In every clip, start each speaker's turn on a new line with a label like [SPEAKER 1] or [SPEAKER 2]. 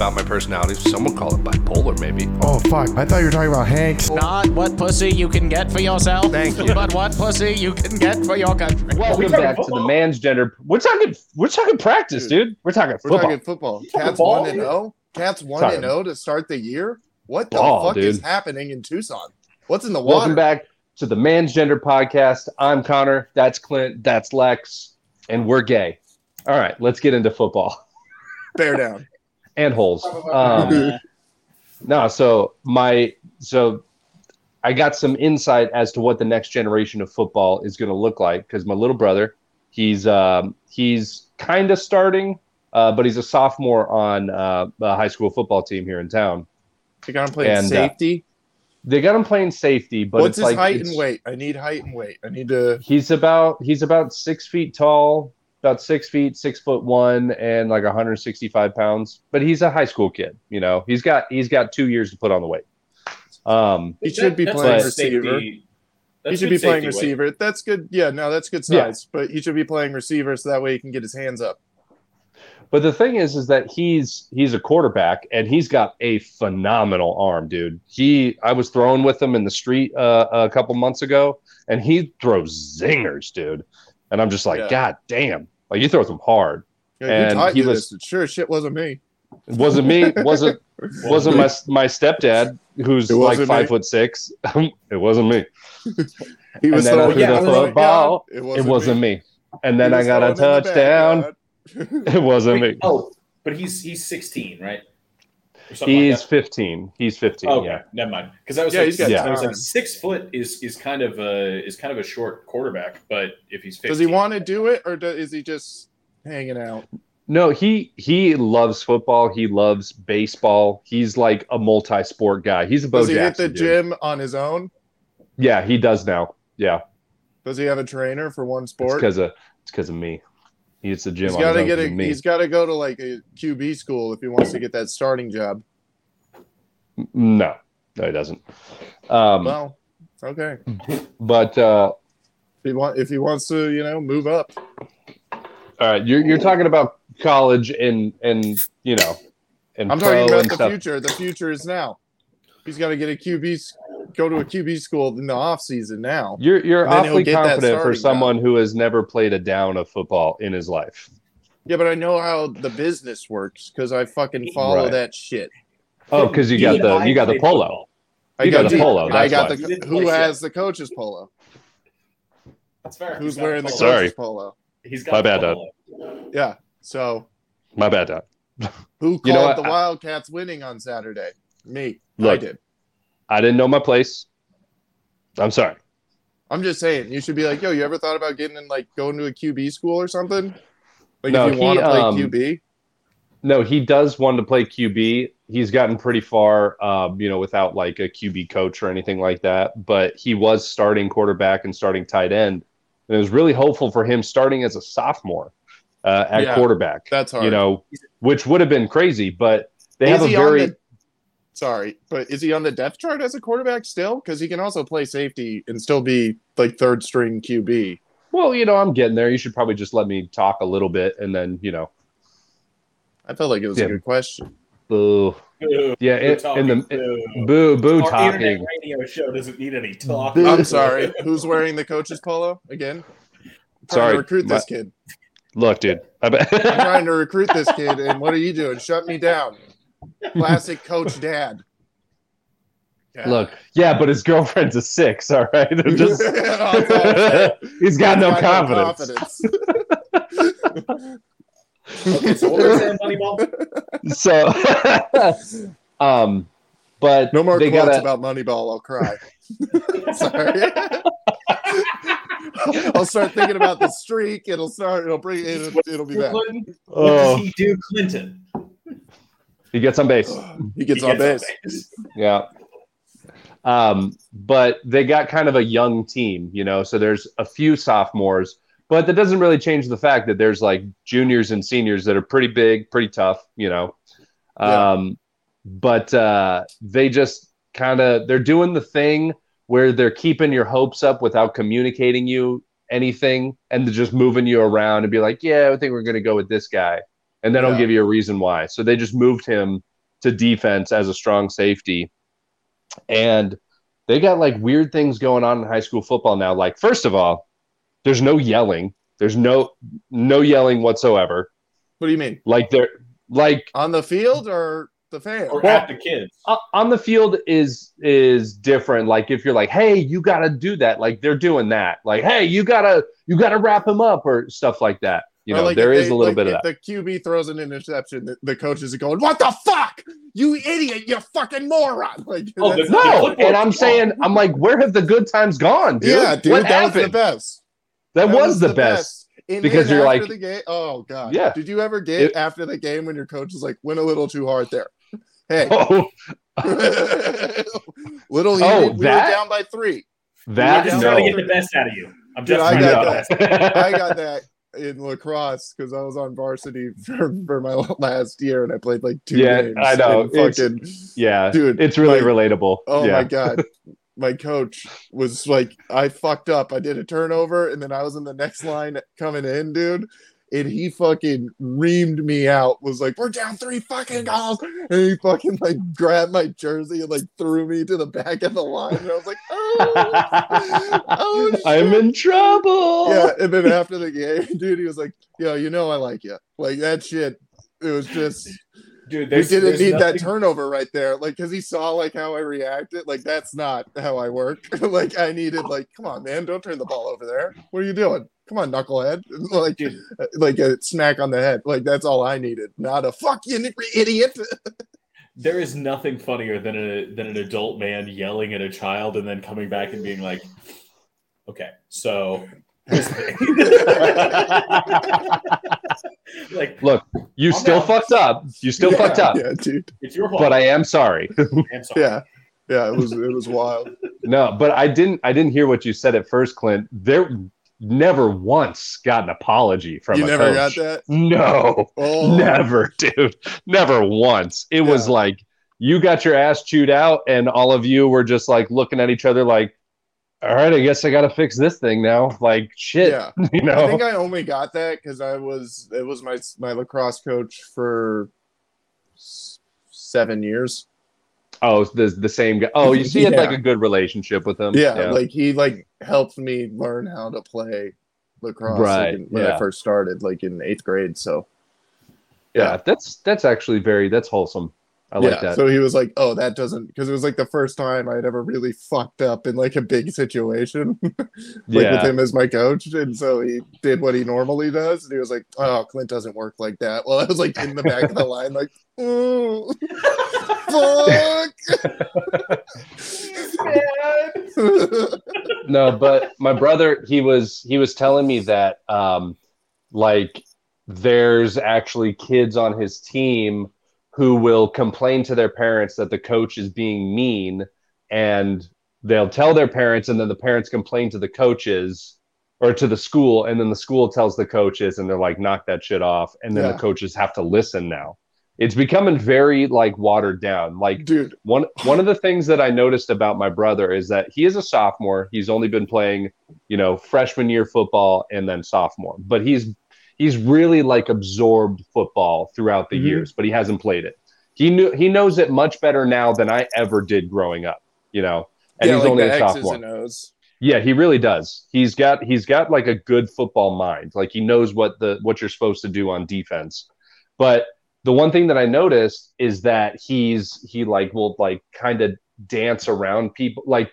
[SPEAKER 1] about my personality. Some would call it bipolar, maybe.
[SPEAKER 2] Oh fuck! I thought you were talking about Hank.
[SPEAKER 3] Not what pussy you can get for yourself.
[SPEAKER 1] Thank you.
[SPEAKER 3] But what pussy you can get for your country.
[SPEAKER 4] Welcome
[SPEAKER 5] talking
[SPEAKER 4] back to
[SPEAKER 5] football?
[SPEAKER 4] the man's gender. We're talking. We're talking practice, dude. We're talking
[SPEAKER 6] We're
[SPEAKER 4] football.
[SPEAKER 6] talking football. Cats
[SPEAKER 5] Football?
[SPEAKER 6] one and zero. Cats one
[SPEAKER 4] Sorry.
[SPEAKER 6] and zero to start the year. What the
[SPEAKER 4] Ball,
[SPEAKER 6] fuck is
[SPEAKER 4] dude.
[SPEAKER 6] happening in Tucson? What's in the water?
[SPEAKER 4] Welcome back to the man's gender podcast. I'm Connor. That's Clint. That's Lex, and we're gay. All right, let's get into football
[SPEAKER 6] Bear down.
[SPEAKER 4] and holes. Um, no, so my so I got some insight as to what the next generation of football is going to look like because my little brother, he's um, he's kind of starting, uh, but he's a sophomore on uh, a high school football team here in town.
[SPEAKER 6] You got him playing
[SPEAKER 4] And, uh,
[SPEAKER 6] safety.
[SPEAKER 4] They got him playing safety, but it's
[SPEAKER 6] What's
[SPEAKER 4] like
[SPEAKER 6] his height
[SPEAKER 4] it's-
[SPEAKER 6] and weight? I need height and weight. I need to.
[SPEAKER 4] He's about he's about six feet tall, about six feet, six foot one, and like 165 pounds. But he's a high school kid, you know. He's got he's got two years to put on the weight. Um,
[SPEAKER 6] He should be
[SPEAKER 5] that's
[SPEAKER 6] playing
[SPEAKER 5] good
[SPEAKER 6] receiver.
[SPEAKER 5] safety-
[SPEAKER 6] He
[SPEAKER 5] that's
[SPEAKER 6] should
[SPEAKER 5] good
[SPEAKER 6] be playing
[SPEAKER 5] safety weight.
[SPEAKER 6] receiver. That's good. Yeah, no, that's good
[SPEAKER 4] Yeah.
[SPEAKER 6] size. But he should be playing receiver so that way he can get his hands up.
[SPEAKER 4] but the thing is, is that he's he's a quarterback and he's got a phenomenal arm, dude. He I was throwing with him in the street uh, a couple months ago, and he throws zingers, dude. And I'm just like,
[SPEAKER 6] Yeah.
[SPEAKER 4] God damn! Like he throws them hard.
[SPEAKER 6] Yeah,
[SPEAKER 4] And
[SPEAKER 6] who taught
[SPEAKER 4] he
[SPEAKER 6] you
[SPEAKER 4] was-
[SPEAKER 6] this? It sure, as shit wasn't me.
[SPEAKER 4] It wasn't me. Wasn't wasn't my my stepdad who's
[SPEAKER 6] It
[SPEAKER 4] like
[SPEAKER 6] wasn't
[SPEAKER 4] five
[SPEAKER 6] me.
[SPEAKER 4] foot six. it wasn't me.
[SPEAKER 6] He was
[SPEAKER 4] then after
[SPEAKER 6] throwing it
[SPEAKER 4] the
[SPEAKER 6] wasn't
[SPEAKER 4] football,
[SPEAKER 6] God. It
[SPEAKER 4] it wasn't me. And then
[SPEAKER 6] He
[SPEAKER 4] I
[SPEAKER 6] was
[SPEAKER 4] got a
[SPEAKER 6] throwing in the
[SPEAKER 4] touchdown.
[SPEAKER 6] backyard.
[SPEAKER 4] It wasn't me.
[SPEAKER 5] Oh, but he's he's 16, right? Or something like
[SPEAKER 4] He's
[SPEAKER 5] that.
[SPEAKER 4] fifteen. He's fifteen.
[SPEAKER 5] Oh, okay,
[SPEAKER 4] Yeah.
[SPEAKER 5] never mind. Because I was
[SPEAKER 6] Yeah,
[SPEAKER 5] like,
[SPEAKER 6] he's got
[SPEAKER 4] Yeah.
[SPEAKER 5] I was
[SPEAKER 6] time.
[SPEAKER 5] like, six foot is is kind of a is kind of a short quarterback. But if he's 15,
[SPEAKER 6] Does he want to do it or do, is he just hanging out?
[SPEAKER 4] No, he he loves football. He loves baseball. He's like a multi-sport guy. He's a Bo
[SPEAKER 6] Does he hit
[SPEAKER 4] Jackson.
[SPEAKER 6] the
[SPEAKER 4] dude.
[SPEAKER 6] gym on his own?
[SPEAKER 4] Yeah, he does now. Yeah,
[SPEAKER 6] Does he have a trainer for one
[SPEAKER 4] it's
[SPEAKER 6] sport?
[SPEAKER 4] because of it's because of me. He hits the gym.
[SPEAKER 6] He's
[SPEAKER 4] on his
[SPEAKER 6] got to
[SPEAKER 4] own
[SPEAKER 6] get a,
[SPEAKER 4] 'cause of me.
[SPEAKER 6] he's got to go to like a QB school if he wants to get that starting job.
[SPEAKER 4] No, no, he doesn't. Um,
[SPEAKER 6] Well, okay. If
[SPEAKER 4] but uh,
[SPEAKER 6] he want if he wants to, you know, move up.
[SPEAKER 4] All right, you're you're talking about college and and you know, and
[SPEAKER 6] I'm
[SPEAKER 4] pro
[SPEAKER 6] talking about
[SPEAKER 4] and
[SPEAKER 6] the
[SPEAKER 4] stuff.
[SPEAKER 6] future. The future is now. He's got to get a QB s- go to a QB school in the off season now.
[SPEAKER 4] You're you're
[SPEAKER 6] And then he'll
[SPEAKER 4] awfully
[SPEAKER 6] get that
[SPEAKER 4] confident for
[SPEAKER 6] starting
[SPEAKER 4] someone who has never played a down of football in his life.
[SPEAKER 6] Yeah, but I know how the business works cuz I fucking follow
[SPEAKER 4] Right.
[SPEAKER 6] that shit.
[SPEAKER 4] Oh, because you
[SPEAKER 5] He
[SPEAKER 4] got
[SPEAKER 5] and
[SPEAKER 4] the
[SPEAKER 5] I
[SPEAKER 4] you got the
[SPEAKER 5] played
[SPEAKER 4] polo.
[SPEAKER 5] football.
[SPEAKER 6] I
[SPEAKER 4] You got the polo,
[SPEAKER 6] I
[SPEAKER 4] that's
[SPEAKER 6] got
[SPEAKER 4] why.
[SPEAKER 6] the
[SPEAKER 5] You didn't
[SPEAKER 6] who
[SPEAKER 5] play
[SPEAKER 6] has the coach's polo?
[SPEAKER 5] That's fair.
[SPEAKER 6] Who's
[SPEAKER 5] He's got
[SPEAKER 6] wearing the
[SPEAKER 5] polo.
[SPEAKER 4] Sorry.
[SPEAKER 6] coach's polo?
[SPEAKER 5] He's got
[SPEAKER 4] My
[SPEAKER 5] the
[SPEAKER 4] bad,
[SPEAKER 5] polo.
[SPEAKER 6] Yeah. So
[SPEAKER 4] My bad, Dad.
[SPEAKER 6] who called
[SPEAKER 4] You know what?
[SPEAKER 6] the
[SPEAKER 4] I-
[SPEAKER 6] Wildcats winning on Saturday? Me. I
[SPEAKER 4] Look.
[SPEAKER 6] did.
[SPEAKER 4] I didn't know my place. I'm sorry.
[SPEAKER 6] I'm just saying, you should be like, yo, you ever thought about getting in like going to a QB school or something? Like
[SPEAKER 4] No,
[SPEAKER 6] if you want
[SPEAKER 4] he,
[SPEAKER 6] to play
[SPEAKER 4] um,
[SPEAKER 6] QB.
[SPEAKER 4] No, he does want to play QB. He's gotten pretty far, um, you know, without like a QB coach or anything like that. But he was starting quarterback and starting tight end, and it was really hopeful for him starting as a sophomore uh, at
[SPEAKER 6] Yeah,
[SPEAKER 4] quarterback.
[SPEAKER 6] That's hard.
[SPEAKER 4] you know, which would have been crazy, but they
[SPEAKER 6] Is
[SPEAKER 4] have a
[SPEAKER 6] he on
[SPEAKER 4] very
[SPEAKER 6] the- sorry, but is he on the depth chart as a quarterback still? Because he can also play safety and still be like third string QB.
[SPEAKER 4] well, you know, I'm getting there. You should probably just let me talk a little bit and then, you know,
[SPEAKER 6] I felt like it was
[SPEAKER 4] Yeah.
[SPEAKER 6] a good question.
[SPEAKER 4] boo.
[SPEAKER 5] Boo,
[SPEAKER 4] Yeah,
[SPEAKER 5] boo
[SPEAKER 4] in, in the
[SPEAKER 5] talking,
[SPEAKER 4] boo
[SPEAKER 5] boo.
[SPEAKER 4] boo
[SPEAKER 5] Our internet
[SPEAKER 4] talking.
[SPEAKER 5] radio show doesn't need any talk.
[SPEAKER 4] Boo.
[SPEAKER 6] I'm sorry. Who's wearing the coach's polo again? I'm trying
[SPEAKER 4] Sorry,
[SPEAKER 6] to recruit
[SPEAKER 4] my-
[SPEAKER 6] this kid.
[SPEAKER 4] Look, dude. I
[SPEAKER 6] I'm
[SPEAKER 4] bet.
[SPEAKER 6] trying to recruit this kid, and what are you doing? Shut me down. Classic coach dad. Yeah.
[SPEAKER 4] Look, yeah, but his girlfriend's a six. All right, I'm just
[SPEAKER 6] That's all I'm saying.
[SPEAKER 4] he's got no
[SPEAKER 6] Got
[SPEAKER 4] confidence.
[SPEAKER 6] confidence.
[SPEAKER 5] Okay, so what was that, Moneyball?
[SPEAKER 4] So, um, but
[SPEAKER 6] No more
[SPEAKER 4] they
[SPEAKER 6] quotes
[SPEAKER 4] gotta-
[SPEAKER 6] about Moneyball. I'll cry. Sorry. I'll start thinking about the streak. It'll start. It'll bring. It'll, it'll be back.
[SPEAKER 5] Clinton? What does
[SPEAKER 4] oh,
[SPEAKER 5] he do, Clinton?
[SPEAKER 4] he gets on base.
[SPEAKER 6] He gets
[SPEAKER 5] He
[SPEAKER 6] on
[SPEAKER 5] gets
[SPEAKER 6] base.
[SPEAKER 5] on base.
[SPEAKER 4] Yeah. Um, but they got kind of a young team, you know, so there's a few sophomores, but that doesn't really change the fact that there's like juniors and seniors that are pretty big, pretty tough, you know.
[SPEAKER 6] Yeah.
[SPEAKER 4] Um, but uh, they just kind of they're doing the thing where they're keeping your hopes up without communicating you anything and they're just moving you around and be like, yeah, I think we're gonna go with this guy, and then I'll
[SPEAKER 6] Yeah.
[SPEAKER 4] give you a reason why. So they just moved him to defense as a strong safety. And they got like weird things going on in high school football now. Like, first of all, there's no yelling. There's no no yelling whatsoever.
[SPEAKER 6] What do you mean?
[SPEAKER 4] Like there like
[SPEAKER 6] On the field or the fan?
[SPEAKER 5] or
[SPEAKER 4] Well-
[SPEAKER 5] at the kids.
[SPEAKER 4] o- Uh, on the field is is different. Like if you're like, hey, you gotta do that. Like they're doing that. Like, hey, you gotta you gotta wrap him up or stuff like that. You
[SPEAKER 6] Or
[SPEAKER 4] know,
[SPEAKER 6] like
[SPEAKER 4] there
[SPEAKER 6] if
[SPEAKER 4] is
[SPEAKER 6] they-
[SPEAKER 4] a little
[SPEAKER 6] like
[SPEAKER 4] bit of that.
[SPEAKER 6] if The QB throws an interception. The, the coach is going, "What the fuck, you idiot, you fucking moron!" Like,
[SPEAKER 5] Oh,
[SPEAKER 6] that's-
[SPEAKER 5] the- the
[SPEAKER 4] No,
[SPEAKER 5] football-
[SPEAKER 4] and I'm saying, I'm like, where have the good times gone, dude?
[SPEAKER 6] yeah, dude,
[SPEAKER 4] what
[SPEAKER 6] that was the
[SPEAKER 4] happened?
[SPEAKER 6] best.
[SPEAKER 4] that, was, the, best.
[SPEAKER 6] And
[SPEAKER 4] Because
[SPEAKER 6] then
[SPEAKER 4] you're
[SPEAKER 6] after
[SPEAKER 4] like-
[SPEAKER 6] the game, oh god,
[SPEAKER 4] Yeah.
[SPEAKER 6] Did you ever get
[SPEAKER 4] It-
[SPEAKER 6] after the game when your coach is like, "Went a little too hard there"? Hey,
[SPEAKER 4] Oh,
[SPEAKER 6] little, heated,
[SPEAKER 4] Oh,
[SPEAKER 6] we were
[SPEAKER 4] that?
[SPEAKER 6] down by three.
[SPEAKER 5] I'm
[SPEAKER 4] that
[SPEAKER 5] just
[SPEAKER 4] no.
[SPEAKER 5] trying to get the best out of you. I'm
[SPEAKER 6] Dude,
[SPEAKER 5] just
[SPEAKER 6] I
[SPEAKER 5] trying to
[SPEAKER 6] got
[SPEAKER 5] get the
[SPEAKER 6] that.
[SPEAKER 5] best.
[SPEAKER 6] I got that in lacrosse because I was on varsity for, for my last year and I played like two
[SPEAKER 4] Yeah,
[SPEAKER 6] games.
[SPEAKER 4] I know.
[SPEAKER 6] and
[SPEAKER 4] It's-
[SPEAKER 6] Fucking,
[SPEAKER 4] yeah,
[SPEAKER 6] dude.
[SPEAKER 4] it's really
[SPEAKER 6] like,
[SPEAKER 4] relatable.
[SPEAKER 6] Oh
[SPEAKER 4] yeah.
[SPEAKER 6] my god. My coach was like, I fucked up. I did a turnover and then I was in the next line coming in, dude. And he fucking reamed me out, was like, We're down three fucking goals. And he fucking like grabbed my jersey and like threw me to the back of the line. And I was like, Oh, oh shit.
[SPEAKER 4] I'm in trouble.
[SPEAKER 6] Yeah, and then after the game, dude, he was like, "Yo, you know I like you." Like that shit. It was just we
[SPEAKER 5] Dude, there's,
[SPEAKER 6] didn't
[SPEAKER 5] there's
[SPEAKER 6] need
[SPEAKER 5] nothing,
[SPEAKER 6] that turnover right there. Like, cause he saw like how I reacted. Like that's not how I work. like I needed like, come on, man, don't turn the ball over there. What are you doing? Come on, knucklehead. Like, uh,
[SPEAKER 5] Dude.
[SPEAKER 6] like a smack on the head. Like that's all I needed. Not a fuck you, n- idiot.
[SPEAKER 5] There is nothing funnier than a than an adult man yelling at a child and then coming back and being like, "Okay, so." here's the thing." like
[SPEAKER 4] You
[SPEAKER 5] Calm
[SPEAKER 4] still
[SPEAKER 5] down.
[SPEAKER 4] fucked up. You still
[SPEAKER 6] Yeah,
[SPEAKER 4] fucked up.
[SPEAKER 6] Yeah, dude.
[SPEAKER 5] it's your fault.
[SPEAKER 4] But I am sorry.
[SPEAKER 5] am sorry.
[SPEAKER 6] Yeah, yeah. It was it was wild.
[SPEAKER 4] no, but I didn't. I didn't hear what you said at first, Clint. There never once got an apology from
[SPEAKER 6] you
[SPEAKER 4] a
[SPEAKER 6] never
[SPEAKER 4] coach.
[SPEAKER 6] got that.
[SPEAKER 4] No.
[SPEAKER 6] Oh,
[SPEAKER 4] Never, dude. Never once. It was
[SPEAKER 6] Yeah.
[SPEAKER 4] like you got your ass chewed out, and all of you were just like looking at each other, like, "All right, I guess I got to fix this thing now." Like, shit,
[SPEAKER 6] yeah.
[SPEAKER 4] you
[SPEAKER 6] I
[SPEAKER 4] know?
[SPEAKER 6] think I only got that because I was it was my my lacrosse coach for s- seven years.
[SPEAKER 4] oh, it's the the same guy. Oh, you see, had like a good relationship with him.
[SPEAKER 6] yeah, like he like helped me learn how to play lacrosse like,
[SPEAKER 4] Right,
[SPEAKER 6] in- when
[SPEAKER 4] yeah.
[SPEAKER 6] I first started, like in eighth grade. So
[SPEAKER 4] yeah. That's that's actually very that's wholesome. I like that.
[SPEAKER 6] So he was like, "Oh, that doesn't," because it was like the first time I had ever really fucked up in like a big situation, like
[SPEAKER 4] Yeah.
[SPEAKER 6] with him as my coach. And so he did what he normally does, and he was like, "Oh, Clint doesn't work like that." Well, I was like in the back of the line, like, "Ooh, fuck."
[SPEAKER 4] no, but my brother, he was he was telling me that um like there's actually kids on his team who will complain to their parents that the coach is being mean and they'll tell their parents and then the parents complain to the coaches or to the school and then the school tells the coaches and they're like knock that shit off and then
[SPEAKER 6] Yeah.
[SPEAKER 4] the coaches have to listen now. It's becoming very like watered down. Like
[SPEAKER 6] Dude,
[SPEAKER 4] one one of the things that I noticed about my brother is that he is a sophomore. He's only been playing, you know, freshman year football and then sophomore. But he's he's really like absorbed football throughout the
[SPEAKER 6] Mhm.
[SPEAKER 4] years, but he hasn't played it. He knew he knows it much better now than I ever did growing up, you know. And
[SPEAKER 6] yeah,
[SPEAKER 4] he's
[SPEAKER 6] like
[SPEAKER 4] only
[SPEAKER 6] the
[SPEAKER 4] a
[SPEAKER 6] X's
[SPEAKER 4] sophomore.
[SPEAKER 6] and O's.
[SPEAKER 4] Yeah, he really does. He's got he's got like a good football mind. Like he knows what the what you're supposed to do on defense. But the one thing that I noticed is that he's he like will like kind of dance around people. Like,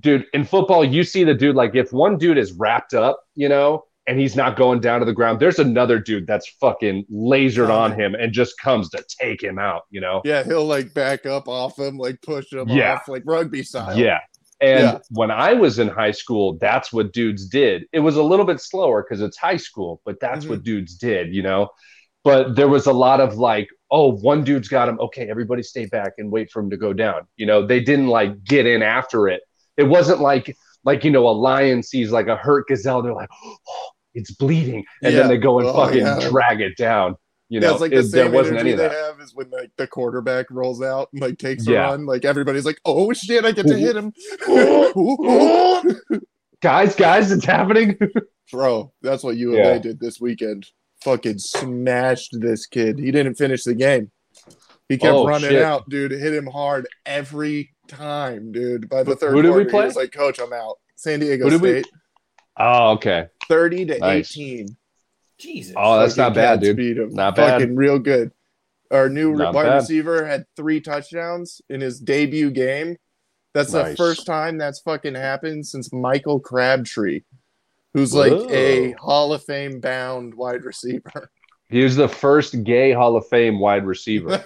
[SPEAKER 4] dude, in football, you see the dude like if one dude is wrapped up, you know, and he's not going down to the ground, there's another dude that's fucking lasered on him and just comes to take him out, you know.
[SPEAKER 6] Yeah, he'll like back up off him, like push him
[SPEAKER 4] Yeah.
[SPEAKER 6] off, like rugby style.
[SPEAKER 4] Yeah. And
[SPEAKER 6] Yeah.
[SPEAKER 4] when I was in high school, that's what dudes did. It was a little bit slower because it's high school, but that's
[SPEAKER 6] Mm-hmm.
[SPEAKER 4] what dudes did, you know? But there was a lot of like, oh, one dude's got him. Okay, everybody stay back and wait for him to go down. You know, they didn't like get in after it. It wasn't like, like, you know, a lion sees like a hurt gazelle. They're like, oh, it's bleeding. And
[SPEAKER 6] Yeah.
[SPEAKER 4] then they go and
[SPEAKER 6] Oh,
[SPEAKER 4] fucking
[SPEAKER 6] yeah.
[SPEAKER 4] drag it down. You
[SPEAKER 6] yeah,
[SPEAKER 4] know,
[SPEAKER 6] it's like
[SPEAKER 4] It-
[SPEAKER 6] the same
[SPEAKER 4] there wasn't any
[SPEAKER 6] energy
[SPEAKER 4] of
[SPEAKER 6] they
[SPEAKER 4] that.
[SPEAKER 6] have is when like the quarterback rolls out and like takes
[SPEAKER 4] Yeah.
[SPEAKER 6] a run. Like everybody's like, "Oh shit, I get to hit him!"
[SPEAKER 4] Guys, guys, it's happening.
[SPEAKER 6] Bro, that's what you and
[SPEAKER 4] Yeah.
[SPEAKER 6] I did this weekend. Fucking smashed this kid. He didn't finish the game. He kept
[SPEAKER 4] Oh,
[SPEAKER 6] running
[SPEAKER 4] shit.
[SPEAKER 6] out, dude. It Hit him hard every time, dude. By the third
[SPEAKER 4] who did we
[SPEAKER 6] quarter, he
[SPEAKER 4] play?
[SPEAKER 6] was like, "Coach, I'm out." San Diego
[SPEAKER 4] Who did we-
[SPEAKER 6] State,
[SPEAKER 4] Oh, okay.
[SPEAKER 6] thirty to
[SPEAKER 4] Nice.
[SPEAKER 6] eighteen.
[SPEAKER 5] Jesus.
[SPEAKER 4] Oh, that's not
[SPEAKER 6] Fucking
[SPEAKER 4] bad,
[SPEAKER 6] Cats
[SPEAKER 4] dude.
[SPEAKER 6] beat him.
[SPEAKER 4] Not bad.
[SPEAKER 6] Fucking real good. Our new
[SPEAKER 4] Not
[SPEAKER 6] wide
[SPEAKER 4] bad.
[SPEAKER 6] receiver had three touchdowns in his debut game. That's the
[SPEAKER 4] Nice.
[SPEAKER 6] first time that's fucking happened since Michael Crabtree, who's like a
[SPEAKER 4] Whoa.
[SPEAKER 6] Hall of Fame bound wide receiver.
[SPEAKER 4] He was the first gay Hall of Fame wide receiver.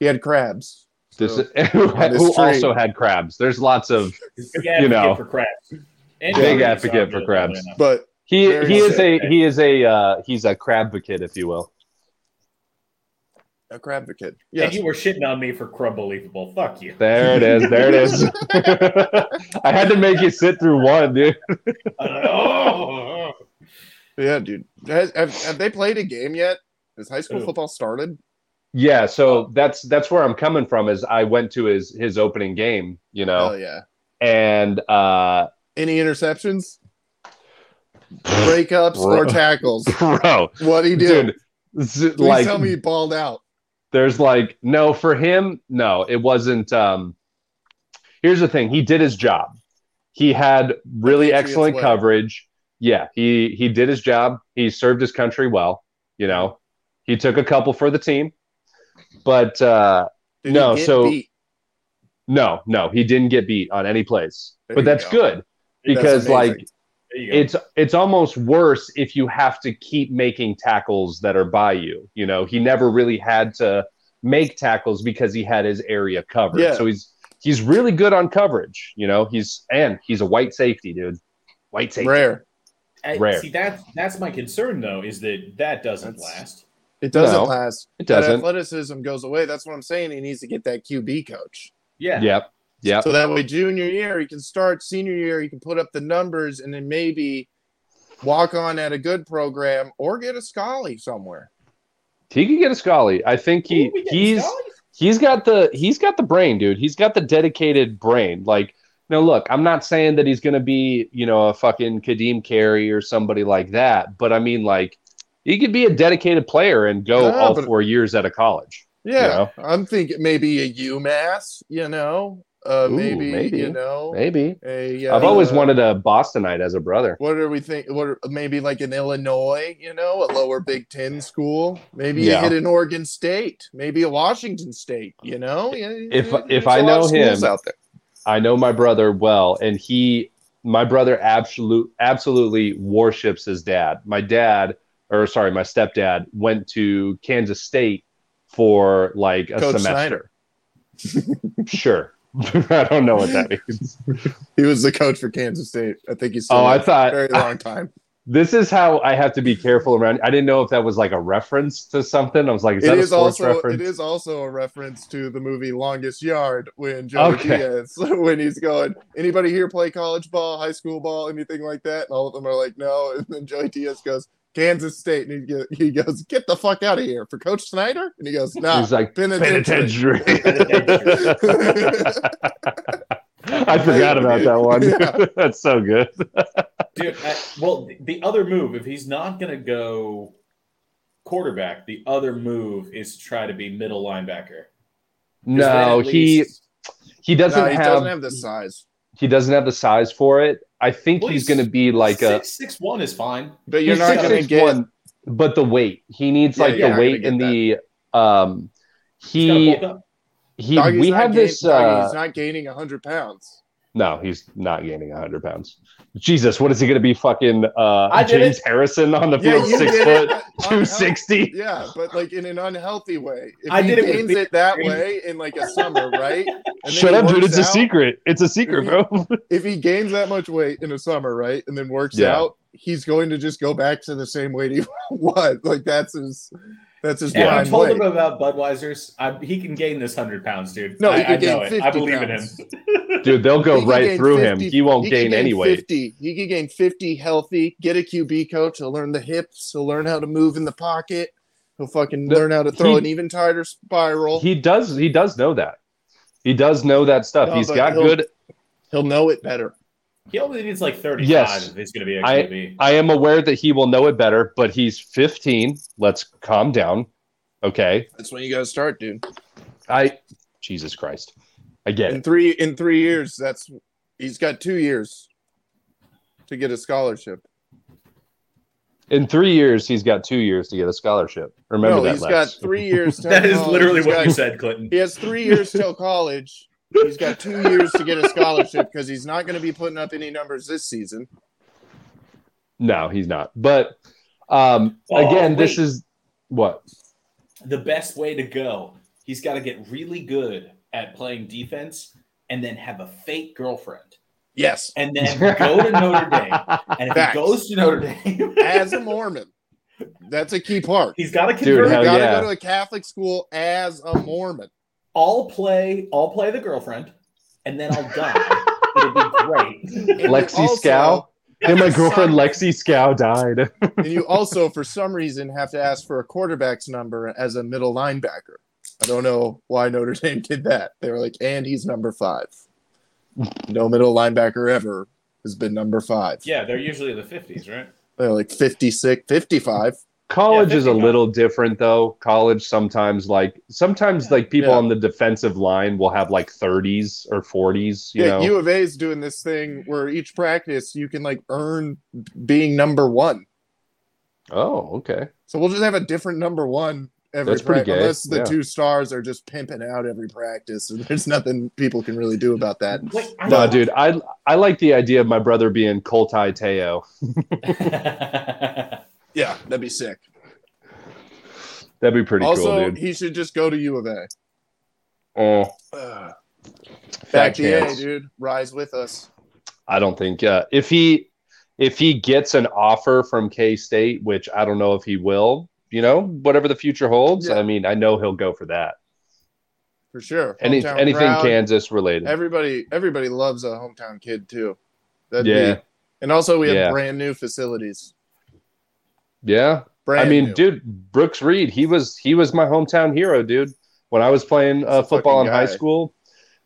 [SPEAKER 6] he had crabs.
[SPEAKER 4] This
[SPEAKER 6] So,
[SPEAKER 4] who,
[SPEAKER 6] on his street.
[SPEAKER 4] also had crabs. There's lots of
[SPEAKER 5] Big advocate
[SPEAKER 4] you know,
[SPEAKER 5] for crabs.
[SPEAKER 4] big
[SPEAKER 5] And Johnny
[SPEAKER 4] advocate for
[SPEAKER 5] Sargent,
[SPEAKER 4] crabs.
[SPEAKER 5] oddly enough.
[SPEAKER 6] But
[SPEAKER 4] he
[SPEAKER 6] Very
[SPEAKER 4] he is a
[SPEAKER 5] sick.
[SPEAKER 4] he is a uh, he's a crabvocate, if you will.
[SPEAKER 6] a crab kid.
[SPEAKER 5] And
[SPEAKER 6] Yes.
[SPEAKER 5] you were shitting on me for crab believable. Fuck you.
[SPEAKER 4] There it is. There it is. I had to make you sit through one, dude.
[SPEAKER 5] oh,
[SPEAKER 6] yeah, dude. Has, have, have they played a game yet? Has high school
[SPEAKER 5] Who?
[SPEAKER 6] football started?
[SPEAKER 4] Yeah, so that's that's where I'm coming from. Is I went to his his opening game, you
[SPEAKER 6] Oh,
[SPEAKER 4] know,
[SPEAKER 6] yeah.
[SPEAKER 4] and uh,
[SPEAKER 6] Any interceptions, breakups,
[SPEAKER 4] Bro.
[SPEAKER 6] or tackles?
[SPEAKER 4] bro,
[SPEAKER 6] What he do?
[SPEAKER 4] dude, z-
[SPEAKER 6] Please
[SPEAKER 4] like
[SPEAKER 6] tell me he balled out.
[SPEAKER 4] there's like no for him no it wasn't um here's the thing he did his job he had really
[SPEAKER 6] Patriots
[SPEAKER 4] excellent
[SPEAKER 6] way.
[SPEAKER 4] coverage yeah he he did his job he served his country well you know he took a couple for the team but uh
[SPEAKER 6] Did
[SPEAKER 4] No,
[SPEAKER 6] he get
[SPEAKER 4] so-
[SPEAKER 6] beat?
[SPEAKER 4] no no he didn't get beat on any plays
[SPEAKER 6] There
[SPEAKER 4] but
[SPEAKER 6] you
[SPEAKER 4] that's
[SPEAKER 6] go.
[SPEAKER 4] good
[SPEAKER 6] That's
[SPEAKER 4] because
[SPEAKER 6] amazing.
[SPEAKER 4] like
[SPEAKER 5] there you go.
[SPEAKER 4] it's it's almost worse if you have to keep making tackles that are by you. You know, he never really had to make tackles because he had his area covered.
[SPEAKER 6] Yeah.
[SPEAKER 4] So he's he's really good on coverage. You know, he's and he's a white safety, dude. White safety.
[SPEAKER 6] rare.
[SPEAKER 5] I-
[SPEAKER 4] rare.
[SPEAKER 5] See, that's that's my concern though, is that that doesn't
[SPEAKER 6] That's-
[SPEAKER 5] last.
[SPEAKER 6] It doesn't
[SPEAKER 4] No,
[SPEAKER 6] last.
[SPEAKER 4] It
[SPEAKER 6] That
[SPEAKER 4] doesn't.
[SPEAKER 6] athleticism goes away. That's what I'm saying. He needs to get that QB coach.
[SPEAKER 5] Yeah.
[SPEAKER 4] Yep. Yep.
[SPEAKER 6] So that way, junior year, he can start. Senior year, he can put up the numbers and then maybe walk on at a good program or get a Scully somewhere.
[SPEAKER 4] He could get a Scully. I think he
[SPEAKER 5] Ooh, we getting
[SPEAKER 4] he's
[SPEAKER 5] Scully?
[SPEAKER 4] he's got the he's got the brain, dude. He's got the dedicated brain. Like, no, look, I'm not saying that he's gonna be, you know, a fucking Kadeem Carey or somebody like that, but I mean, like, he could be a dedicated player and go
[SPEAKER 6] Yeah,
[SPEAKER 4] all
[SPEAKER 6] but-
[SPEAKER 4] four years at a college.
[SPEAKER 6] Yeah. I'm thinking maybe a UMass, you know, uh,
[SPEAKER 4] Ooh,
[SPEAKER 6] maybe,
[SPEAKER 4] maybe.
[SPEAKER 6] you know,
[SPEAKER 4] Maybe.
[SPEAKER 6] a,
[SPEAKER 4] I've always
[SPEAKER 6] uh,
[SPEAKER 4] wanted a Bostonite as a brother.
[SPEAKER 6] What are we think? What are, maybe like in Illinois, you know, a lower Big Ten school. Maybe
[SPEAKER 4] Yeah.
[SPEAKER 6] you hit an Oregon State, maybe a Washington State. You know, Yeah,
[SPEAKER 4] If-
[SPEAKER 6] there's
[SPEAKER 4] if
[SPEAKER 6] a
[SPEAKER 4] I
[SPEAKER 6] lot
[SPEAKER 4] know
[SPEAKER 6] of schools
[SPEAKER 4] him-
[SPEAKER 6] out there,
[SPEAKER 4] I know my brother well, and he, my brother, absolute, absolutely worships his dad. My dad, or sorry, my stepdad, went to Kansas State for like a
[SPEAKER 6] Coach
[SPEAKER 4] semester. sure, I don't know what that means.
[SPEAKER 6] he was the coach for Kansas State. I think he's still
[SPEAKER 4] Oh, I
[SPEAKER 6] there
[SPEAKER 4] thought
[SPEAKER 6] for a very
[SPEAKER 4] I-
[SPEAKER 6] long time.
[SPEAKER 4] this is how I have to be careful around. I didn't know if that was like a reference to something. I was like, is
[SPEAKER 6] It
[SPEAKER 4] that a
[SPEAKER 6] is
[SPEAKER 4] sports
[SPEAKER 6] also
[SPEAKER 4] reference?
[SPEAKER 6] it is also a reference to the movie Longest Yard when Joey
[SPEAKER 4] Okay.
[SPEAKER 6] Diaz when he's going, anybody here play college ball, high school ball, anything like that? And all of them are like, no. And then Joey Diaz goes, Kansas State, and he, go- he goes, get the fuck out of here for Coach Snyder. And he goes, nah,
[SPEAKER 4] He's like
[SPEAKER 6] penitentiary.
[SPEAKER 4] penitentiary.
[SPEAKER 6] Penitentiary.
[SPEAKER 4] I forgot about that one.
[SPEAKER 6] Yeah.
[SPEAKER 4] That's so good.
[SPEAKER 5] Dude, I, well, th- the other move, if he's not going to go quarterback, the other move is to try to be middle linebacker. 'Cause then
[SPEAKER 4] No,
[SPEAKER 5] at
[SPEAKER 4] he
[SPEAKER 5] least-
[SPEAKER 4] he doesn't,
[SPEAKER 6] No, he
[SPEAKER 4] have,
[SPEAKER 6] doesn't have the size,
[SPEAKER 4] he doesn't have the size for it. I think
[SPEAKER 5] Well,
[SPEAKER 4] he's
[SPEAKER 5] he's
[SPEAKER 4] going to be like uh, a
[SPEAKER 5] six, six one is fine.
[SPEAKER 6] but you're
[SPEAKER 4] he's
[SPEAKER 6] not going to
[SPEAKER 4] 6'6"
[SPEAKER 6] get.
[SPEAKER 4] one, but the weight he needs
[SPEAKER 6] Yeah,
[SPEAKER 4] like
[SPEAKER 6] you're
[SPEAKER 4] the
[SPEAKER 6] not
[SPEAKER 4] weight
[SPEAKER 6] gonna
[SPEAKER 4] and
[SPEAKER 6] get
[SPEAKER 4] the um
[SPEAKER 5] He's
[SPEAKER 4] he
[SPEAKER 5] gotta bulk up.
[SPEAKER 4] he
[SPEAKER 6] Doggy's
[SPEAKER 4] we
[SPEAKER 6] not
[SPEAKER 4] have
[SPEAKER 6] gain-
[SPEAKER 4] this
[SPEAKER 6] Doggy,
[SPEAKER 4] uh
[SPEAKER 6] he's not gaining hundred pounds.
[SPEAKER 4] No, he's not gaining 100 pounds. Jesus, what is he going to be fucking uh,
[SPEAKER 5] I did
[SPEAKER 4] James Harrison on the
[SPEAKER 6] Yeah,
[SPEAKER 4] field,
[SPEAKER 6] you
[SPEAKER 4] six
[SPEAKER 6] did
[SPEAKER 4] foot,
[SPEAKER 6] it. Oh, I- I-
[SPEAKER 4] 260?
[SPEAKER 6] Yeah, but like in an unhealthy way. If
[SPEAKER 5] I
[SPEAKER 6] he
[SPEAKER 5] did it with
[SPEAKER 6] gains
[SPEAKER 5] big
[SPEAKER 6] it that
[SPEAKER 5] screen.
[SPEAKER 6] way in like a summer, right? And then
[SPEAKER 4] Shut
[SPEAKER 6] he
[SPEAKER 4] up, dude.
[SPEAKER 6] works
[SPEAKER 4] It's a
[SPEAKER 6] out-
[SPEAKER 4] secret. It's a secret, bro.
[SPEAKER 6] If he gains that much weight in a summer, right, and then works
[SPEAKER 4] Yeah.
[SPEAKER 6] out, he's going to just go back to the same weight he was. Like that's his, that's his
[SPEAKER 5] And I
[SPEAKER 6] prime
[SPEAKER 5] told
[SPEAKER 6] weight.
[SPEAKER 5] him about Budweiser's. I, he can gain this 100 pounds, dude.
[SPEAKER 6] No,
[SPEAKER 5] I,
[SPEAKER 6] he can
[SPEAKER 5] I know
[SPEAKER 6] gain
[SPEAKER 5] it. I
[SPEAKER 6] 50
[SPEAKER 5] believe
[SPEAKER 6] pounds.
[SPEAKER 5] in him.
[SPEAKER 4] Dude, they'll
[SPEAKER 6] He
[SPEAKER 4] go
[SPEAKER 6] could
[SPEAKER 4] right
[SPEAKER 6] gain
[SPEAKER 4] through him.
[SPEAKER 6] 50
[SPEAKER 4] He won't
[SPEAKER 6] could
[SPEAKER 4] gain any weight.
[SPEAKER 6] 50. He could gain 50 healthy, get a QB coach. He'll learn the hips. He'll learn how to move in the pocket. He'll fucking
[SPEAKER 4] No,
[SPEAKER 6] learn how to throw
[SPEAKER 4] he-
[SPEAKER 6] an even tighter spiral.
[SPEAKER 4] He does. He does know that. He does know that stuff.
[SPEAKER 6] No,
[SPEAKER 4] He's
[SPEAKER 6] but
[SPEAKER 4] got
[SPEAKER 6] he'll-
[SPEAKER 4] good.
[SPEAKER 6] He'll know it better.
[SPEAKER 5] He only needs like 35
[SPEAKER 4] Yes.
[SPEAKER 5] if he's going to be a
[SPEAKER 4] I-
[SPEAKER 5] QB.
[SPEAKER 4] I am aware that he will know it better, but he's 15. Let's calm down. Okay.
[SPEAKER 6] That's when you got to start, dude.
[SPEAKER 4] I Jesus Christ. I get
[SPEAKER 6] In
[SPEAKER 4] it.
[SPEAKER 6] three in three years, that's he's got two years to get a scholarship.
[SPEAKER 4] In three years, he's got two years to get a scholarship. Remember
[SPEAKER 6] no,
[SPEAKER 4] that.
[SPEAKER 6] he's
[SPEAKER 4] Lex.
[SPEAKER 6] got three years. till
[SPEAKER 5] That is
[SPEAKER 6] college.
[SPEAKER 5] literally
[SPEAKER 6] He's
[SPEAKER 5] what
[SPEAKER 6] got-
[SPEAKER 5] you said, Clinton.
[SPEAKER 6] He has three years till college. He's got two years to get a scholarship because he's not going to be putting up any numbers this season.
[SPEAKER 4] No, he's not. But um,
[SPEAKER 5] Oh,
[SPEAKER 4] again, this
[SPEAKER 5] wait.
[SPEAKER 4] is what
[SPEAKER 5] The best way to go, he's got to get really good at playing defense and then have a fake girlfriend.
[SPEAKER 6] Yes,
[SPEAKER 5] And then go to Notre Dame. And if
[SPEAKER 6] Facts.
[SPEAKER 5] he goes to Notre Dame,
[SPEAKER 6] as a Mormon, that's a key part.
[SPEAKER 5] he's got to
[SPEAKER 4] Dude,
[SPEAKER 5] convert.
[SPEAKER 6] You
[SPEAKER 4] hell
[SPEAKER 6] got to
[SPEAKER 4] yeah.
[SPEAKER 6] go to a Catholic school as a Mormon.
[SPEAKER 5] I'll play. I'll play the girlfriend, and then I'll die. It'll be great.
[SPEAKER 6] And
[SPEAKER 4] Lexi
[SPEAKER 6] you also-
[SPEAKER 4] Scow. And my girlfriend Lexi Scow died.
[SPEAKER 6] and you also, for some reason, have to ask for a quarterback's number as a middle linebacker. I don't know why Notre Dame did that. They were like, and he's number five. No middle linebacker ever has been number five.
[SPEAKER 5] Yeah, they're usually in the fifties, right?
[SPEAKER 6] They're like 56, 55.
[SPEAKER 4] College
[SPEAKER 5] Yeah,
[SPEAKER 4] is a
[SPEAKER 5] 55.
[SPEAKER 4] little different though. College sometimes like sometimes like people
[SPEAKER 6] Yeah.
[SPEAKER 4] on the defensive line will have like 30s or 40s, you
[SPEAKER 6] yeah,
[SPEAKER 4] know.
[SPEAKER 6] U of A's doing this thing where each practice you can like earn being number one.
[SPEAKER 4] oh, okay.
[SPEAKER 6] So we'll just have a different number one every
[SPEAKER 4] That's pretty
[SPEAKER 6] prac-
[SPEAKER 4] gay,
[SPEAKER 6] unless the
[SPEAKER 4] yeah.
[SPEAKER 6] two stars are just pimping out every practice and there's nothing people can really do about that.
[SPEAKER 5] Wait, I
[SPEAKER 4] No,
[SPEAKER 5] don't-
[SPEAKER 4] dude, I I like the idea of my brother being Coltai Teo.
[SPEAKER 6] Yeah, that'd be sick.
[SPEAKER 4] That'd be pretty
[SPEAKER 6] also,
[SPEAKER 4] cool, dude.
[SPEAKER 6] he should just go to U of A.
[SPEAKER 4] Oh,
[SPEAKER 6] uh, Back
[SPEAKER 4] fat
[SPEAKER 6] to A,
[SPEAKER 4] chance.
[SPEAKER 6] dude. Rise with us.
[SPEAKER 4] I don't think uh, if he if he gets an offer from K State, which I don't know if he will, you know, whatever the future holds.
[SPEAKER 6] Yeah.
[SPEAKER 4] I mean, I know he'll go for that.
[SPEAKER 6] For sure.
[SPEAKER 4] Any,
[SPEAKER 6] Hometown
[SPEAKER 4] anything
[SPEAKER 6] proud.
[SPEAKER 4] Kansas related.
[SPEAKER 6] Everybody everybody loves a hometown kid too. That'd
[SPEAKER 4] Yeah.
[SPEAKER 6] be and also we have
[SPEAKER 4] Yeah.
[SPEAKER 6] brand new facilities.
[SPEAKER 4] yeah,
[SPEAKER 6] Brand
[SPEAKER 4] I mean,
[SPEAKER 6] new.
[SPEAKER 4] dude, Brooks Reed, he was he was my hometown hero, dude. When I was playing
[SPEAKER 6] That's a
[SPEAKER 4] uh, football in
[SPEAKER 6] fucking
[SPEAKER 4] high
[SPEAKER 6] guy.
[SPEAKER 4] school,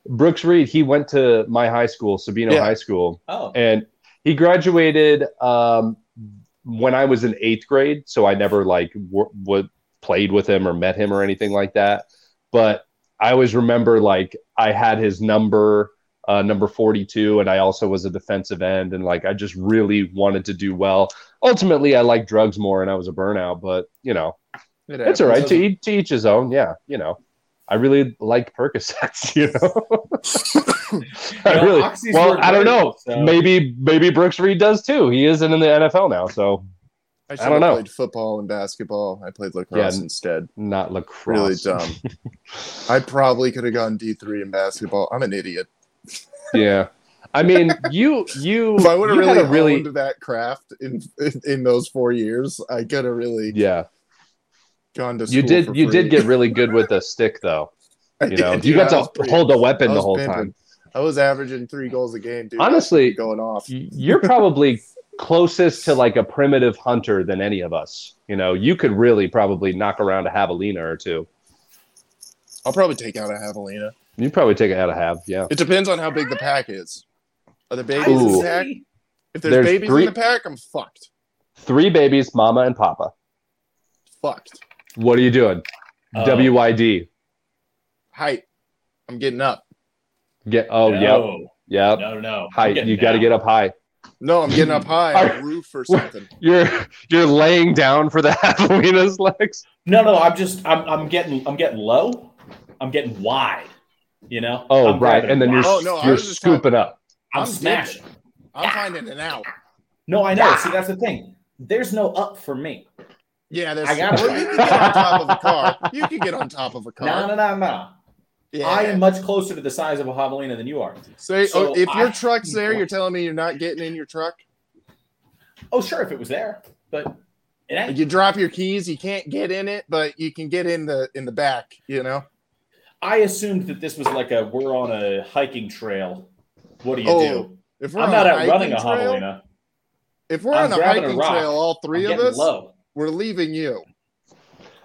[SPEAKER 4] Brooks Reed, he went to my high school, Sabino
[SPEAKER 6] Yeah.
[SPEAKER 4] High School,
[SPEAKER 5] oh,
[SPEAKER 4] and he graduated um, when I was in eighth grade. So I never like w- w- played with him or met him or anything like that. But I always remember like I had his number, uh, number forty-two, and I also was a defensive end, and like I just really wanted to do well. Ultimately, I liked drugs more, and I was a burnout. But you know,
[SPEAKER 6] It
[SPEAKER 4] it's
[SPEAKER 6] happens.
[SPEAKER 4] all right. To each, to each his own. Yeah, you know. I really liked Percocets, you know. I
[SPEAKER 5] No,
[SPEAKER 4] really,
[SPEAKER 5] Oxy's
[SPEAKER 4] well,
[SPEAKER 5] were
[SPEAKER 4] I don't know.
[SPEAKER 5] great, so-
[SPEAKER 4] Maybe maybe Brooks Reed does too. He isn't in the NFL now, so
[SPEAKER 6] I,
[SPEAKER 4] don't
[SPEAKER 6] have
[SPEAKER 4] know.
[SPEAKER 6] Played football and basketball. I played lacrosse
[SPEAKER 4] Yeah.
[SPEAKER 6] instead.
[SPEAKER 4] not lacrosse.
[SPEAKER 6] Really dumb. I probably could have gone D three in basketball. I'm an idiot.
[SPEAKER 4] yeah. I mean, you you
[SPEAKER 6] If I would have
[SPEAKER 4] you had
[SPEAKER 6] really,
[SPEAKER 4] a really
[SPEAKER 6] owned that craft in in those four years, I could have really
[SPEAKER 4] yeah.
[SPEAKER 6] gone to. School
[SPEAKER 4] You did
[SPEAKER 6] for
[SPEAKER 4] you
[SPEAKER 6] free.
[SPEAKER 4] did get really good with a stick though.
[SPEAKER 6] I
[SPEAKER 4] You know,
[SPEAKER 6] did,
[SPEAKER 4] you
[SPEAKER 6] dude. I was
[SPEAKER 4] got to
[SPEAKER 6] pretty-
[SPEAKER 4] hold a
[SPEAKER 6] I
[SPEAKER 4] weapon the
[SPEAKER 6] was
[SPEAKER 4] whole
[SPEAKER 6] pimping.
[SPEAKER 4] time.
[SPEAKER 6] I was averaging three goals a game, dude.
[SPEAKER 4] Honestly,
[SPEAKER 6] going off.
[SPEAKER 4] you're probably closest to like a primitive hunter than any of us. You know, you could really probably knock around a javelina or two.
[SPEAKER 6] I'll probably take out a javelina.
[SPEAKER 4] You'd probably take it out of half, yeah.
[SPEAKER 6] It depends on how big the pack is. Are the babies in
[SPEAKER 4] Ooh.
[SPEAKER 6] the pack? If there's,
[SPEAKER 4] There's
[SPEAKER 6] babies
[SPEAKER 4] three-
[SPEAKER 6] in the pack, I'm fucked.
[SPEAKER 4] Three babies, mama and papa.
[SPEAKER 6] Fucked.
[SPEAKER 4] What are you doing?
[SPEAKER 5] Oh.
[SPEAKER 4] WYD.
[SPEAKER 6] Height. I'm getting up.
[SPEAKER 4] Get oh yeah.
[SPEAKER 5] no,
[SPEAKER 4] Yep.
[SPEAKER 5] no, no.
[SPEAKER 4] High.
[SPEAKER 5] I'm getting
[SPEAKER 4] You got to
[SPEAKER 5] down.
[SPEAKER 4] get up high.
[SPEAKER 6] No, I'm getting up high on
[SPEAKER 4] Are-
[SPEAKER 6] a roof or something.
[SPEAKER 4] You're you're laying down for the javelinas, Lex.
[SPEAKER 5] No, no, I'm just I'm I'm getting I'm getting low. I'm getting wide. You know?
[SPEAKER 4] Oh
[SPEAKER 5] I'm
[SPEAKER 4] right,
[SPEAKER 5] grabbing
[SPEAKER 4] and then you're
[SPEAKER 5] wide.
[SPEAKER 6] Oh, no, I
[SPEAKER 4] you're
[SPEAKER 6] was just talking-
[SPEAKER 4] scooping up.
[SPEAKER 5] I'm
[SPEAKER 6] I'm
[SPEAKER 5] smashing.
[SPEAKER 6] I'm finding an out.
[SPEAKER 5] No, I know. See, that's the thing. There's no up for me.
[SPEAKER 6] Yeah, there's.
[SPEAKER 5] I got
[SPEAKER 6] well,
[SPEAKER 5] it.
[SPEAKER 6] you can get on top of a car. You can get on top of a car.
[SPEAKER 5] No, no, no, no.
[SPEAKER 6] Yeah.
[SPEAKER 5] I am much closer to the size of a javelina than you are.
[SPEAKER 6] Say,
[SPEAKER 5] So
[SPEAKER 6] oh, if your
[SPEAKER 5] I-
[SPEAKER 6] truck's there, you're telling me you're not getting in your truck.
[SPEAKER 5] Oh, sure, if it was there, but it ain't.
[SPEAKER 6] You drop your keys, you can't get in it, but you can get in the in the back. You know.
[SPEAKER 5] I assumed that this was like a we're on a hiking trail. What do you
[SPEAKER 6] Oh,
[SPEAKER 5] do?
[SPEAKER 6] If
[SPEAKER 5] I'm not out
[SPEAKER 6] hiking
[SPEAKER 5] running a
[SPEAKER 6] trail-
[SPEAKER 5] javelina.
[SPEAKER 6] If we're on
[SPEAKER 5] I'm
[SPEAKER 6] a
[SPEAKER 5] grabbing a
[SPEAKER 6] hiking
[SPEAKER 5] rock.
[SPEAKER 6] trail, all
[SPEAKER 5] I'm
[SPEAKER 6] three
[SPEAKER 5] getting
[SPEAKER 6] of us,
[SPEAKER 5] low.
[SPEAKER 6] we're leaving you.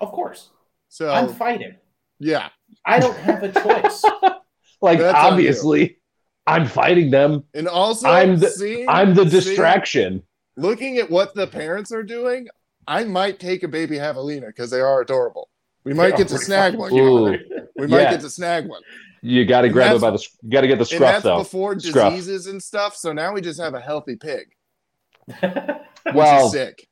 [SPEAKER 5] Of course,
[SPEAKER 6] So
[SPEAKER 5] I'm fighting.
[SPEAKER 6] yeah,
[SPEAKER 5] I don't have a choice.
[SPEAKER 4] Like
[SPEAKER 6] That's on
[SPEAKER 4] obviously, I'm fighting them.
[SPEAKER 6] and also
[SPEAKER 4] I'm the-
[SPEAKER 6] seeing-
[SPEAKER 4] I'm the
[SPEAKER 6] seeing-
[SPEAKER 4] distraction.
[SPEAKER 6] looking at what the parents are doing, I might take a baby javelina because they are adorable. We might get to snag one.
[SPEAKER 4] Ooh,
[SPEAKER 6] We might
[SPEAKER 4] Yeah.
[SPEAKER 6] get to snag one.
[SPEAKER 4] you got to
[SPEAKER 6] And
[SPEAKER 4] grab it
[SPEAKER 6] that's-
[SPEAKER 4] by the. You got to get the
[SPEAKER 6] And
[SPEAKER 4] scruff
[SPEAKER 6] that's
[SPEAKER 4] though.
[SPEAKER 6] before
[SPEAKER 4] Scruff.
[SPEAKER 6] diseases and stuff. So now we just have a healthy pig, which is
[SPEAKER 4] Well,
[SPEAKER 6] sick.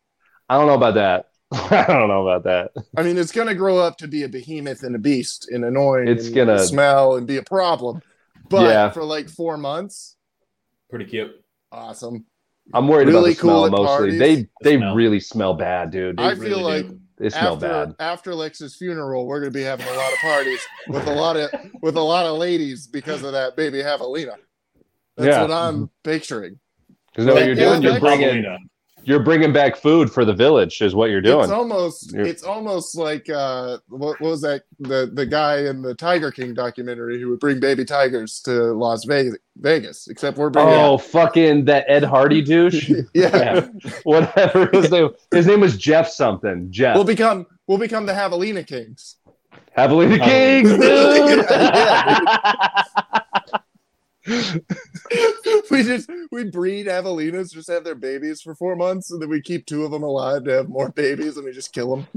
[SPEAKER 4] I don't know about that. I don't know about that.
[SPEAKER 6] I mean, it's going to grow up to be a behemoth and a beast and annoying.
[SPEAKER 4] It's
[SPEAKER 6] and
[SPEAKER 4] gonna-
[SPEAKER 6] smell and be a problem. But
[SPEAKER 4] Yeah.
[SPEAKER 6] for like four months,
[SPEAKER 5] Pretty cute.
[SPEAKER 6] awesome.
[SPEAKER 4] I'm worried about
[SPEAKER 6] Really
[SPEAKER 4] the smell
[SPEAKER 6] cool at
[SPEAKER 4] mostly.
[SPEAKER 6] parties.
[SPEAKER 4] They they
[SPEAKER 5] smell.
[SPEAKER 4] really smell bad, dude.
[SPEAKER 6] I
[SPEAKER 5] They
[SPEAKER 6] feel like
[SPEAKER 5] do.
[SPEAKER 4] they smell
[SPEAKER 6] after
[SPEAKER 4] bad.
[SPEAKER 6] after Lex's funeral, we're going to be having a lot of parties with a lot of with a lot of ladies because of that baby javelina. That's
[SPEAKER 4] Yeah.
[SPEAKER 6] what I'm picturing.
[SPEAKER 4] Because what
[SPEAKER 6] Like,
[SPEAKER 4] you're
[SPEAKER 6] yeah,
[SPEAKER 4] doing, you're
[SPEAKER 6] like-
[SPEAKER 4] bringing you're bringing back food for the village, is what you're doing.
[SPEAKER 6] It's almost
[SPEAKER 4] You're-
[SPEAKER 6] it's almost like uh what, what was that the the guy in the Tiger King documentary who would bring baby tigers to Las Vegas, Vegas except we're bringing
[SPEAKER 4] Oh, fucking that Ed Hardy douche.
[SPEAKER 6] yeah.
[SPEAKER 4] Yeah. Whatever his name. His name was Jeff something. Jeff.
[SPEAKER 6] We'll become we'll become the Javelina Kings.
[SPEAKER 4] Happily the
[SPEAKER 5] Oh.
[SPEAKER 4] Kings, dude.
[SPEAKER 6] we just we breed javelinas, just have their babies for four months, and then we keep two of them alive to have more babies, and we just kill them.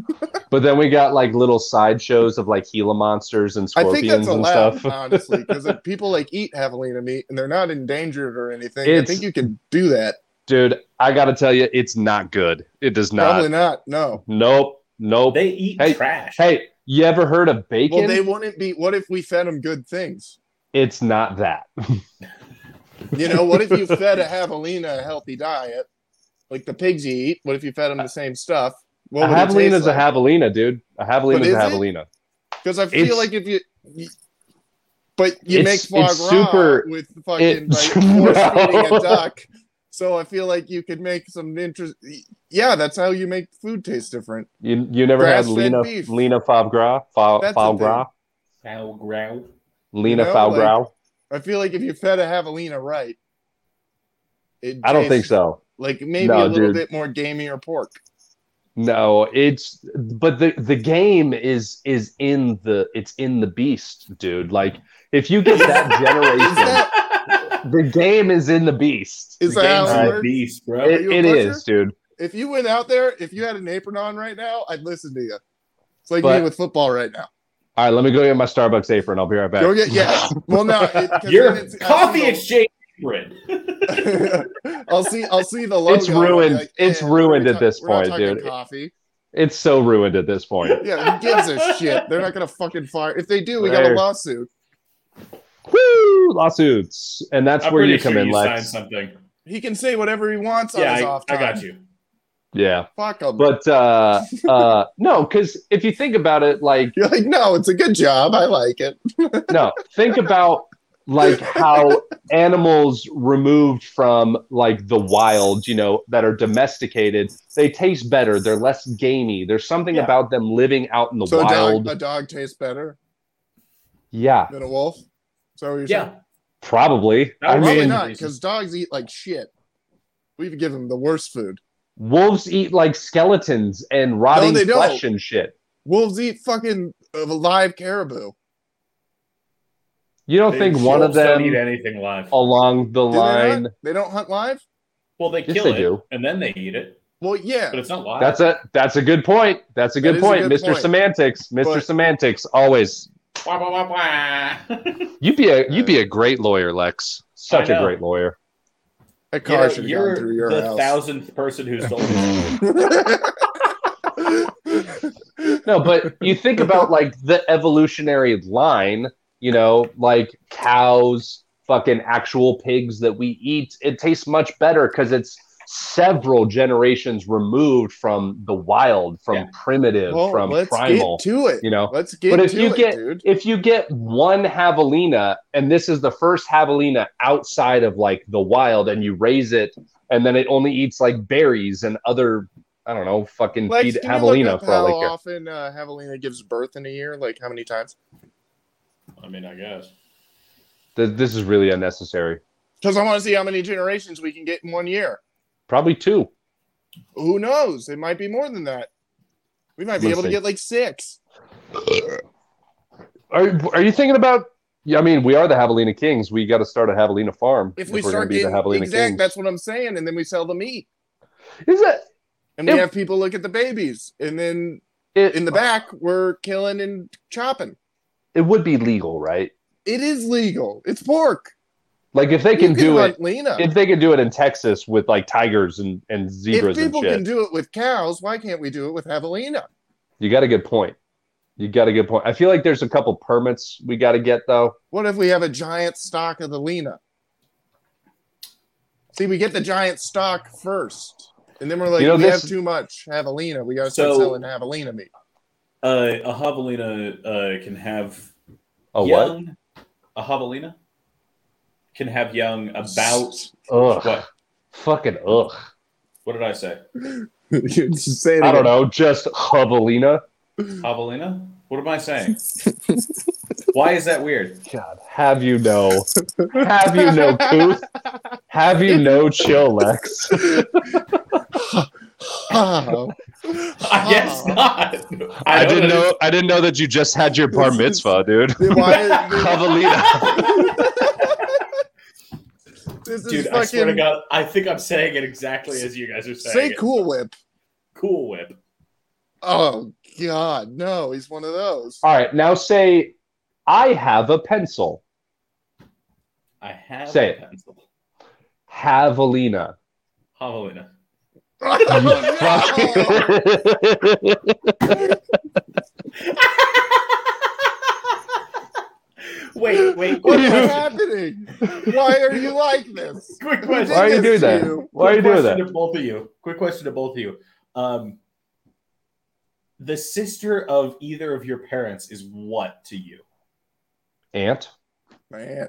[SPEAKER 4] But then we got like little sideshows of like Gila monsters and
[SPEAKER 6] I think
[SPEAKER 4] scorpions
[SPEAKER 6] that's
[SPEAKER 4] and
[SPEAKER 6] allowed,
[SPEAKER 4] stuff.
[SPEAKER 6] honestly, because people like eat javelina meat and they're not endangered or anything. I
[SPEAKER 4] It's-
[SPEAKER 6] think you can do that.
[SPEAKER 4] Dude, I gotta tell you, it's not good. It does
[SPEAKER 6] Probably
[SPEAKER 4] not.
[SPEAKER 6] not. No.
[SPEAKER 4] Nope. Nope.
[SPEAKER 5] They eat
[SPEAKER 4] Hey,
[SPEAKER 5] trash.
[SPEAKER 4] hey, you ever heard of bacon?
[SPEAKER 6] Well, they wouldn't be. What if we fed them good things?
[SPEAKER 4] It's not that.
[SPEAKER 6] You know, what if you fed a javelina a healthy diet, like the pigs you eat? What if you fed them the same stuff?
[SPEAKER 4] A
[SPEAKER 6] What would it
[SPEAKER 4] javelina
[SPEAKER 6] taste
[SPEAKER 4] is a
[SPEAKER 6] like?
[SPEAKER 4] javelina, dude. A javelina
[SPEAKER 6] But
[SPEAKER 4] is a
[SPEAKER 6] is it?
[SPEAKER 4] javelina.
[SPEAKER 6] Because I feel
[SPEAKER 4] It's-
[SPEAKER 6] like if you, you- but you
[SPEAKER 4] It's-
[SPEAKER 6] make foie
[SPEAKER 4] it's
[SPEAKER 6] gras
[SPEAKER 4] super-
[SPEAKER 6] with fucking
[SPEAKER 4] it's-
[SPEAKER 6] like force feeding
[SPEAKER 4] No.
[SPEAKER 6] a duck. So I feel like you could make some interest. Yeah, that's how you make food taste different.
[SPEAKER 4] You you never had
[SPEAKER 6] Grass-fed
[SPEAKER 4] Lena
[SPEAKER 6] beef.
[SPEAKER 4] Lena foie gras, foie,
[SPEAKER 6] That's
[SPEAKER 4] foie
[SPEAKER 6] a
[SPEAKER 4] gras,
[SPEAKER 5] Foul growl.
[SPEAKER 4] Lena
[SPEAKER 6] You know,
[SPEAKER 4] foie
[SPEAKER 6] like-
[SPEAKER 4] gras.
[SPEAKER 6] I feel like if you fed a javelina right, it
[SPEAKER 4] I don't think
[SPEAKER 6] tastes
[SPEAKER 4] so.
[SPEAKER 6] Like maybe
[SPEAKER 4] No,
[SPEAKER 6] a little
[SPEAKER 4] dude.
[SPEAKER 6] bit more gamey or pork.
[SPEAKER 4] No, it's but the the game is is in the it's in the beast, dude. Like if you get that
[SPEAKER 6] Is
[SPEAKER 4] generation,
[SPEAKER 6] that
[SPEAKER 4] the game is in the beast.
[SPEAKER 6] is that how it
[SPEAKER 4] Alright.
[SPEAKER 5] Game's a
[SPEAKER 6] works?
[SPEAKER 5] beast, bro.
[SPEAKER 6] Are
[SPEAKER 4] It,
[SPEAKER 6] you a
[SPEAKER 4] it
[SPEAKER 6] butcher?
[SPEAKER 4] is, dude.
[SPEAKER 6] If you went out there, if you had an apron on right now, I'd listen to you. It's like
[SPEAKER 4] But-
[SPEAKER 6] me with football right now.
[SPEAKER 4] All right, let me go get my Starbucks apron. I'll be right back.
[SPEAKER 6] Go get yeah. Well, no, it, 'cause
[SPEAKER 5] You're
[SPEAKER 6] then it's- I
[SPEAKER 5] coffee
[SPEAKER 6] see the-
[SPEAKER 5] exchange bread.
[SPEAKER 6] I'll see. I'll see the logo.
[SPEAKER 4] It's
[SPEAKER 6] and I'll be
[SPEAKER 4] ruined.
[SPEAKER 6] like,
[SPEAKER 4] It's
[SPEAKER 6] "Eh, we're
[SPEAKER 4] ruined
[SPEAKER 6] not
[SPEAKER 4] at this
[SPEAKER 6] we're not
[SPEAKER 4] point,
[SPEAKER 6] talking
[SPEAKER 4] dude.
[SPEAKER 6] Coffee.
[SPEAKER 4] It's so ruined at this point.
[SPEAKER 6] Yeah, who gives a shit? They're not gonna fucking fire. If they do, we got a
[SPEAKER 4] There.
[SPEAKER 6] lawsuit.
[SPEAKER 4] Woo! Lawsuits, and that's
[SPEAKER 5] I'm
[SPEAKER 4] where
[SPEAKER 5] pretty
[SPEAKER 4] you come
[SPEAKER 5] sure
[SPEAKER 4] in,
[SPEAKER 5] you signed
[SPEAKER 4] Lex.
[SPEAKER 5] something.
[SPEAKER 6] He can say whatever he wants on
[SPEAKER 5] Yeah,
[SPEAKER 6] his
[SPEAKER 5] I,
[SPEAKER 6] off
[SPEAKER 5] I
[SPEAKER 6] time.
[SPEAKER 5] got you.
[SPEAKER 4] Yeah,
[SPEAKER 6] Fuck him.
[SPEAKER 4] but uh, uh, no, because if you think about it, like
[SPEAKER 6] You're like, no, it's a good job. I like it.
[SPEAKER 4] no think about like how animals removed from like the wild you know that are domesticated they taste better they're less gamey there's something
[SPEAKER 5] Yeah.
[SPEAKER 4] about them living out in the
[SPEAKER 6] So uh, a
[SPEAKER 4] wild
[SPEAKER 6] dog, a dog tastes better
[SPEAKER 4] yeah
[SPEAKER 6] than a wolf. So you're saying?
[SPEAKER 5] Yeah.
[SPEAKER 4] probably i
[SPEAKER 5] No, probably
[SPEAKER 6] probably
[SPEAKER 4] mean
[SPEAKER 6] not because dogs eat like shit. We would give them the worst food.
[SPEAKER 4] wolves eat like skeletons and rotting
[SPEAKER 6] they don't.
[SPEAKER 4] flesh and shit
[SPEAKER 6] Wolves eat fucking uh, live caribou.
[SPEAKER 4] you don't think one of
[SPEAKER 5] wolves don't eat
[SPEAKER 4] them
[SPEAKER 5] anything live.
[SPEAKER 4] along the
[SPEAKER 6] Do they,
[SPEAKER 4] line
[SPEAKER 6] not? they don't hunt live.
[SPEAKER 5] Well, they
[SPEAKER 4] Yes,
[SPEAKER 5] kill
[SPEAKER 4] they
[SPEAKER 5] it
[SPEAKER 4] do.
[SPEAKER 5] and then they eat it,
[SPEAKER 6] Well, yeah.
[SPEAKER 5] but it's not live.
[SPEAKER 4] that's a that's a good point that's a
[SPEAKER 6] That
[SPEAKER 4] good
[SPEAKER 6] is a
[SPEAKER 4] point
[SPEAKER 6] good
[SPEAKER 4] mr
[SPEAKER 6] point.
[SPEAKER 4] semantics mr
[SPEAKER 6] But-
[SPEAKER 4] semantics always
[SPEAKER 5] Wah, wah, wah, wah.
[SPEAKER 4] you'd be a you'd be a great lawyer lex such
[SPEAKER 5] I
[SPEAKER 4] a
[SPEAKER 5] know.
[SPEAKER 4] great lawyer
[SPEAKER 6] That
[SPEAKER 5] You
[SPEAKER 6] car
[SPEAKER 5] know,
[SPEAKER 6] should have
[SPEAKER 5] you're
[SPEAKER 6] gone through your
[SPEAKER 5] the
[SPEAKER 6] house.
[SPEAKER 5] thousandth person who's told me.
[SPEAKER 4] No, but you think about like the evolutionary line, you know, like cows, fucking actual pigs that we eat, it tastes much better because it's several generations removed from the wild, from
[SPEAKER 5] Yeah.
[SPEAKER 4] primitive,
[SPEAKER 6] well,
[SPEAKER 4] from
[SPEAKER 6] let's
[SPEAKER 4] primal.
[SPEAKER 6] get to it.
[SPEAKER 4] you know,
[SPEAKER 6] Let's get
[SPEAKER 4] But if
[SPEAKER 6] to
[SPEAKER 4] you
[SPEAKER 6] it,
[SPEAKER 4] get-
[SPEAKER 6] dude.
[SPEAKER 4] if you get one javelina and this is the first javelina outside of like the wild and you raise it and then it only eats like berries and other I don't know, fucking
[SPEAKER 6] Lex,
[SPEAKER 4] feed
[SPEAKER 6] can you look
[SPEAKER 4] javelina
[SPEAKER 6] up
[SPEAKER 4] for all
[SPEAKER 6] how
[SPEAKER 4] I care.
[SPEAKER 6] often uh, javelina gives birth in a year? Like how many times?
[SPEAKER 5] I mean, I guess.
[SPEAKER 4] Th- This is really unnecessary.
[SPEAKER 6] Because I want to see how many generations we can get in one year.
[SPEAKER 4] Probably two.
[SPEAKER 6] Who knows? It might be more than that. We might be
[SPEAKER 4] Let's
[SPEAKER 6] able to
[SPEAKER 4] see.
[SPEAKER 6] get like six.
[SPEAKER 4] Are are you thinking about? Yeah, I mean, we are the Javelina Kings. We got to start a Javelina farm
[SPEAKER 6] If
[SPEAKER 4] we're
[SPEAKER 6] we
[SPEAKER 4] gonna
[SPEAKER 6] start getting
[SPEAKER 4] Javelina
[SPEAKER 6] exact, that's what I'm saying. And then we sell the meat,
[SPEAKER 4] Is that
[SPEAKER 6] and we
[SPEAKER 4] If-
[SPEAKER 6] have people look at the babies, and then
[SPEAKER 4] It,
[SPEAKER 6] In the back, we're killing and chopping.
[SPEAKER 4] it would be legal, right?
[SPEAKER 6] It is legal. It's pork.
[SPEAKER 4] Like if they can,
[SPEAKER 6] You
[SPEAKER 4] do
[SPEAKER 6] hunt
[SPEAKER 4] it,
[SPEAKER 6] Lena.
[SPEAKER 4] if they can do it in Texas with like tigers and and
[SPEAKER 6] If
[SPEAKER 4] zebras and
[SPEAKER 6] people
[SPEAKER 4] shit,
[SPEAKER 6] can do it with cows, why can't we do it with javelina?
[SPEAKER 4] you got a good point. You got a good point. I feel like there's a couple permits we got to get though.
[SPEAKER 6] What if we have a giant stock of the Lena? See, we get the giant stock first, and then we're like,
[SPEAKER 4] You know,
[SPEAKER 6] we
[SPEAKER 4] this-
[SPEAKER 6] have too much javelina. We gotta
[SPEAKER 5] So-
[SPEAKER 6] start selling javelina meat.
[SPEAKER 5] Uh, a javelina uh, can have
[SPEAKER 4] A what?
[SPEAKER 5] young. A javelina can have young about
[SPEAKER 4] Ugh.
[SPEAKER 5] what?
[SPEAKER 4] Fucking ugh.
[SPEAKER 5] What did I say?
[SPEAKER 6] You just say it
[SPEAKER 4] I don't
[SPEAKER 6] again.
[SPEAKER 4] know. Just javelina.
[SPEAKER 5] Javelina? What am I saying? Why is that weird?
[SPEAKER 4] God, have you no? Have you no Cooth? Have you no Chillax?
[SPEAKER 6] Oh.
[SPEAKER 5] I
[SPEAKER 6] Ah.
[SPEAKER 5] guess
[SPEAKER 6] Uh-huh.
[SPEAKER 5] not.
[SPEAKER 4] I,
[SPEAKER 5] don't
[SPEAKER 4] didn't know. I didn't know that you just had your bar mitzvah, dude.
[SPEAKER 6] Then why-
[SPEAKER 4] Javelina.
[SPEAKER 6] this is
[SPEAKER 5] Dude,
[SPEAKER 6] fucking
[SPEAKER 5] I swear to God, I think I'm saying it exactly as you guys are saying.
[SPEAKER 6] say
[SPEAKER 5] it.
[SPEAKER 6] Cool Whip.
[SPEAKER 5] Cool Whip.
[SPEAKER 6] Oh God, no, he's one of those. Oh,
[SPEAKER 4] All right, now say, I have a pencil.
[SPEAKER 5] I have
[SPEAKER 4] Say
[SPEAKER 5] a
[SPEAKER 4] it.
[SPEAKER 5] pencil.
[SPEAKER 4] Javelina.
[SPEAKER 5] Javelina.
[SPEAKER 6] Oh,
[SPEAKER 5] Wait,
[SPEAKER 6] What's
[SPEAKER 5] wait, quick question.
[SPEAKER 6] happening? Why are you like this?
[SPEAKER 5] Quick
[SPEAKER 6] Why
[SPEAKER 5] question.
[SPEAKER 4] Why are you
[SPEAKER 6] Yes,
[SPEAKER 4] doing that?
[SPEAKER 6] you.
[SPEAKER 4] Why are you
[SPEAKER 5] Quick
[SPEAKER 4] doing
[SPEAKER 5] question
[SPEAKER 4] that?
[SPEAKER 5] To both of you. Quick question to both of you. Um, the sister of either of your parents is what to you?
[SPEAKER 4] Aunt,
[SPEAKER 6] Man,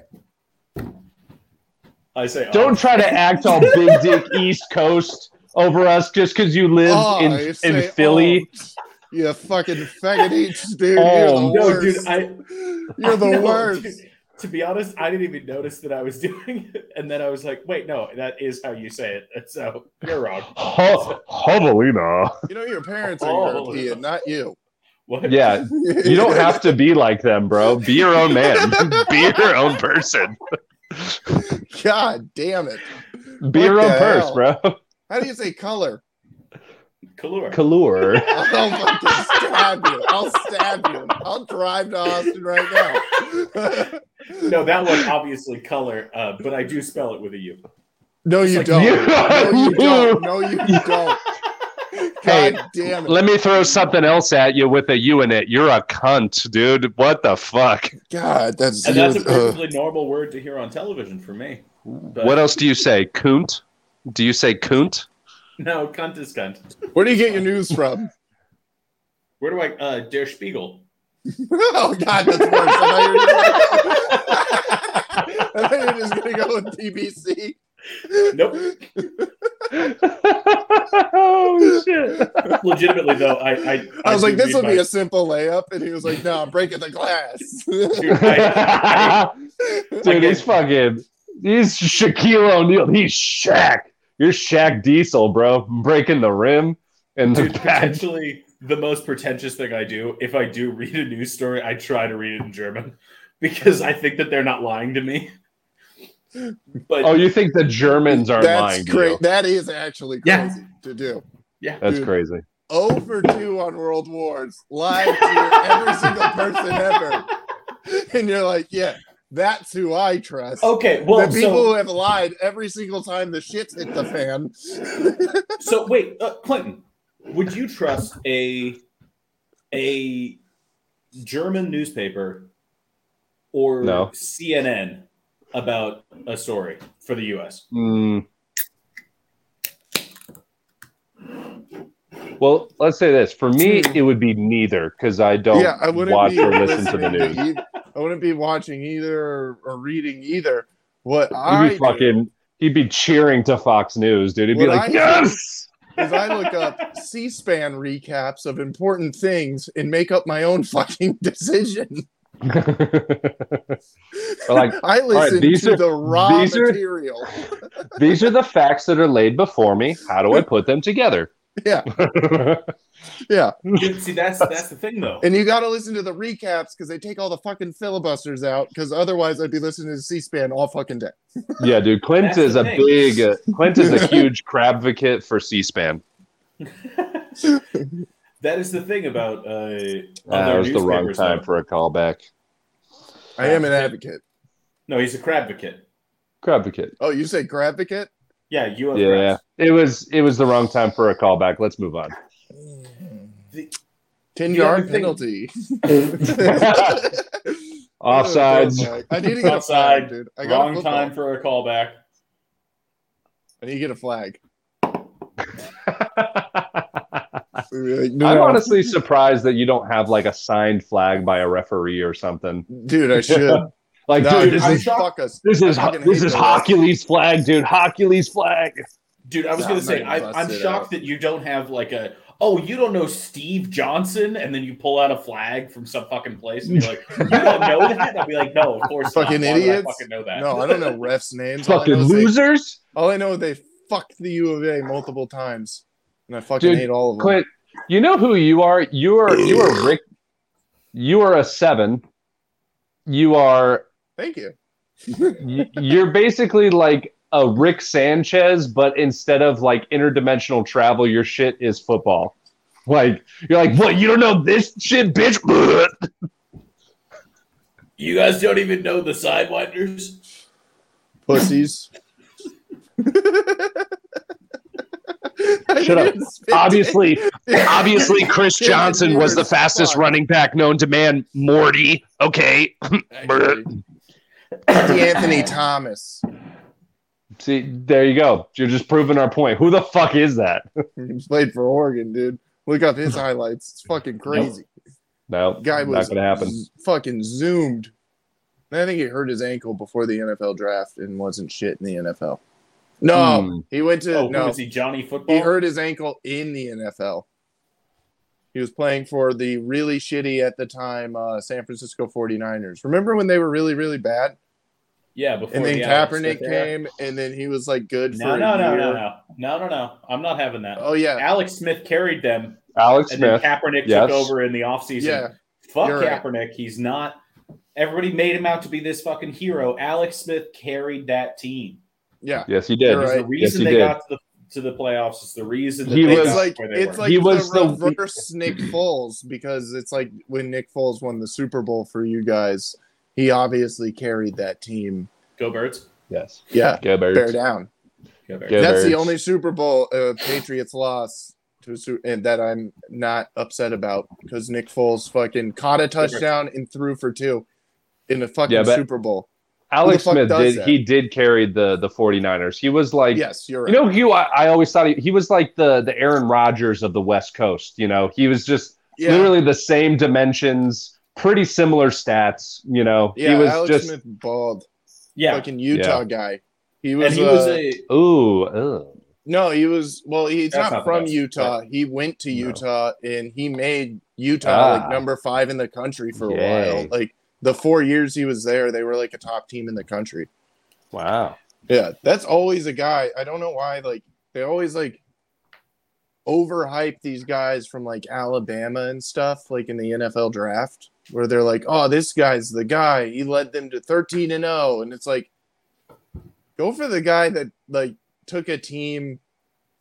[SPEAKER 5] I say oh, aunt.
[SPEAKER 4] don't try to act all big dick East Coast over us just because you live
[SPEAKER 6] Oh, you
[SPEAKER 4] in in
[SPEAKER 6] say oh.
[SPEAKER 4] Philly.
[SPEAKER 6] aunt. You fucking faggot each dude.
[SPEAKER 4] Oh,
[SPEAKER 6] You're the
[SPEAKER 5] No,
[SPEAKER 6] worst.
[SPEAKER 5] dude, I
[SPEAKER 6] You're the
[SPEAKER 5] I know,
[SPEAKER 6] worst.
[SPEAKER 5] dude. to be honest, I didn't even notice that I was doing it, and then I was like, "Wait, no, that is how you say it." And So you're wrong.
[SPEAKER 4] Ja- Javelina.
[SPEAKER 6] You know your parents are
[SPEAKER 5] Oh.
[SPEAKER 6] European, not you.
[SPEAKER 5] What?
[SPEAKER 4] Yeah, you don't have to be like them, bro. Be your own man. be your own person.
[SPEAKER 6] God damn it!
[SPEAKER 4] Be your
[SPEAKER 6] What
[SPEAKER 4] own
[SPEAKER 6] the
[SPEAKER 4] purse,
[SPEAKER 6] hell?
[SPEAKER 4] bro.
[SPEAKER 6] How do you say color?
[SPEAKER 5] Kalur.
[SPEAKER 4] Kalur.
[SPEAKER 6] I'll fucking stab you. I'll stab you. I'll drive to Austin right now.
[SPEAKER 5] no, that one obviously color, uh, but I do spell it with a U.
[SPEAKER 6] no, you
[SPEAKER 5] like
[SPEAKER 6] don't.
[SPEAKER 4] you-
[SPEAKER 6] No, you don't. No, you don't.
[SPEAKER 4] Hey,
[SPEAKER 6] God damn it.
[SPEAKER 4] Let me throw something else at you with a U in it. You're a cunt, dude. What the fuck?
[SPEAKER 6] God, that's, uh,
[SPEAKER 5] And that's a
[SPEAKER 6] ugh.
[SPEAKER 5] perfectly normal word to hear on television for me. But
[SPEAKER 4] What else do you say? Cunt? Do you say cunt?
[SPEAKER 5] No, cunt is cunt.
[SPEAKER 6] Where do you get your news from?
[SPEAKER 5] Where do I? Uh, Der Spiegel.
[SPEAKER 6] oh God, that's worse. I thought you were just, I thought you were just gonna go with BBC.
[SPEAKER 5] Nope.
[SPEAKER 4] oh shit.
[SPEAKER 5] Legitimately though, I I,
[SPEAKER 6] I was
[SPEAKER 5] do
[SPEAKER 6] like, this
[SPEAKER 5] read
[SPEAKER 6] will
[SPEAKER 5] my-
[SPEAKER 6] be a simple layup, and he was like, "No, I'm breaking the glass."
[SPEAKER 5] Dude, I- I-
[SPEAKER 4] Dude, he's fucking he's Shaquille O'Neal. He's Shaq. You're Shaq Diesel, bro. Breaking the rim and the
[SPEAKER 5] Dude,
[SPEAKER 4] back.
[SPEAKER 5] potentially the most pretentious thing I do, if I do read a news story, I try to read it in German because I think that they're not lying to me. But
[SPEAKER 4] Oh, you think the Germans are lying?
[SPEAKER 6] That's
[SPEAKER 4] to
[SPEAKER 6] great.
[SPEAKER 4] you?
[SPEAKER 6] That is actually
[SPEAKER 5] Yeah.
[SPEAKER 6] crazy to do.
[SPEAKER 4] That's
[SPEAKER 6] dude.
[SPEAKER 4] crazy.
[SPEAKER 6] Over two on World Wars, live to every single person ever, and you're like, "Yeah, that's who I trust."
[SPEAKER 5] okay,
[SPEAKER 6] The
[SPEAKER 5] Oh, well,
[SPEAKER 6] people who
[SPEAKER 5] so,
[SPEAKER 6] have lied every single time the shit's hit the fan.
[SPEAKER 5] so wait, uh, Clinton, would you trust a a German newspaper or
[SPEAKER 4] No.
[SPEAKER 5] CNN about a story for the U.S.?
[SPEAKER 4] Mm. Well, let's say this. For me, it would be neither because I don't
[SPEAKER 6] Hmm. yeah, I wouldn't
[SPEAKER 4] watch
[SPEAKER 6] be
[SPEAKER 4] or listen to the
[SPEAKER 6] listening
[SPEAKER 4] news.
[SPEAKER 6] eith- I wouldn't be watching either or, or reading either. What
[SPEAKER 4] He'd
[SPEAKER 6] I
[SPEAKER 4] be
[SPEAKER 6] do
[SPEAKER 4] fucking. He'd be cheering to Fox News, dude. He'd be
[SPEAKER 6] What
[SPEAKER 4] like,
[SPEAKER 6] I-
[SPEAKER 4] "Yes,
[SPEAKER 6] is I look up C-SPAN recaps of important things and make up my own fucking decision.
[SPEAKER 4] Or like,
[SPEAKER 6] I listen
[SPEAKER 4] these
[SPEAKER 6] to
[SPEAKER 4] are-
[SPEAKER 6] the raw
[SPEAKER 4] these are-
[SPEAKER 6] material.
[SPEAKER 4] these are the facts that are laid before me. How do I put them together?"
[SPEAKER 6] Yeah. Yeah,
[SPEAKER 5] Dude, see, that's that's the thing though.
[SPEAKER 6] and you got to listen to the recaps because they take all the fucking filibusters out. Because otherwise, I'd be listening to C-SPAN all fucking day.
[SPEAKER 4] yeah, dude. Clint
[SPEAKER 5] That's
[SPEAKER 4] is
[SPEAKER 5] the
[SPEAKER 4] a
[SPEAKER 5] thing.
[SPEAKER 4] big. Uh, Clint is a huge crab advocate for C-SPAN.
[SPEAKER 5] That is the thing about
[SPEAKER 4] Ah,
[SPEAKER 5] uh,
[SPEAKER 4] that
[SPEAKER 5] other
[SPEAKER 4] was the wrong
[SPEAKER 5] newspapers,
[SPEAKER 4] time
[SPEAKER 5] though.
[SPEAKER 4] for a callback.
[SPEAKER 6] I am an advocate.
[SPEAKER 5] No, he's a crab advocate.
[SPEAKER 4] Advocate.
[SPEAKER 6] Oh, you say crab advocate?
[SPEAKER 5] Yeah, you have
[SPEAKER 4] Yeah,
[SPEAKER 5] crabs.
[SPEAKER 4] it was it was the wrong time for a callback. Let's move on.
[SPEAKER 6] Ten
[SPEAKER 5] Yeah,
[SPEAKER 6] yard
[SPEAKER 5] I think-
[SPEAKER 6] penalty. Oh,
[SPEAKER 4] Offsides.
[SPEAKER 6] I need to get a flag,
[SPEAKER 5] Offside.
[SPEAKER 6] dude. I got a
[SPEAKER 5] Wrong
[SPEAKER 6] football.
[SPEAKER 5] time for a callback.
[SPEAKER 6] I need to get a flag.
[SPEAKER 4] I'm honestly surprised that you don't have like a signed flag by a referee or something.
[SPEAKER 6] dude, I should.
[SPEAKER 4] Like,
[SPEAKER 6] No,
[SPEAKER 4] dude,
[SPEAKER 6] dude,
[SPEAKER 4] this
[SPEAKER 6] I
[SPEAKER 4] is
[SPEAKER 6] fuck us.
[SPEAKER 4] this
[SPEAKER 6] I
[SPEAKER 4] is
[SPEAKER 6] fucking
[SPEAKER 4] this
[SPEAKER 6] hate
[SPEAKER 4] is
[SPEAKER 6] those.
[SPEAKER 4] hockey league's flag, dude. Hockey league's flag.
[SPEAKER 5] Dude, I was
[SPEAKER 6] Nah,
[SPEAKER 5] gonna
[SPEAKER 6] I'm
[SPEAKER 5] say
[SPEAKER 6] not
[SPEAKER 5] I,
[SPEAKER 6] gonna bust
[SPEAKER 5] I'm
[SPEAKER 6] it
[SPEAKER 5] shocked
[SPEAKER 6] out.
[SPEAKER 5] that you don't have like a oh you don't know Steve Johnson and then you pull out a flag from some fucking place and you're like you don't know that I'd be like no of course not.
[SPEAKER 6] Fucking
[SPEAKER 5] Why would
[SPEAKER 6] idiots.
[SPEAKER 5] I fucking know that
[SPEAKER 6] No, I don't know refs' names. All I
[SPEAKER 4] Fucking
[SPEAKER 6] know, is they,
[SPEAKER 4] losers.
[SPEAKER 6] all I know is they fucked the U of A multiple times, and I fucking
[SPEAKER 4] Dude,
[SPEAKER 6] hate all of them.
[SPEAKER 4] Clint, you know who you are. You are you are Rick. You are a seven. You are
[SPEAKER 6] Thank you.
[SPEAKER 4] y- you're basically like a Rick Sanchez, but instead of like interdimensional travel, your shit is football. Like you're like, what? You don't know this shit, bitch.
[SPEAKER 5] you guys don't even know the sidewinders
[SPEAKER 6] Pussies.
[SPEAKER 4] Shut up. Obviously, obviously, Chris Johnson was the fastest running back known to man. Morty. Okay.
[SPEAKER 6] Anthony Thomas.
[SPEAKER 4] See, there you go. You're just proving our point. Who the fuck is that?
[SPEAKER 6] He played for Oregon, dude. Look up his highlights. It's fucking crazy.
[SPEAKER 4] No,
[SPEAKER 6] Guy
[SPEAKER 4] not
[SPEAKER 6] was
[SPEAKER 4] gonna happen.
[SPEAKER 6] z- fucking zoomed. And I think he hurt his ankle before the NFL draft and wasn't shit in the NFL. No,
[SPEAKER 4] Hmm.
[SPEAKER 6] he went to
[SPEAKER 5] oh who
[SPEAKER 6] no.
[SPEAKER 5] is he Johnny Football
[SPEAKER 6] He hurt his ankle in the NFL. He was playing for the really shitty at the time uh, San Francisco 49ers. Remember when they were really, really bad?
[SPEAKER 5] yeah before
[SPEAKER 6] And then
[SPEAKER 5] the Alex
[SPEAKER 6] Kaepernick
[SPEAKER 5] Smith era.
[SPEAKER 6] came, and then he was like good for
[SPEAKER 5] no
[SPEAKER 6] a
[SPEAKER 5] no no
[SPEAKER 6] year.
[SPEAKER 5] no no no no no I'm not having that
[SPEAKER 6] Oh, yeah.
[SPEAKER 5] Alex Smith carried them
[SPEAKER 4] Alex
[SPEAKER 5] and
[SPEAKER 4] Smith.
[SPEAKER 5] then Kaepernick
[SPEAKER 4] Yes.
[SPEAKER 5] took over in the offseason
[SPEAKER 6] Yeah.
[SPEAKER 5] Fuck
[SPEAKER 6] You're right.
[SPEAKER 5] Kaepernick. He's not. Everybody made him out to be this fucking hero. Alex Smith carried that team.
[SPEAKER 6] Yeah.
[SPEAKER 4] Yes, he did.
[SPEAKER 6] You're
[SPEAKER 5] It's
[SPEAKER 6] right.
[SPEAKER 5] the reason
[SPEAKER 4] Yes, he
[SPEAKER 5] they
[SPEAKER 4] did.
[SPEAKER 5] got to the to the playoffs. It's the reason that
[SPEAKER 4] He
[SPEAKER 5] they
[SPEAKER 4] was-
[SPEAKER 5] got
[SPEAKER 6] it's like
[SPEAKER 5] where they
[SPEAKER 6] it's
[SPEAKER 5] were.
[SPEAKER 6] like
[SPEAKER 4] He was
[SPEAKER 6] the
[SPEAKER 4] the-
[SPEAKER 6] reverse Nick Foles because it's like when Nick Foles won the Super Bowl for you guys, he obviously carried that team.
[SPEAKER 5] go birds.
[SPEAKER 4] Yes.
[SPEAKER 6] Yeah,
[SPEAKER 4] Go Bears.
[SPEAKER 6] bear down.
[SPEAKER 5] Go birds.
[SPEAKER 4] Go
[SPEAKER 6] That's the
[SPEAKER 4] Bears.
[SPEAKER 6] only Super Bowl uh, Patriots loss to a su- and that I'm not upset about because Nick Foles fucking caught a touchdown and threw for two in the fucking
[SPEAKER 4] Yeah, but-
[SPEAKER 6] Super Bowl.
[SPEAKER 4] Alex
[SPEAKER 6] Who the fuck
[SPEAKER 4] Smith
[SPEAKER 6] does
[SPEAKER 4] did
[SPEAKER 6] that?
[SPEAKER 4] he did carry the the 49ers. He was like
[SPEAKER 6] Yes, you're
[SPEAKER 4] you
[SPEAKER 6] right.
[SPEAKER 4] know who I, I always thought he, he was like the the Aaron Rodgers of the West Coast, you know. He was just
[SPEAKER 6] yeah,
[SPEAKER 4] literally the same dimensions, pretty similar stats, you know.
[SPEAKER 6] yeah.
[SPEAKER 4] he was
[SPEAKER 6] Alex
[SPEAKER 4] just
[SPEAKER 6] Smith bald,
[SPEAKER 5] Yeah,
[SPEAKER 6] fucking Utah guy. He was,
[SPEAKER 5] and he was
[SPEAKER 6] uh,
[SPEAKER 5] a
[SPEAKER 4] ooh, ugh.
[SPEAKER 6] No, he was well. He's
[SPEAKER 5] That's
[SPEAKER 6] not,
[SPEAKER 5] not the
[SPEAKER 6] from
[SPEAKER 5] best,
[SPEAKER 6] Utah. He went to
[SPEAKER 4] No.
[SPEAKER 6] Utah, and he made Utah
[SPEAKER 4] Ah.
[SPEAKER 6] like number five in the country for a
[SPEAKER 4] Yay.
[SPEAKER 6] while. Like the four years he was there, they were like a top team in the country.
[SPEAKER 4] Wow.
[SPEAKER 6] Yeah, that's always a guy. I don't know why. Like they always like overhype these guys from like Alabama and stuff, like in the NFL draft, where they're like, "Oh, this guy's the guy. He led them to thirteen and zero," and it's like, go for the guy that like took a team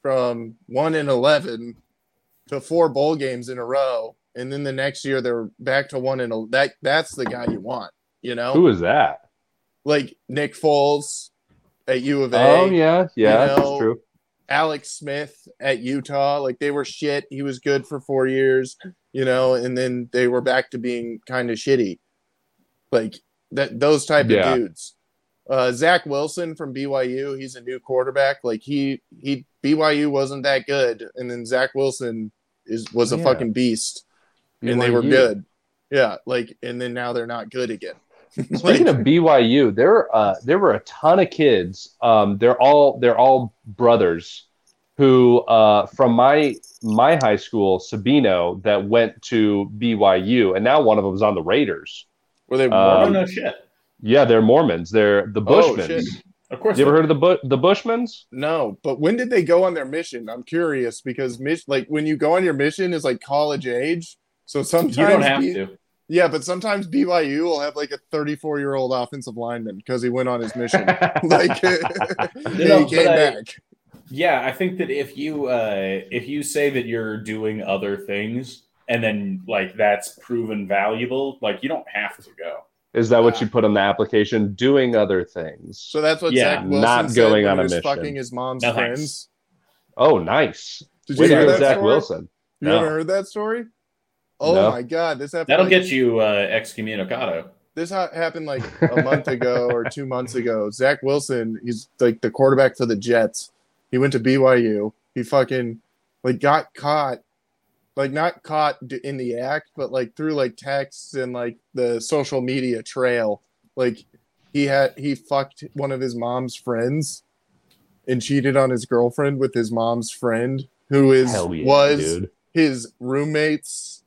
[SPEAKER 6] from one and eleven to four bowl games in a row, and then the next year they're back to one and el- that. That's the guy you want, you know
[SPEAKER 4] Who is that?
[SPEAKER 6] like Nick Foles at U of A,
[SPEAKER 4] Oh yeah, yeah,
[SPEAKER 6] you
[SPEAKER 4] that's
[SPEAKER 6] know,
[SPEAKER 4] true.
[SPEAKER 6] Alex Smith at Utah. Like they were shit. He was good for four years, you know, and then they were back to being kind of shitty. Like that, those type
[SPEAKER 4] Yeah.
[SPEAKER 6] of dudes. Uh, Zach Wilson from BYU, he's a new quarterback. Like he, he BYU wasn't that good, and then Zach Wilson is was a
[SPEAKER 4] Yeah.
[SPEAKER 6] fucking beast, and they were
[SPEAKER 4] BYU.
[SPEAKER 6] good. Yeah, like and then now they're not good again.
[SPEAKER 4] Speaking of BYU, there uh, there were a ton of kids. Um, they're all they're all brothers who uh, from my my high school Sabino that went to BYU, and now one of them's on the Raiders.
[SPEAKER 6] were they
[SPEAKER 4] Uh,
[SPEAKER 5] oh
[SPEAKER 6] Mormon?
[SPEAKER 5] no shit.
[SPEAKER 4] Yeah, they're Mormons. They're the
[SPEAKER 6] Oh,
[SPEAKER 4] Bushmans.
[SPEAKER 5] Of course,
[SPEAKER 4] you ever heard of the Bu- the Bushmans?
[SPEAKER 6] No, but when did they go on their mission? I'm curious because mis- like when you go on your mission is like college age. So sometimes
[SPEAKER 5] you don't have
[SPEAKER 6] B-
[SPEAKER 5] to.
[SPEAKER 6] Yeah, but sometimes BYU will have like a 34 year old offensive lineman because he went on his mission. like yeah,
[SPEAKER 5] No,
[SPEAKER 6] he
[SPEAKER 5] but
[SPEAKER 6] came
[SPEAKER 5] I-
[SPEAKER 6] back.
[SPEAKER 5] Yeah, I think that if you uh, if you say that you're doing other things and then like that's proven valuable, like you don't have to go.
[SPEAKER 4] Is that what you put on the application? Doing other things.
[SPEAKER 6] So that's what
[SPEAKER 5] Yeah,
[SPEAKER 6] Zach Wilson
[SPEAKER 4] not
[SPEAKER 6] said
[SPEAKER 4] going
[SPEAKER 6] when
[SPEAKER 4] on
[SPEAKER 6] he
[SPEAKER 4] a
[SPEAKER 6] was
[SPEAKER 4] mission.
[SPEAKER 6] fucking his mom's
[SPEAKER 5] No, thanks.
[SPEAKER 6] friends.
[SPEAKER 4] oh, nice.
[SPEAKER 6] Did you
[SPEAKER 4] Way to
[SPEAKER 6] hear
[SPEAKER 4] go,
[SPEAKER 6] that
[SPEAKER 4] Zach
[SPEAKER 6] story?
[SPEAKER 4] Wilson.
[SPEAKER 6] You
[SPEAKER 5] No.
[SPEAKER 6] ever heard that story? Oh
[SPEAKER 4] No.
[SPEAKER 6] my god, this happened.
[SPEAKER 5] That'll
[SPEAKER 6] like-
[SPEAKER 5] get you uh, excommunicado.
[SPEAKER 6] this ha- happened like a month ago or two months ago. Zach Wilson, he's like the quarterback for the Jets. He went to BYU. He fucking like got caught, like not caught d- in the act, but like through like texts and like the social media trail. Like he had he fucked one of his mom's friends and cheated on his girlfriend with his mom's friend, who is
[SPEAKER 4] Hell yeah,
[SPEAKER 6] was
[SPEAKER 4] dude.
[SPEAKER 6] his roommate's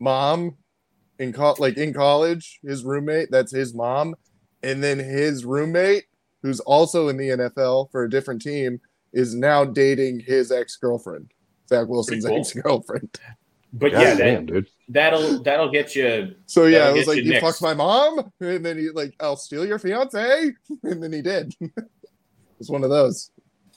[SPEAKER 6] mom in co- like in college his roommate that's his mom and then his roommate who's also in the nfl for a different team is now dating his ex-girlfriend zach wilson's
[SPEAKER 5] Pretty cool.
[SPEAKER 6] ex-girlfriend
[SPEAKER 5] But
[SPEAKER 4] God
[SPEAKER 5] yeah,
[SPEAKER 4] damn,
[SPEAKER 5] that,
[SPEAKER 4] dude.
[SPEAKER 5] that'll that'll get you.
[SPEAKER 6] so yeah
[SPEAKER 5] That'll
[SPEAKER 6] it was
[SPEAKER 5] get
[SPEAKER 6] like
[SPEAKER 5] you
[SPEAKER 6] you
[SPEAKER 5] next.
[SPEAKER 6] fucked my mom and then he like i'll steal your fiance and then he did it's one of those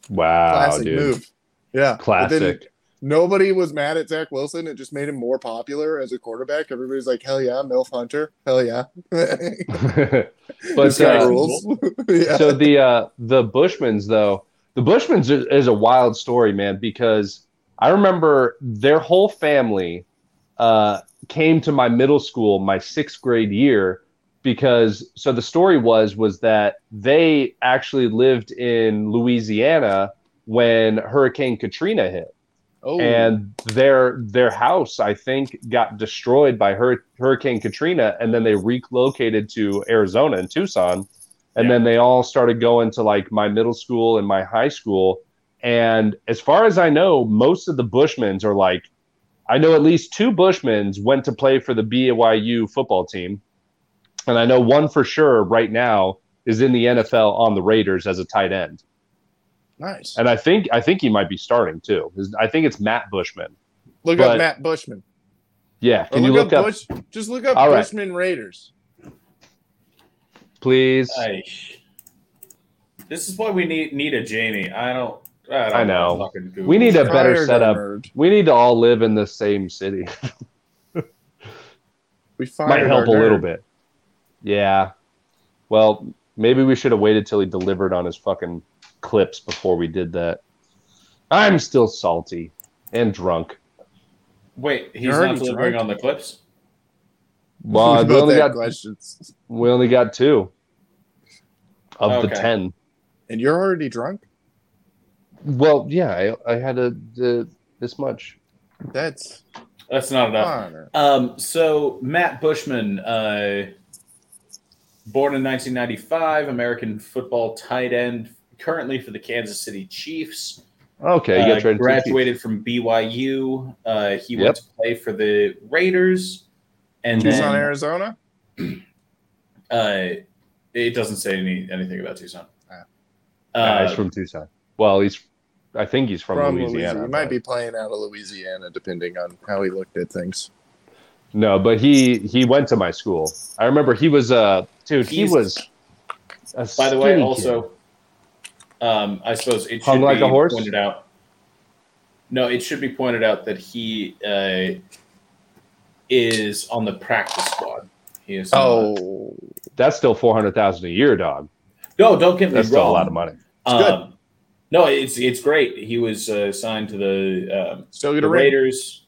[SPEAKER 4] Wow,
[SPEAKER 6] classic
[SPEAKER 4] dude.
[SPEAKER 6] move yeah But then-
[SPEAKER 4] Classic.
[SPEAKER 6] nobody was mad at Zach Wilson. It just made him more popular as a quarterback. Everybody's like, hell yeah, Milf Hunter. Hell yeah.
[SPEAKER 4] but
[SPEAKER 6] This guy
[SPEAKER 4] uh,
[SPEAKER 6] rules. yeah.
[SPEAKER 4] so the uh, the Bushmans though, the Bushmans is, is a wild story, man, because I remember their whole family uh, came to my middle school my sixth grade year because so the story was was that they actually lived in Louisiana when Hurricane Katrina hit
[SPEAKER 6] oh,
[SPEAKER 4] and their their house i think got destroyed by Hur- hurricane katrina and then they relocated to arizona and tucson and
[SPEAKER 5] Yeah.
[SPEAKER 4] then they all started going to like my middle school and my high school and as far as i know most of the bushmans are like i know at least two bushmans went to play for the byu football team and i know one for sure right now is in the nfl on the raiders as a tight end
[SPEAKER 6] nice.
[SPEAKER 4] and i think i think he might be starting too His- i think it's matt bushman
[SPEAKER 6] Look
[SPEAKER 4] but-
[SPEAKER 6] up Matt Bushman.
[SPEAKER 4] yeah,
[SPEAKER 6] Or
[SPEAKER 4] can you look up,
[SPEAKER 6] Bush, just look up
[SPEAKER 4] All right.
[SPEAKER 6] Bushman Raiders.
[SPEAKER 4] please?
[SPEAKER 5] I, this is why we need need a Jamie. I don't. I, don't
[SPEAKER 4] I know.
[SPEAKER 5] fucking Google.
[SPEAKER 4] We need a better
[SPEAKER 6] Fired
[SPEAKER 4] setup.
[SPEAKER 6] Nerd.
[SPEAKER 4] We need to all live in the same city.
[SPEAKER 6] We
[SPEAKER 4] Might
[SPEAKER 6] fired
[SPEAKER 4] help a
[SPEAKER 6] our nerd.
[SPEAKER 4] little bit. Yeah. Well, maybe we should have waited till he delivered on his fucking clips before we did that. I'm still salty and drunk.
[SPEAKER 5] Wait, he's
[SPEAKER 6] You're
[SPEAKER 5] not
[SPEAKER 6] already
[SPEAKER 5] delivering
[SPEAKER 6] drunk.
[SPEAKER 5] on the clips.
[SPEAKER 4] Well,
[SPEAKER 6] About
[SPEAKER 4] we only
[SPEAKER 6] that
[SPEAKER 4] got
[SPEAKER 6] questions.
[SPEAKER 4] we only got two of the
[SPEAKER 5] Okay.
[SPEAKER 4] ten.
[SPEAKER 6] And you're already drunk?
[SPEAKER 4] Well, yeah, I, I had a, the this much.
[SPEAKER 6] That's
[SPEAKER 5] That's not enough.
[SPEAKER 6] honor.
[SPEAKER 5] Um, so Matt Bushman, uh, born in 1995, American football tight end, currently for the Kansas City Chiefs.
[SPEAKER 4] Okay, you
[SPEAKER 5] Uh,
[SPEAKER 4] got traded. to the Chiefs.
[SPEAKER 5] graduated from BYU. Uh, he
[SPEAKER 4] Yep.
[SPEAKER 5] went to play for the Raiders, and
[SPEAKER 6] Tucson,
[SPEAKER 5] then
[SPEAKER 6] Arizona?
[SPEAKER 5] uh, it doesn't say any anything about Tucson.
[SPEAKER 6] Ah.
[SPEAKER 4] Nah, he's
[SPEAKER 5] Uh,
[SPEAKER 4] from Tucson. Well, he's I think he's from, Louisiana.
[SPEAKER 6] He
[SPEAKER 4] but-
[SPEAKER 6] might be playing out of Louisiana, depending on how he looked at things.
[SPEAKER 4] No, but he he went to my school. I remember he was uh dude.
[SPEAKER 5] He's-
[SPEAKER 4] he was. a
[SPEAKER 5] by the
[SPEAKER 4] skinny
[SPEAKER 5] way,
[SPEAKER 4] kid.
[SPEAKER 5] also, um, I suppose it
[SPEAKER 4] Hung
[SPEAKER 5] should
[SPEAKER 4] like
[SPEAKER 5] be
[SPEAKER 4] a horse?
[SPEAKER 5] pointed out. No, it should be pointed out that he uh, is on the practice squad. He is. not-
[SPEAKER 6] Oh,
[SPEAKER 4] that's still four hundred thousand a year, dog.
[SPEAKER 5] no, don't get me
[SPEAKER 4] That's
[SPEAKER 5] wrong.
[SPEAKER 4] still a lot of money.
[SPEAKER 6] good.
[SPEAKER 5] Um, no, it's it's great. He was uh, signed to the, um,
[SPEAKER 6] still get
[SPEAKER 5] the
[SPEAKER 6] a ring.
[SPEAKER 5] Raiders,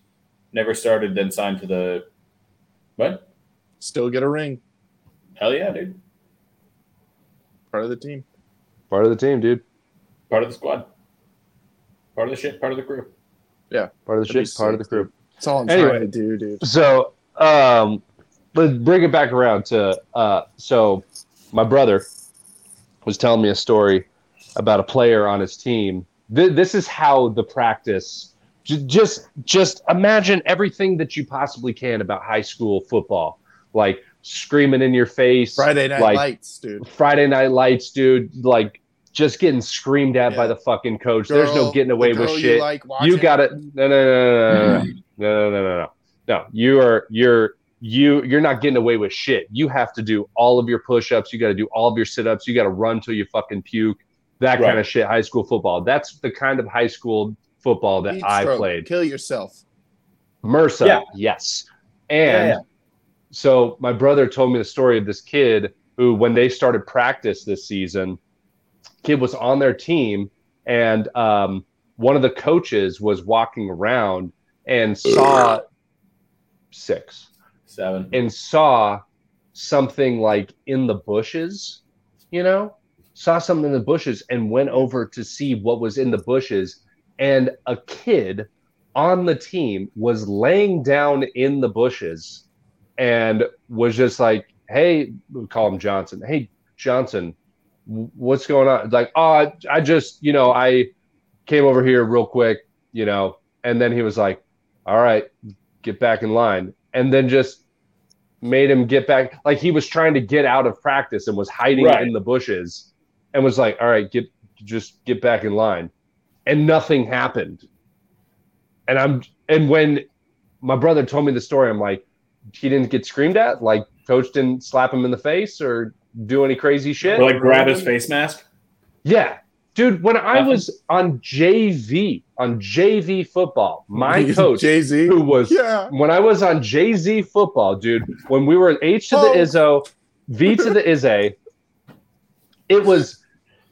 [SPEAKER 5] never started, then signed to the. What?
[SPEAKER 6] Still get a ring.
[SPEAKER 5] Hell yeah, dude!
[SPEAKER 6] Part of the team.
[SPEAKER 4] Part of the team, dude.
[SPEAKER 5] Part of the squad. Part of the shit. Part of the crew.
[SPEAKER 4] Part of the
[SPEAKER 6] That'd be
[SPEAKER 4] ship. Part of the
[SPEAKER 6] sick,
[SPEAKER 4] crew.
[SPEAKER 6] That's all I'm
[SPEAKER 4] Anyway.
[SPEAKER 6] trying to do, dude.
[SPEAKER 4] So, um, let's bring it back around to uh. So, my brother was telling me a story about a player on his team. Th- this is how the practice. j- Just, just imagine everything that you possibly can about high school football, like screaming in your face,
[SPEAKER 6] Friday Night
[SPEAKER 4] like,
[SPEAKER 6] Lights, dude.
[SPEAKER 4] Friday Night Lights, dude. Like just getting screamed at
[SPEAKER 6] Yeah.
[SPEAKER 4] by the fucking coach. There's
[SPEAKER 6] Girl-
[SPEAKER 4] no getting
[SPEAKER 6] the
[SPEAKER 4] away with
[SPEAKER 6] girl
[SPEAKER 4] shit.
[SPEAKER 6] You,
[SPEAKER 4] You,
[SPEAKER 6] like watching-
[SPEAKER 4] got it. No, no, no, no, no, no, no, no, no, no, no. No, you are you're you you're not getting away with shit. You have to do all of your push-ups. You got to do all of your sit-ups. You got to run till you fucking puke. that
[SPEAKER 5] Right.
[SPEAKER 4] kind of shit. High school football. That's the kind of high school football that
[SPEAKER 6] Heat
[SPEAKER 4] I
[SPEAKER 6] stroke.
[SPEAKER 4] played.
[SPEAKER 6] Kill yourself.
[SPEAKER 4] MRSA,
[SPEAKER 5] Yeah.
[SPEAKER 4] yes.
[SPEAKER 5] Yeah,
[SPEAKER 4] And
[SPEAKER 5] yeah.
[SPEAKER 4] so my brother told me the story of this kid who, when they started practice this season, kid was on their team, and um, one of the coaches was walking around and saw six
[SPEAKER 5] Seven.
[SPEAKER 4] and saw something like in the bushes, you know, saw something in the bushes and went over to see what was in the bushes. And a kid on the team was laying down in the bushes and was just like, Hey, we call him Johnson. Hey, Johnson, w- what's going on? Like, oh, I, I just, you know, I came over here real quick, you know, and then he was like, All right, get back in line. And then just made him get back like he was trying to get out of practice and was hiding
[SPEAKER 5] Right.
[SPEAKER 4] in the bushes and was like all right get just get back in line and nothing happened and i'm and when my brother told me the story i'm like he didn't get screamed at like coach didn't slap him in the face or do any crazy shit
[SPEAKER 5] Or like grab his face mask.
[SPEAKER 4] yeah. Dude, when I
[SPEAKER 5] Nothing.
[SPEAKER 4] was on JV, on JV football, my coach
[SPEAKER 6] Jay Z.
[SPEAKER 4] who was
[SPEAKER 6] Yeah.
[SPEAKER 4] when I was on Jay Z football, dude, when we were H to the
[SPEAKER 6] Oh.
[SPEAKER 4] Izzo, V to the Izze, it was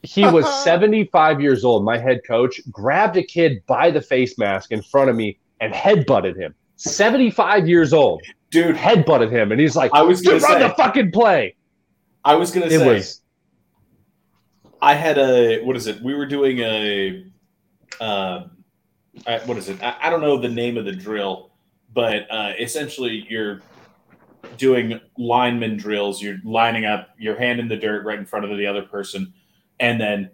[SPEAKER 4] he was 75 years old. My head coach grabbed a kid by the face mask in front of me and headbutted him. 75 years old,
[SPEAKER 5] Dude,
[SPEAKER 4] headbutted him, and he's like,
[SPEAKER 5] I was gonna
[SPEAKER 4] dude, run
[SPEAKER 5] say-
[SPEAKER 4] the fucking play.
[SPEAKER 5] I was gonna
[SPEAKER 4] It
[SPEAKER 5] say
[SPEAKER 4] was
[SPEAKER 5] I had a what is it? We were doing a um, I, what is it? I, I don't know the name of the drill, but uh, essentially you're doing lineman drills. You're lining up your hand in the dirt right in front of the other person, and then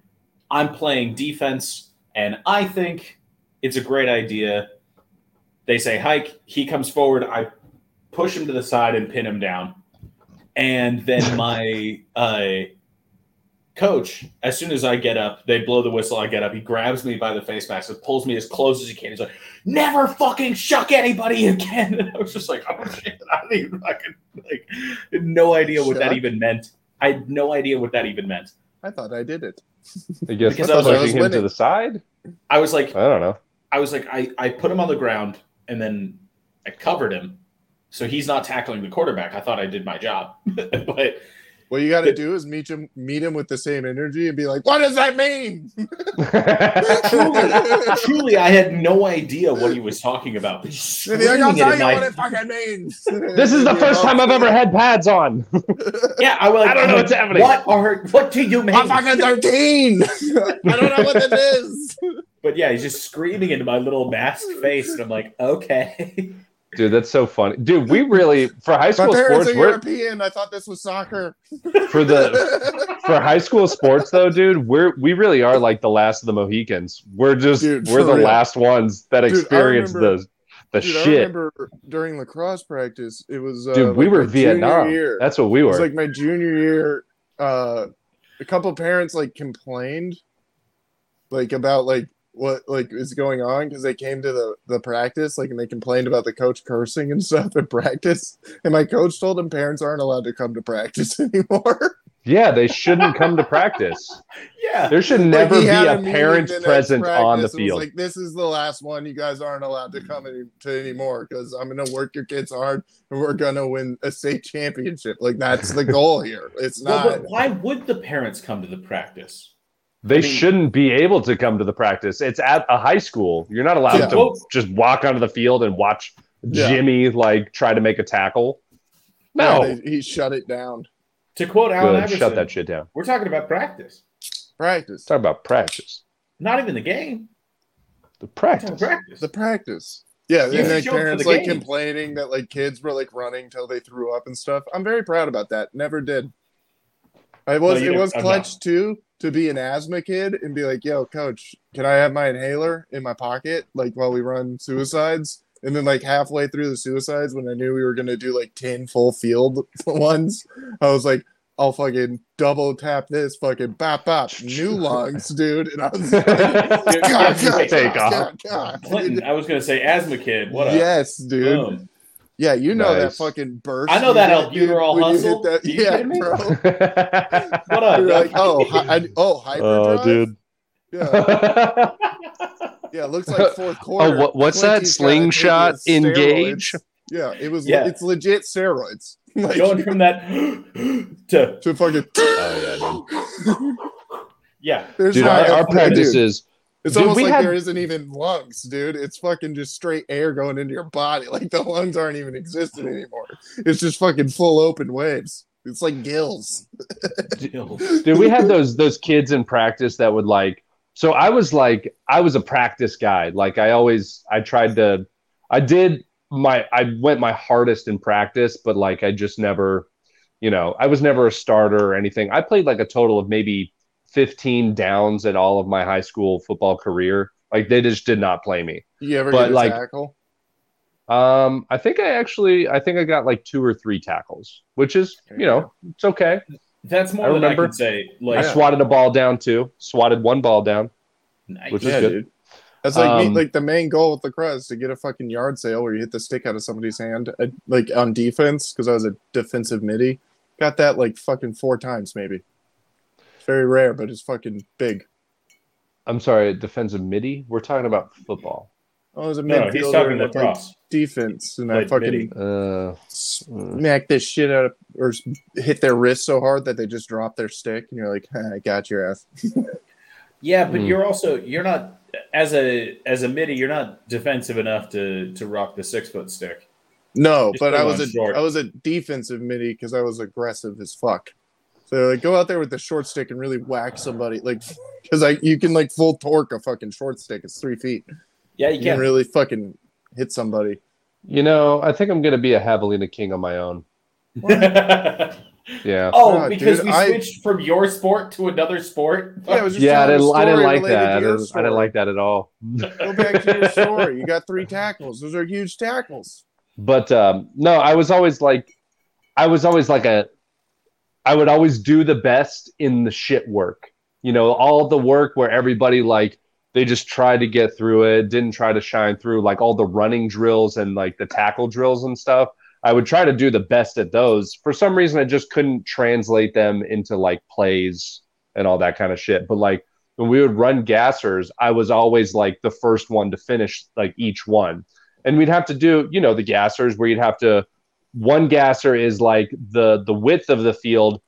[SPEAKER 5] I'm playing defense, and I think it's a great idea. They say hike. He comes forward. I push him to the side and pin him down, and then my. Uh, coach, as soon as I get up, they blow the whistle. I get up. He grabs me by the face mask and pulls me as close as he can. He's like, "Never fucking shuck anybody again." And I was just like, "Oh shit!" I didn't even fucking like, had no idea what that
[SPEAKER 6] Shuck?
[SPEAKER 5] even meant. I had no idea what that even meant.
[SPEAKER 6] I thought I did it.
[SPEAKER 4] I guess
[SPEAKER 5] because I was- I
[SPEAKER 4] pushing
[SPEAKER 6] was
[SPEAKER 4] him to
[SPEAKER 6] winning.
[SPEAKER 4] the side.
[SPEAKER 5] I was like,
[SPEAKER 4] I don't know.
[SPEAKER 5] I was like, I, I put him on the ground and then I covered him, so he's not tackling the quarterback. I thought I did my job, but
[SPEAKER 6] What you got to do is meet him, meet him with the same energy, and be like, "What does that mean?"
[SPEAKER 5] truly, truly, I had no idea what he was talking about. He's
[SPEAKER 6] And he's like,
[SPEAKER 5] screaming
[SPEAKER 6] I'll
[SPEAKER 5] it
[SPEAKER 6] tell
[SPEAKER 5] in
[SPEAKER 6] you
[SPEAKER 5] my-
[SPEAKER 6] what it fucking means.
[SPEAKER 4] This is the first time I've ever had pads on.
[SPEAKER 5] Yeah, I was like,
[SPEAKER 4] I don't know what's happening.
[SPEAKER 5] What are what do you mean?
[SPEAKER 6] I'm fucking thirteen. I don't know what it is.
[SPEAKER 5] But yeah, he's just screaming into my little masked face, and I'm like, okay.
[SPEAKER 4] Dude, that's so funny. Dude, we really for high
[SPEAKER 6] My
[SPEAKER 4] school sports,
[SPEAKER 6] parents are
[SPEAKER 4] we're
[SPEAKER 6] European. I thought this was soccer.
[SPEAKER 4] for the for high school sports though, dude, we're we really are like the last of the Mohicans. We're just
[SPEAKER 6] Dude,
[SPEAKER 4] we're
[SPEAKER 6] for
[SPEAKER 4] the
[SPEAKER 6] real.
[SPEAKER 4] last ones that
[SPEAKER 6] Dude, I
[SPEAKER 4] experience
[SPEAKER 6] remember-
[SPEAKER 4] the the
[SPEAKER 6] Dude, I
[SPEAKER 4] shit.
[SPEAKER 6] remember during lacrosse practice, it was uh,
[SPEAKER 4] Dude, we
[SPEAKER 6] like
[SPEAKER 4] were
[SPEAKER 6] my junior
[SPEAKER 4] Vietnam.
[SPEAKER 6] year.
[SPEAKER 4] That's what we
[SPEAKER 6] it
[SPEAKER 4] were.
[SPEAKER 6] was like my junior year. Uh, a couple parents like complained, like about like what like is going on because they came to the the practice like and they complained about the coach cursing and stuff at practice. And my coach told them parents aren't allowed to come to practice anymore.
[SPEAKER 4] yeah, they shouldn't come to practice.
[SPEAKER 5] Yeah.
[SPEAKER 4] There should
[SPEAKER 6] Like,
[SPEAKER 4] never
[SPEAKER 6] he
[SPEAKER 4] be
[SPEAKER 6] had
[SPEAKER 4] a
[SPEAKER 6] meeting
[SPEAKER 4] parent
[SPEAKER 6] the next
[SPEAKER 4] present on the
[SPEAKER 6] practice and was
[SPEAKER 4] field.
[SPEAKER 6] Like this is the last one. You guys aren't allowed to come any, to anymore because I'm gonna work your kids hard and we're gonna win a state championship. Like that's the goal here. It's
[SPEAKER 5] Well,
[SPEAKER 6] not.
[SPEAKER 5] but why would the parents come to the practice?
[SPEAKER 4] they
[SPEAKER 5] I mean-
[SPEAKER 4] shouldn't be able to come to the practice. It's at a high school. You're not allowed
[SPEAKER 6] Yeah.
[SPEAKER 4] to
[SPEAKER 5] Well-
[SPEAKER 4] just walk onto the field and watch
[SPEAKER 6] Yeah.
[SPEAKER 4] Jimmy like try to make a tackle. No.
[SPEAKER 6] Yeah, they- he shut it down.
[SPEAKER 5] To quote Alan
[SPEAKER 4] Good.
[SPEAKER 5] Iverson,
[SPEAKER 4] Shut that shit down.
[SPEAKER 5] we're talking about practice,
[SPEAKER 6] Practice.
[SPEAKER 4] Talk about practice.
[SPEAKER 5] not even the game.
[SPEAKER 4] The
[SPEAKER 5] We're talking
[SPEAKER 4] practice.
[SPEAKER 5] practice.
[SPEAKER 6] The practice. Yeah,
[SPEAKER 5] You
[SPEAKER 6] and
[SPEAKER 5] can
[SPEAKER 6] then
[SPEAKER 5] show up for
[SPEAKER 6] parents
[SPEAKER 5] the
[SPEAKER 6] like
[SPEAKER 5] game.
[SPEAKER 6] complaining that like kids were like running till they threw up and stuff. I'm very proud about that. Never did. I was
[SPEAKER 5] you
[SPEAKER 6] it
[SPEAKER 5] know,
[SPEAKER 6] was
[SPEAKER 5] I'm
[SPEAKER 6] clutch too to be an asthma kid and be like, "Yo, coach, can I have my inhaler in my pocket like while we run suicides?" And then like halfway through the suicides, when I knew we were gonna do like ten full field ones, I was like, "I'll fucking double tap this fucking bop bop new lungs, dude." And I was like,
[SPEAKER 4] Take off.
[SPEAKER 6] Oh, God, God.
[SPEAKER 5] Clinton, I was going to say asthma kid. What a
[SPEAKER 6] yes, dude.
[SPEAKER 5] boom.
[SPEAKER 6] Yeah, you know
[SPEAKER 4] Nice.
[SPEAKER 6] that fucking burst.
[SPEAKER 5] I know
[SPEAKER 6] you
[SPEAKER 5] that
[SPEAKER 6] get, dude,
[SPEAKER 5] albuterol
[SPEAKER 6] when you hit
[SPEAKER 5] hustle.
[SPEAKER 6] that-
[SPEAKER 5] Are you
[SPEAKER 6] yeah,
[SPEAKER 5] kidding me?
[SPEAKER 6] bro.
[SPEAKER 5] What up?
[SPEAKER 6] You're like,
[SPEAKER 5] Ducky?
[SPEAKER 6] oh, hi, I, oh, hyperdrive. Yeah, yeah. It looks like fourth quarter.
[SPEAKER 4] Oh, what- what's that?
[SPEAKER 6] Quincy's gotta
[SPEAKER 4] Slingshot
[SPEAKER 6] take his
[SPEAKER 4] engage?
[SPEAKER 6] steroids. Yeah, it was.
[SPEAKER 5] Yeah.
[SPEAKER 6] It's legit steroids. Like
[SPEAKER 5] going from that to
[SPEAKER 6] to fucking.
[SPEAKER 4] Oh,
[SPEAKER 5] yeah.
[SPEAKER 6] There's
[SPEAKER 4] dude, our,
[SPEAKER 6] not a-
[SPEAKER 4] our
[SPEAKER 6] dude,
[SPEAKER 4] practice is
[SPEAKER 6] It's
[SPEAKER 4] Dude,
[SPEAKER 6] almost
[SPEAKER 4] we
[SPEAKER 6] like
[SPEAKER 4] had-
[SPEAKER 6] there isn't even lungs, dude. It's fucking just straight air going into your body. Like the lungs aren't even existing anymore. It's just fucking full open waves. It's like gills.
[SPEAKER 4] dude we had those those kids in practice that would like so i was like i was a practice guy like i always i tried to i did my i went my hardest in practice but like i just never you know i was never a starter or anything i played like a total of maybe 15 downs at all of my high school football career like they just did not play me
[SPEAKER 6] You ever
[SPEAKER 4] But,
[SPEAKER 6] get a
[SPEAKER 4] like-
[SPEAKER 6] tackle?
[SPEAKER 4] um i think i actually i think i got like two or three tackles which is you know it's okay
[SPEAKER 5] That's more
[SPEAKER 4] I
[SPEAKER 5] than I
[SPEAKER 4] remember.
[SPEAKER 5] can say.
[SPEAKER 4] i
[SPEAKER 5] Like,
[SPEAKER 4] swatted a ball down too swatted one ball down
[SPEAKER 5] nice.
[SPEAKER 4] which is good.
[SPEAKER 6] dude. That's like me,
[SPEAKER 4] Um,
[SPEAKER 6] like the main goal with lacrosse is to get a fucking yard sale where you hit the stick out of somebody's hand, uh, like on defense, because I was a defensive midi. Got that like fucking four times maybe. It's very rare, but it's fucking big.
[SPEAKER 4] I'm sorry, defensive midi. We're talking about football.
[SPEAKER 6] Oh, was a
[SPEAKER 5] no, no, he's
[SPEAKER 6] midfielder
[SPEAKER 5] talking
[SPEAKER 6] and I played
[SPEAKER 5] lacrosse.
[SPEAKER 6] defense, and I
[SPEAKER 5] Played
[SPEAKER 6] fucking
[SPEAKER 5] midi.
[SPEAKER 4] Uh,
[SPEAKER 6] smack this shit out of or s- hit their wrist so hard that they just drop their stick and you're like "Huh, i got your ass
[SPEAKER 5] Yeah, but
[SPEAKER 4] Hmm.
[SPEAKER 5] you're also you're not as a as a midi. You're not defensive enough to to rock the six foot stick.
[SPEAKER 6] no
[SPEAKER 5] Just
[SPEAKER 6] but
[SPEAKER 5] put
[SPEAKER 6] i
[SPEAKER 5] him
[SPEAKER 6] was
[SPEAKER 5] on
[SPEAKER 6] a
[SPEAKER 5] short.
[SPEAKER 6] I was a defensive midi because i was aggressive as fuck so they're like go out there with the short stick and really whack somebody like because like you can like full torque a fucking short stick it's three feet
[SPEAKER 5] Yeah, you
[SPEAKER 6] you can
[SPEAKER 5] can't.
[SPEAKER 6] really fucking hit somebody
[SPEAKER 4] you know, I think I'm gonna be a javelina king on my own. Yeah,
[SPEAKER 5] oh,
[SPEAKER 6] Yeah,
[SPEAKER 5] because
[SPEAKER 6] dude,
[SPEAKER 5] we
[SPEAKER 6] I-
[SPEAKER 5] switched from your sport to another sport.
[SPEAKER 6] yeah, I was just
[SPEAKER 4] yeah. I
[SPEAKER 6] telling
[SPEAKER 4] didn't,
[SPEAKER 6] a
[SPEAKER 4] I didn't
[SPEAKER 6] story
[SPEAKER 4] like
[SPEAKER 6] related to
[SPEAKER 4] that. I
[SPEAKER 6] your
[SPEAKER 4] didn't, I didn't
[SPEAKER 6] story.
[SPEAKER 4] like that at all.
[SPEAKER 6] Go back to your story. You got three tackles. Those are huge tackles.
[SPEAKER 4] But um, no, I was always like, I was always like a, I would always do the best in the shit work. You know, all the work where everybody like they just tried to get through it, didn't try to shine through, like all the running drills and like the tackle drills and stuff. I would try to do the best at those. For some reason, I just couldn't translate them into like plays and all that kind of shit. But like when we would run gassers, I was always like the first one to finish like each one. And we'd have to do, you know, the gassers where you'd have to one gasser is like the the width of the field,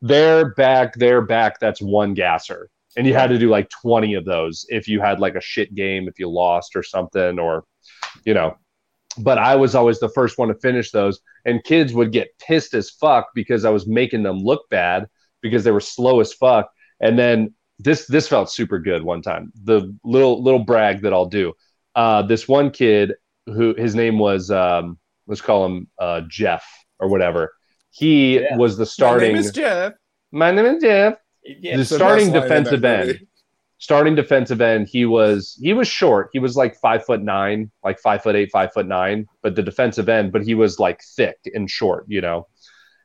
[SPEAKER 4] their back, their back, that's one gasser. And you had to do like 20 of those if you had like a shit game, if you lost or something, or you know. But I was always the first one to finish those. And kids would get pissed as fuck because I was making them look bad because they were slow as fuck. And then this this felt super good one time. The little little brag that I'll do. Uh, this one kid who his name was um, let's call him uh, Jeff or whatever. He
[SPEAKER 5] Yeah.
[SPEAKER 4] was the
[SPEAKER 6] My
[SPEAKER 4] starting.
[SPEAKER 6] name is Jeff.
[SPEAKER 4] My name is Jeff.
[SPEAKER 5] Yeah,
[SPEAKER 4] The
[SPEAKER 6] It's the
[SPEAKER 4] starting
[SPEAKER 6] best line in that
[SPEAKER 4] defensive end.
[SPEAKER 6] movie.
[SPEAKER 4] Starting defensive end. He was he was short. He was like five foot nine, like five foot eight, five foot nine. But the defensive end, but he was like thick and short, you know.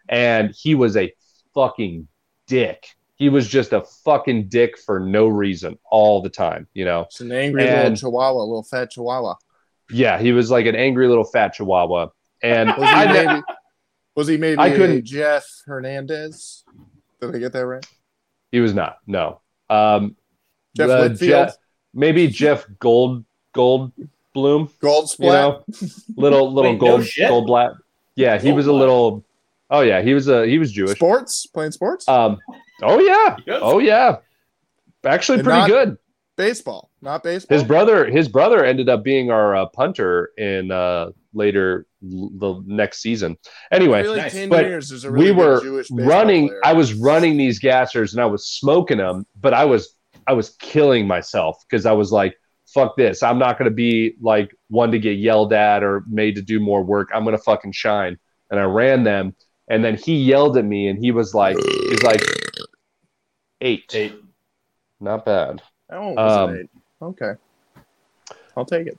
[SPEAKER 4] And he was a fucking dick. He was just a fucking dick for no reason all the time, you know.
[SPEAKER 6] It's an angry
[SPEAKER 4] And-
[SPEAKER 6] little chihuahua, little fat chihuahua.
[SPEAKER 4] Yeah, he was like an angry little fat chihuahua. And
[SPEAKER 6] Was he
[SPEAKER 4] I ne-
[SPEAKER 6] maybe? Was he maybe?
[SPEAKER 4] I
[SPEAKER 6] I
[SPEAKER 4] couldn't-
[SPEAKER 6] Jeff Hernandez. Did I get that right?
[SPEAKER 4] he was not. No. Um,
[SPEAKER 6] Jeff
[SPEAKER 4] uh,
[SPEAKER 6] Whitfield,
[SPEAKER 4] Jeff- maybe Jeff Gold Gold Bloom.
[SPEAKER 6] Gold
[SPEAKER 4] you
[SPEAKER 6] Splat.
[SPEAKER 4] know, little little
[SPEAKER 5] Wait, no
[SPEAKER 4] gold
[SPEAKER 5] shit?
[SPEAKER 4] gold black. Yeah, he was a
[SPEAKER 5] Goldblatt.
[SPEAKER 4] little. Oh yeah, he was a he was Jewish.
[SPEAKER 6] sports playing sports.
[SPEAKER 4] Um, oh yeah,
[SPEAKER 5] Yes.
[SPEAKER 4] oh yeah, actually
[SPEAKER 6] And
[SPEAKER 4] pretty
[SPEAKER 6] not- Oh.
[SPEAKER 4] good.
[SPEAKER 6] baseball, not baseball.
[SPEAKER 4] His brother his brother ended up being our uh, punter in uh, later l- the next season.
[SPEAKER 6] I
[SPEAKER 4] Anyway,
[SPEAKER 6] feel like
[SPEAKER 5] nice.
[SPEAKER 6] ten
[SPEAKER 4] But
[SPEAKER 6] years is a
[SPEAKER 4] we
[SPEAKER 6] really good
[SPEAKER 4] were
[SPEAKER 6] Jewish baseball
[SPEAKER 4] running
[SPEAKER 6] player.
[SPEAKER 4] i was running these gassers and i was smoking them but i was i was killing myself because i was like fuck this i'm not going to be like one to get yelled at or made to do more work i'm going to fucking shine and i ran them and then he yelled at me and he was like he's like eight,
[SPEAKER 5] Eight.
[SPEAKER 4] not bad
[SPEAKER 6] That one was
[SPEAKER 4] um,
[SPEAKER 6] an eight. Okay, I'll take it.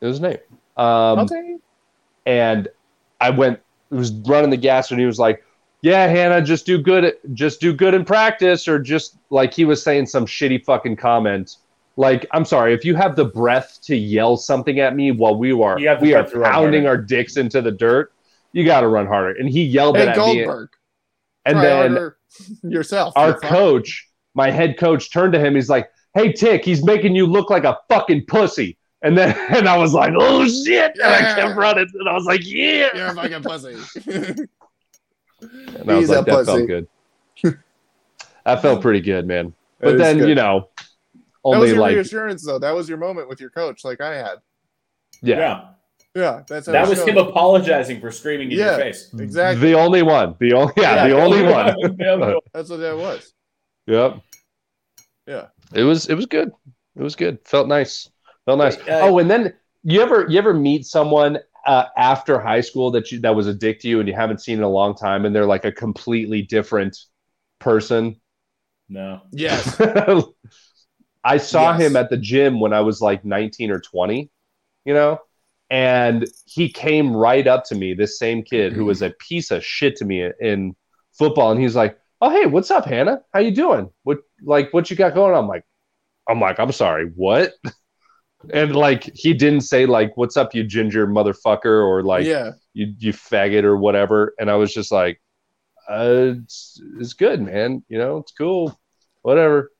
[SPEAKER 4] it was an eight
[SPEAKER 6] I'll
[SPEAKER 4] um,
[SPEAKER 6] take it.
[SPEAKER 4] and I went was running the gas and he was like, "Yeah, Hannah, just do good, just do good in practice," or just like he was saying some shitty fucking comment Like, I'm sorry, if you have the breath to yell something at me while we are
[SPEAKER 5] You have the
[SPEAKER 4] we are
[SPEAKER 5] breath to run
[SPEAKER 4] pounding
[SPEAKER 5] harder.
[SPEAKER 4] our dicks into the dirt, you got to run harder. And he yelled it
[SPEAKER 6] Hey
[SPEAKER 4] at me,
[SPEAKER 6] Goldberg,
[SPEAKER 4] and
[SPEAKER 6] try
[SPEAKER 4] then
[SPEAKER 6] harder yourself.
[SPEAKER 4] our
[SPEAKER 6] you fuck.
[SPEAKER 4] coach, my head coach, turned to him. He's like, "Hey Tick, he's making you look like a fucking pussy." And then and I was like, "Oh shit!" And I
[SPEAKER 6] Yeah.
[SPEAKER 4] kept running, and I was like, "Yeah."
[SPEAKER 6] You're a fucking pussy.
[SPEAKER 4] And I was
[SPEAKER 6] He's
[SPEAKER 4] like,
[SPEAKER 6] a
[SPEAKER 4] "That
[SPEAKER 6] pussy.
[SPEAKER 4] felt good." that felt pretty good, man.
[SPEAKER 6] That
[SPEAKER 4] But
[SPEAKER 6] is
[SPEAKER 4] then
[SPEAKER 6] good.
[SPEAKER 4] you know,
[SPEAKER 6] that was
[SPEAKER 4] only
[SPEAKER 6] your
[SPEAKER 4] like
[SPEAKER 6] reassurance though. That was your moment with your coach, like I had.
[SPEAKER 4] yeah.
[SPEAKER 6] Yeah, that's how
[SPEAKER 5] That
[SPEAKER 6] it
[SPEAKER 5] was
[SPEAKER 6] goes.
[SPEAKER 5] him apologizing for screaming in
[SPEAKER 6] Yeah.
[SPEAKER 5] your face.
[SPEAKER 6] Exactly.
[SPEAKER 4] The only one. The only yeah, the only one.
[SPEAKER 5] one.
[SPEAKER 6] That's what that was.
[SPEAKER 4] Yep.
[SPEAKER 6] Yeah.
[SPEAKER 4] It was it was good. It was good. Felt nice. Felt nice.
[SPEAKER 5] Wait, uh,
[SPEAKER 4] oh, and then you ever you ever meet someone uh, after high school that you that was a dick to you and you haven't seen in a long time and they're like a completely different person.
[SPEAKER 5] no.
[SPEAKER 6] Yes.
[SPEAKER 4] I saw
[SPEAKER 6] Yes.
[SPEAKER 4] him at the gym when I was like 19 or 20, you know? And he came right up to me, this same kid who was a piece of shit to me in football and he's like, "Oh, hey, what's up, Hannah? How you doing? What like what you got going on?" I'm like, I'm like, "I'm sorry, what?" And like he didn't say like, "What's up, you ginger motherfucker?" or like,
[SPEAKER 6] yeah.
[SPEAKER 4] you you faggot or whatever and i was just like uh it's, it's good man you know it's cool whatever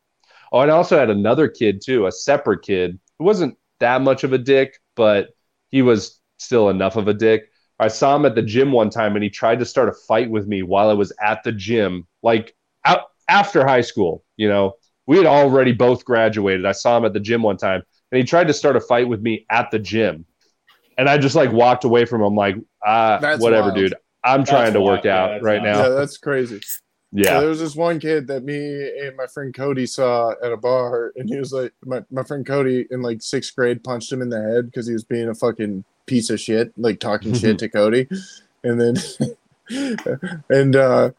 [SPEAKER 4] oh and i also had another kid too a separate kid who wasn't that much of a dick but he was still enough of a dick i saw him at the gym one time and he tried to start a fight with me while i was at the gym like out after high school you know we had already both graduated i saw him at the gym one time and he tried to start a fight with me at the gym and i just like walked away from him like ah
[SPEAKER 6] That's
[SPEAKER 4] whatever
[SPEAKER 6] wild.
[SPEAKER 4] dude i'm
[SPEAKER 5] That's
[SPEAKER 4] trying to
[SPEAKER 5] wild.
[SPEAKER 4] work
[SPEAKER 5] Yeah,
[SPEAKER 4] out
[SPEAKER 5] that's
[SPEAKER 4] right
[SPEAKER 5] wild.
[SPEAKER 4] now
[SPEAKER 6] Yeah, that's crazy. So
[SPEAKER 4] yeah.
[SPEAKER 6] there was this one kid that me and my friend Cody saw at a bar, and he was like, my, my friend Cody in like sixth grade punched him in the head because he was being a fucking piece of shit, like talking shit to Cody. And then, and uh,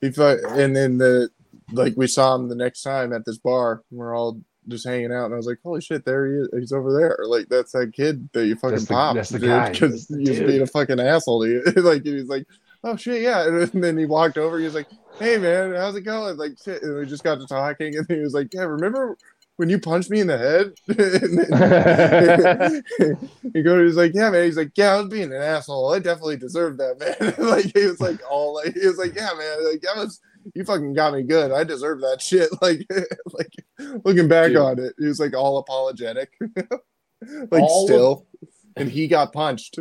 [SPEAKER 6] he thought, and then the, like, we saw him the next time at this bar, and we're all just hanging out, and I was like, holy shit, there he is. He's over there. Like, that's that kid that you fucking
[SPEAKER 4] That's the-
[SPEAKER 6] popped.
[SPEAKER 4] that's the
[SPEAKER 6] dude,
[SPEAKER 4] guy. That's
[SPEAKER 6] 'cause
[SPEAKER 4] the
[SPEAKER 6] he was
[SPEAKER 4] dude.
[SPEAKER 6] being a fucking asshole to you. like, he was like, oh shit, yeah. And then he walked over, he was like, hey man, how's it going? Like shit, and we just got to talking, and he was like, yeah, remember when you punched me in the head? and then, he goes, he was like, yeah man, he's like, yeah, I was being an asshole. I definitely deserved that man. like he was like all like he was like, yeah man, like that was you fucking got me good. I deserve that shit. Like like looking back
[SPEAKER 5] Dude.
[SPEAKER 6] on it, he was like all apologetic. like
[SPEAKER 5] All of-
[SPEAKER 6] still. and he got punched.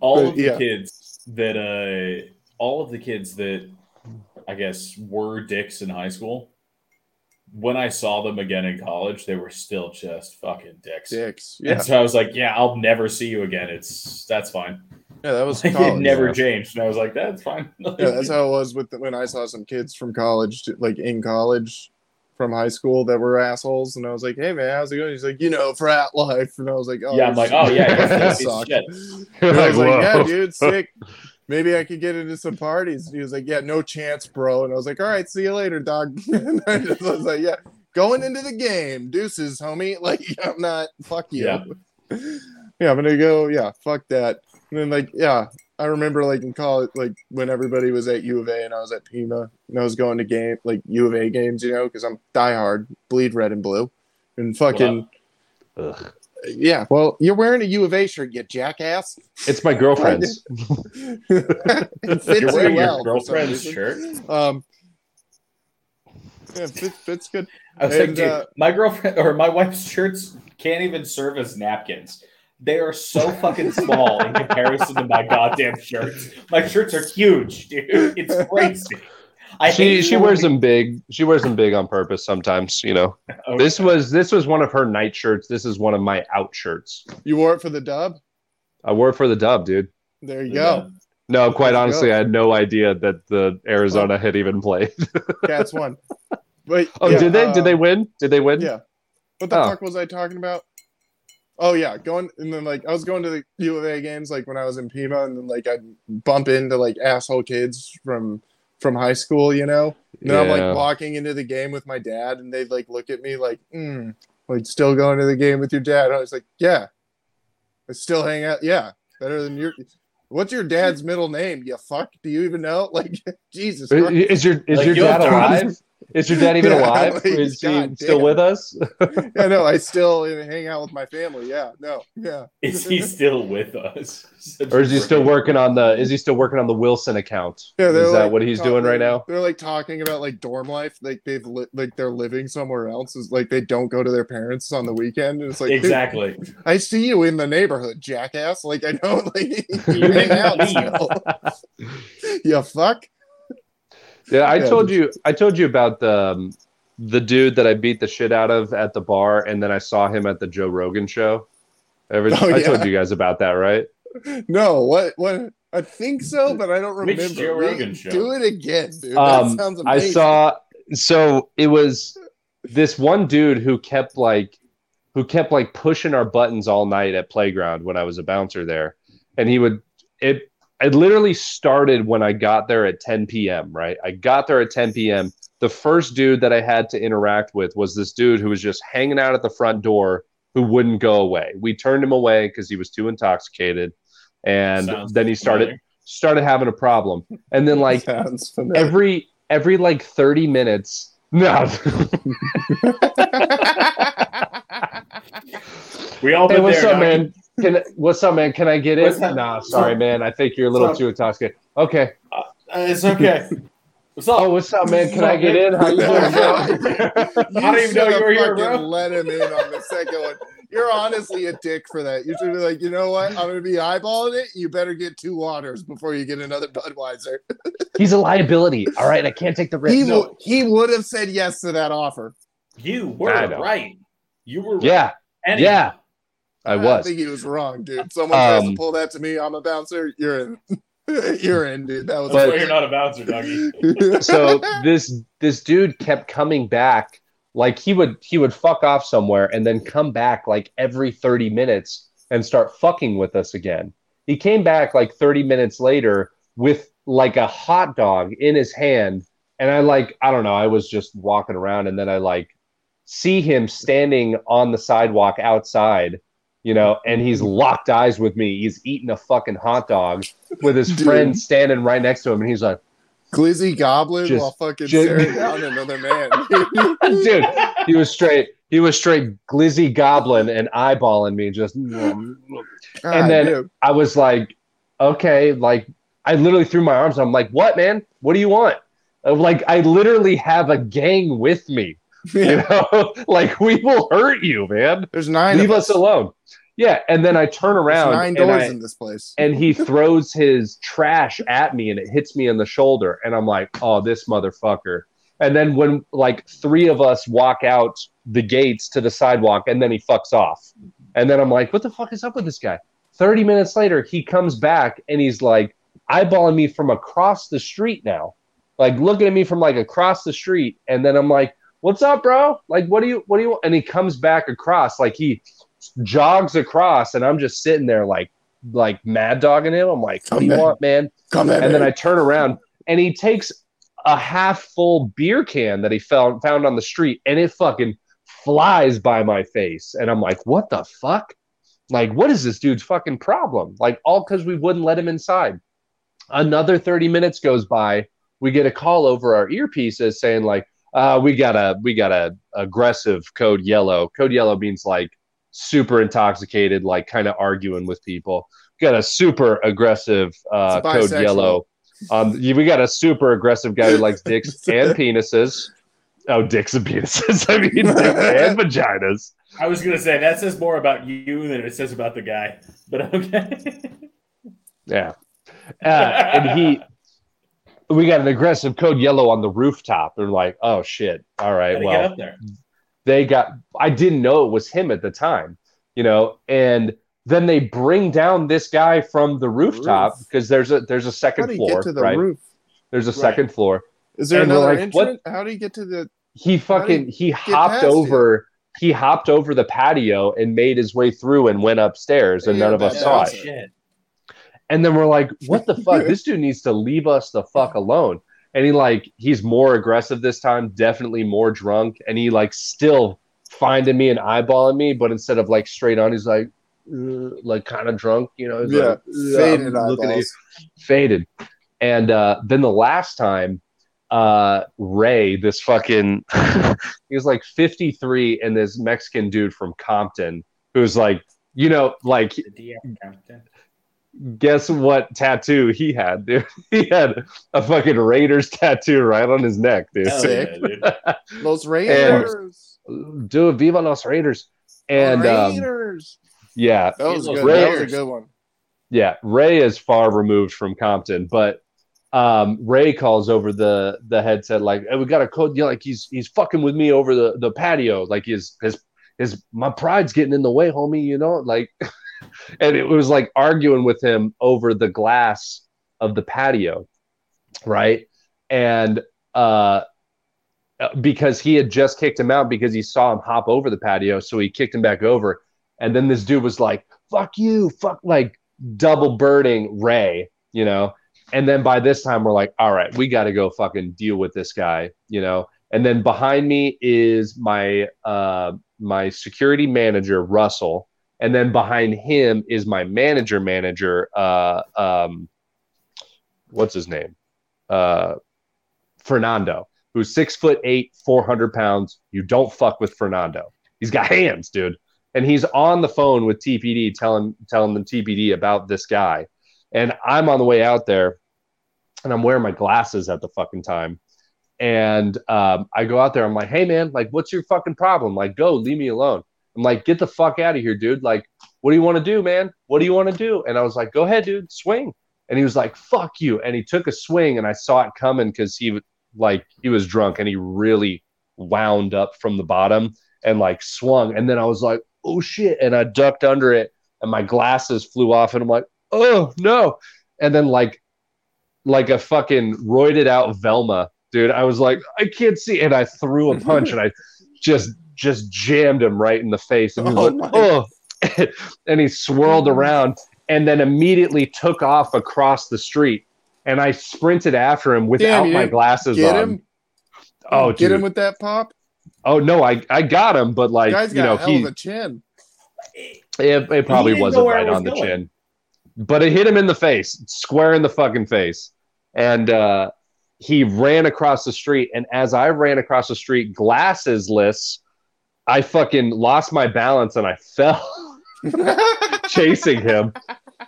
[SPEAKER 5] all
[SPEAKER 6] But,
[SPEAKER 5] of the
[SPEAKER 6] yeah.
[SPEAKER 5] kids that uh all of the kids that i guess were dicks in high school when i saw them again in college they were still just fucking dicks
[SPEAKER 6] Dicks.
[SPEAKER 5] and
[SPEAKER 6] Yeah.
[SPEAKER 5] so i was like yeah i'll never see you again it's that's fine
[SPEAKER 6] Oh, Yeah, that was
[SPEAKER 5] like,
[SPEAKER 6] college.
[SPEAKER 5] it never
[SPEAKER 4] yeah.
[SPEAKER 5] changed and i was like that's fine
[SPEAKER 6] yeah, that's how it was with the, when I saw some kids from college, to, like in college, from high school that were assholes, and I was like, "Hey man, how's it going?" He's like, "You know, frat life," and I was like, "Oh
[SPEAKER 5] Yeah, I'm like, "Oh, yeah, you're a piece of
[SPEAKER 6] Suck."
[SPEAKER 5] shit.
[SPEAKER 6] And I was
[SPEAKER 4] Like,
[SPEAKER 6] like, "Yeah,
[SPEAKER 4] whoa.
[SPEAKER 6] dude, sick. Maybe I could get into some parties." And he was like, "Yeah, no chance, bro." And I was like, "All right, see you later, dog." and I just was like, "Yeah, going into the game, deuces, homie. Like, I'm not. Fuck you.
[SPEAKER 5] Yeah.
[SPEAKER 6] Yeah, I'm gonna go. Yeah, fuck that." And then like, yeah, I remember like in college, like when everybody was at U of A and I was at Pima and I was going to game like U of A games, you know, because I'm diehard, bleed red and blue, and fucking
[SPEAKER 4] Ugh.
[SPEAKER 6] yeah. Well, you're wearing a U of A shirt, you jackass.
[SPEAKER 4] it's my girlfriend's
[SPEAKER 6] it fits
[SPEAKER 5] you're
[SPEAKER 6] you
[SPEAKER 5] wearing
[SPEAKER 6] well. for
[SPEAKER 5] your
[SPEAKER 6] some
[SPEAKER 5] girlfriend's
[SPEAKER 6] reason.
[SPEAKER 5] shirt
[SPEAKER 6] Um, yeah, fits, fits good.
[SPEAKER 5] I was
[SPEAKER 6] And,
[SPEAKER 5] like, dude,
[SPEAKER 6] uh,
[SPEAKER 5] my girlfriend or my wife's shirts can't even serve as napkins. They are so fucking small in comparison to my goddamn shirts. My shirts are huge, dude. It's crazy. I
[SPEAKER 4] she
[SPEAKER 5] hate
[SPEAKER 4] she
[SPEAKER 5] you.
[SPEAKER 4] wears them big she wears them big on purpose sometimes you know
[SPEAKER 5] Oh,
[SPEAKER 4] this was this was one of her night shirts this is one of my out shirts
[SPEAKER 6] You wore it for the dub.
[SPEAKER 4] i wore it for the dub dude
[SPEAKER 6] There you
[SPEAKER 5] yeah.
[SPEAKER 6] go.
[SPEAKER 4] no quite
[SPEAKER 6] Let's
[SPEAKER 4] honestly
[SPEAKER 6] go.
[SPEAKER 4] i had no idea that the arizona had even played
[SPEAKER 6] Cats won. But
[SPEAKER 4] oh
[SPEAKER 6] yeah,
[SPEAKER 4] did they did
[SPEAKER 6] um,
[SPEAKER 4] they win did they win
[SPEAKER 6] Yeah. What the
[SPEAKER 4] Oh.
[SPEAKER 6] fuck was I talking about? Oh yeah, going and then like I was going to the U of A games like when I was in Pima, and then like I'd bump into like asshole kids from from high school, you know. And then I'm
[SPEAKER 4] Yeah.
[SPEAKER 6] like walking into the game with my dad, and they like look at me like, mm, like still going to the game with your dad. I was like, yeah, I still hang out. Yeah, better than your. What's your dad's middle name? You fuck? Do you even know? Like Jesus. Christ.
[SPEAKER 4] is your is
[SPEAKER 5] Like,
[SPEAKER 4] your
[SPEAKER 5] you
[SPEAKER 4] dad
[SPEAKER 5] have to-
[SPEAKER 4] alive Is your dad even
[SPEAKER 6] Yeah,
[SPEAKER 4] alive?
[SPEAKER 6] like,
[SPEAKER 4] Is he
[SPEAKER 6] God
[SPEAKER 4] still
[SPEAKER 6] damn.
[SPEAKER 4] with us?
[SPEAKER 6] I know. I still hang out with my family. Yeah. No. Yeah.
[SPEAKER 5] Is he still with us? Such
[SPEAKER 4] Or is he
[SPEAKER 5] a
[SPEAKER 4] still
[SPEAKER 5] freak.
[SPEAKER 4] working on the is he still working on the Wilson account?
[SPEAKER 6] Yeah. they're,
[SPEAKER 4] is that
[SPEAKER 6] like,
[SPEAKER 4] what he's doing right
[SPEAKER 6] talking-
[SPEAKER 4] now?
[SPEAKER 6] They're like talking about like dorm life. Like they've li- like they're living somewhere else. Is like they don't go to their parents on the weekend. And it's like dude,
[SPEAKER 5] exactly.
[SPEAKER 6] I see you in the neighborhood, jackass. Like I know. Like you hang out. still. you fuck.
[SPEAKER 4] Yeah, I
[SPEAKER 6] Yeah,
[SPEAKER 4] told you I told you about the um, the dude that I beat the shit out of at the bar and then I saw him at the Joe Rogan show. Ever,
[SPEAKER 6] Oh,
[SPEAKER 4] I
[SPEAKER 6] yeah.
[SPEAKER 4] told you guys about that, right?
[SPEAKER 6] No. What? What? I think so, but I don't
[SPEAKER 5] Which
[SPEAKER 6] remember.
[SPEAKER 5] Joe
[SPEAKER 6] Re-
[SPEAKER 5] Rogan show?
[SPEAKER 6] Do it again, dude.
[SPEAKER 4] Um,
[SPEAKER 6] that sounds
[SPEAKER 4] I
[SPEAKER 6] amazing.
[SPEAKER 4] saw so it was this one dude who kept like who kept like pushing our buttons all night at playground when I was a bouncer there. And he would it it literally started when I got there at 10 p.m. Right. I got there at 10 p.m. The first dude that I had to interact with was this dude who was just hanging out at the front door who wouldn't go away. We turned him away because he was too intoxicated. And
[SPEAKER 5] Sounds
[SPEAKER 4] then he started
[SPEAKER 5] familiar.
[SPEAKER 4] started having a problem. And then like
[SPEAKER 6] Sounds familiar.
[SPEAKER 4] every every like 30 minutes no
[SPEAKER 5] We all
[SPEAKER 4] hey
[SPEAKER 5] been
[SPEAKER 4] what's up
[SPEAKER 5] there. Doc.
[SPEAKER 4] man can what's up man can i get in
[SPEAKER 5] What's up?
[SPEAKER 4] nah sorry man i think you're a little
[SPEAKER 5] What's
[SPEAKER 4] too intoxicated okay
[SPEAKER 5] Uh, it's okay. What's up?
[SPEAKER 4] oh what's up man can i get in how you doing bro?
[SPEAKER 6] You
[SPEAKER 5] I didn't even know
[SPEAKER 6] shoulda
[SPEAKER 5] you were here,
[SPEAKER 6] fucking
[SPEAKER 5] bro.
[SPEAKER 6] Let him in on the second one. You're honestly a dick for that. You should be like, you know what? I'm gonna be eyeballing it. You better get two waters before you get another Budweiser.
[SPEAKER 4] he's a liability all right i can't take the risk
[SPEAKER 6] He
[SPEAKER 5] No.
[SPEAKER 6] wo- he would have said yes to that offer.
[SPEAKER 5] you were
[SPEAKER 4] I know.
[SPEAKER 5] right. You were right.
[SPEAKER 4] yeah
[SPEAKER 5] Anyway,
[SPEAKER 4] yeah i
[SPEAKER 6] don't
[SPEAKER 4] was
[SPEAKER 6] think he was wrong, dude. Someone tries
[SPEAKER 4] Um,
[SPEAKER 6] to pull that to me. I'm a bouncer. You're in. you're in, dude. That was.
[SPEAKER 5] That's
[SPEAKER 4] But-
[SPEAKER 5] why you're not a bouncer, doggy.
[SPEAKER 4] so this this dude kept coming back like he would he would fuck off somewhere and then come back like every 30 minutes and start fucking with us again he came back like 30 minutes later with like a hot dog in his hand and i like i don't know i was just walking around and then i like see him standing on the sidewalk outside you know and he's locked eyes with me he's eating a fucking hot dog with his
[SPEAKER 6] Dude.
[SPEAKER 4] friend standing right next to him and he's like
[SPEAKER 6] Glizzy Goblin
[SPEAKER 4] Just-
[SPEAKER 6] while fucking
[SPEAKER 4] just-
[SPEAKER 6] staring down another man.
[SPEAKER 4] dude he was straight he was straight glizzy goblin and eyeballing me just
[SPEAKER 6] God,
[SPEAKER 4] then-
[SPEAKER 6] dude.
[SPEAKER 4] i was like okay like i literally threw my arms i'm like what man what do you want I'm like i literally have a gang with me you know like we will hurt you man
[SPEAKER 6] there's nine.
[SPEAKER 4] leave
[SPEAKER 6] of
[SPEAKER 4] us alone yeah and then i turn
[SPEAKER 6] There's
[SPEAKER 4] around
[SPEAKER 6] nine
[SPEAKER 4] and
[SPEAKER 6] doors
[SPEAKER 4] I-
[SPEAKER 6] in this place.
[SPEAKER 4] and he throws his trash at me and it hits me in the shoulder and i'm like oh this motherfucker and then when like three of us walk out the gates to the sidewalk and then he fucks off and then i'm like what the fuck is up with this guy 30 minutes later he comes back and he's like eyeballing me from across the street now like looking at me from like across the street and then i'm like what's up bro like what do you what do you want and he comes back across like he jogs across and i'm just sitting there like like mad dogging him. I'm like, what do you
[SPEAKER 6] Come in.
[SPEAKER 4] want, man?
[SPEAKER 6] Come at
[SPEAKER 4] And
[SPEAKER 6] me.
[SPEAKER 4] then I turn around and he takes a half full beer can that he found found on the street and it fucking flies by my face. And I'm like, what the fuck? Like, what is this dude's fucking problem? Like, all because we wouldn't let him inside. Another 30 minutes goes by. We get a call over our earpieces saying, like, uh, we got a we got a aggressive code yellow. Code yellow means like super intoxicated, like kind of arguing with people. We got a super aggressive uh,
[SPEAKER 6] It's
[SPEAKER 4] code
[SPEAKER 6] bisexual.
[SPEAKER 4] yellow. Um, you- we got a super aggressive guy who likes dicks and penises. Oh, dicks and penises. I mean, dicks and vaginas.
[SPEAKER 5] I was gonna say that says more about you than it says about the guy. But okay.
[SPEAKER 4] Yeah. Uh, and he, we got an aggressive code yellow on the rooftop. They're like, oh shit. All
[SPEAKER 5] Gotta
[SPEAKER 4] right.
[SPEAKER 5] get
[SPEAKER 4] Well,
[SPEAKER 5] up there.
[SPEAKER 4] they got, I didn't know it was him at the time, you know, and then they bring down this guy from the rooftop
[SPEAKER 6] Roof.
[SPEAKER 4] because there's a, there's a
[SPEAKER 6] How
[SPEAKER 4] second
[SPEAKER 6] do you
[SPEAKER 4] floor,
[SPEAKER 6] get to the
[SPEAKER 4] right?
[SPEAKER 6] roof?
[SPEAKER 4] There's a second floor.
[SPEAKER 6] Is there
[SPEAKER 4] And we're
[SPEAKER 6] another
[SPEAKER 4] like,
[SPEAKER 6] entrance?
[SPEAKER 4] what-
[SPEAKER 6] How do you get to the?
[SPEAKER 4] he
[SPEAKER 6] do
[SPEAKER 4] fucking he
[SPEAKER 6] past
[SPEAKER 4] hopped
[SPEAKER 6] it?
[SPEAKER 4] over he hopped over the patio and made his way through and went upstairs and
[SPEAKER 6] Yeah,
[SPEAKER 4] none of us
[SPEAKER 6] that's
[SPEAKER 4] saw
[SPEAKER 6] awesome.
[SPEAKER 4] it
[SPEAKER 5] Oh, Shit.
[SPEAKER 4] and then we're like what the fuck this dude needs to leave us the fuck alone and he like he's more aggressive this time definitely more drunk and he like still finding me and eyeballing me but instead of like straight on he's like "Uh," like kind of drunk you know he's
[SPEAKER 6] Yeah,
[SPEAKER 4] like, "Uh, I'm
[SPEAKER 6] faded
[SPEAKER 4] looking at you."
[SPEAKER 6] eyeballs.
[SPEAKER 4] faded and uh, then the last time uh, Ray, this fucking, he was like 53, and this Mexican dude from Compton who's like, you know, like, guess what tattoo he had, dude? He had a fucking Raiders tattoo right on his neck, dude.
[SPEAKER 5] Hell
[SPEAKER 6] Sick.
[SPEAKER 5] Oh, yeah, dude.
[SPEAKER 6] Los Raiders.
[SPEAKER 4] Dude, Viva los Raiders. And um,
[SPEAKER 6] Raiders.
[SPEAKER 4] yeah,
[SPEAKER 6] that was
[SPEAKER 5] Los
[SPEAKER 6] good. That was a
[SPEAKER 4] Raiders.
[SPEAKER 6] good one.
[SPEAKER 4] yeah, Ray is far removed from Compton, but um, Ray calls over the the headset like, "Hey, "We got a code, you know, like he's he's fucking with me over the the patio, like his his his my pride's getting in the way, homie, you know, like." and it was like arguing with him over the glass of the patio, right? And uh, because he had just kicked him out because he saw him hop over the patio, so he kicked him back over, and then this dude was like, "Fuck you, fuck!" Like double birding Ray, you know. And then by this time, we're like, all right, we got to go fucking deal with this guy, you know. And then behind me is my uh, my security manager Russell, and then behind him is my manager manager. Uh, um, what's his name? Uh, Fernando, who's six foot eight, four hundred pounds. You don't fuck with Fernando. He's got hands, dude and he's on the phone with TPD telling telling them TPD about this guy. And I'm on the way out there, and I'm wearing my glasses at the fucking time. And um, I go out there. I'm like, "Hey, man, like, what's your fucking problem? Like, go, leave me alone." I'm like, "Get the fuck out of here, dude! Like, what do you want to do, man? What do you want to do?" And I was like, "Go ahead, dude, swing." And he was like, "Fuck you!" And he took a swing, and I saw it coming because he w- like he was drunk, and he really wound up from the bottom and like swung. And then I was like, oh shit. And I ducked under it and my glasses flew off and I'm like, oh no. And then like like a fucking roided out Velma, dude. I was like, I can't see. And I threw a punch and I just just jammed him right in the face. And he was
[SPEAKER 6] Oh,
[SPEAKER 4] like,
[SPEAKER 6] my.
[SPEAKER 4] oh and he swirled
[SPEAKER 6] Mm-hmm.
[SPEAKER 4] around and then immediately took off across the street. And I sprinted after him without
[SPEAKER 6] you
[SPEAKER 4] my
[SPEAKER 6] didn't
[SPEAKER 4] glasses
[SPEAKER 6] Get
[SPEAKER 4] on.
[SPEAKER 6] him.
[SPEAKER 4] um, Oh,
[SPEAKER 6] get
[SPEAKER 4] dude.
[SPEAKER 6] him with that pop.
[SPEAKER 4] oh no, I, I got him, but like
[SPEAKER 6] Guy's
[SPEAKER 4] you
[SPEAKER 6] got
[SPEAKER 4] know,
[SPEAKER 6] a hell
[SPEAKER 4] he
[SPEAKER 6] of a chin.
[SPEAKER 4] It, it
[SPEAKER 5] He
[SPEAKER 4] probably
[SPEAKER 5] didn't know
[SPEAKER 4] wasn't
[SPEAKER 5] where it
[SPEAKER 4] right
[SPEAKER 5] was
[SPEAKER 4] on the
[SPEAKER 5] going.
[SPEAKER 4] chin, but it hit him in the face, square in the fucking face. And uh, he ran across the street. And as I ran across the street, glassesless, I fucking lost my balance and I fell chasing him.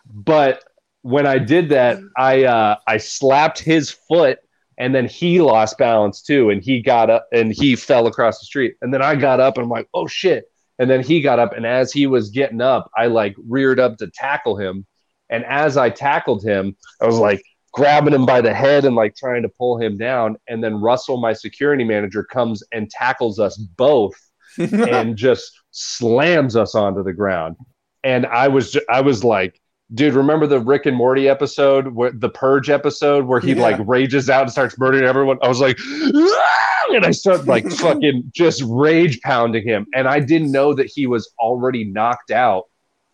[SPEAKER 4] But when I did that, I uh, I slapped his foot, and then he lost balance too, and he got up and he fell across the street, and then I got up and I'm like, oh shit, and then he got up, and as he was getting up, I like reared up to tackle him, and as I tackled him, I was like grabbing him by the head and like trying to pull him down, and then Russell, my security manager, comes and tackles us both and just slams us onto the ground. And I was ju- I was like, dude, remember the Rick and Morty episode, where, the Purge episode, where he
[SPEAKER 6] Yeah.
[SPEAKER 4] like rages out and starts murdering everyone? I was like, "Ah!" and I started like fucking just rage pounding him, and I didn't know that he was already knocked out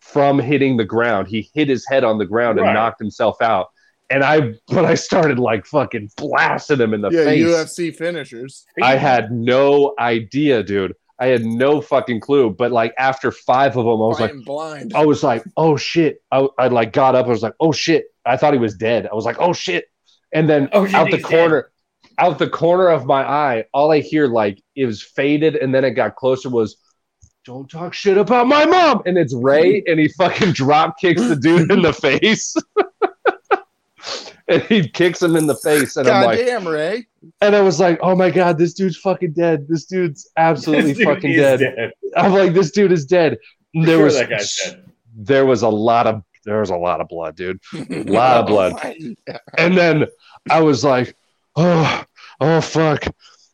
[SPEAKER 4] from hitting the ground. He hit his head on the ground
[SPEAKER 5] Right.
[SPEAKER 4] and knocked himself out. And I, but I started like fucking blasting him in the
[SPEAKER 6] yeah,
[SPEAKER 4] face.
[SPEAKER 6] UFC finishers.
[SPEAKER 4] I had no idea, dude. I had no fucking clue. But like after five of them, I was like,
[SPEAKER 6] Fighting blind.
[SPEAKER 4] I was like, oh shit. I, I like got up. I was like, oh shit. I thought he was dead. I was like, oh shit. And then
[SPEAKER 7] Oh, shit,
[SPEAKER 4] out the
[SPEAKER 7] he's
[SPEAKER 4] corner, out the corner of my eye, all I hear like it was faded, and then it got closer was. Don't talk shit about my mom, and it's Ray, and he fucking drop kicks the dude in the face, and he kicks him in the face, and I'm
[SPEAKER 6] God
[SPEAKER 4] like,
[SPEAKER 6] damn, Ray.
[SPEAKER 4] and I was like, oh my God, this dude's fucking dead. This dude's absolutely
[SPEAKER 5] This dude
[SPEAKER 4] fucking
[SPEAKER 5] is
[SPEAKER 4] dead. I'm like, this dude is dead. And There
[SPEAKER 5] Sure,
[SPEAKER 4] was
[SPEAKER 5] that guy's dead.
[SPEAKER 4] there was a lot of there was a lot of blood, dude. A lot of blood. And then I was like, oh, oh fuck.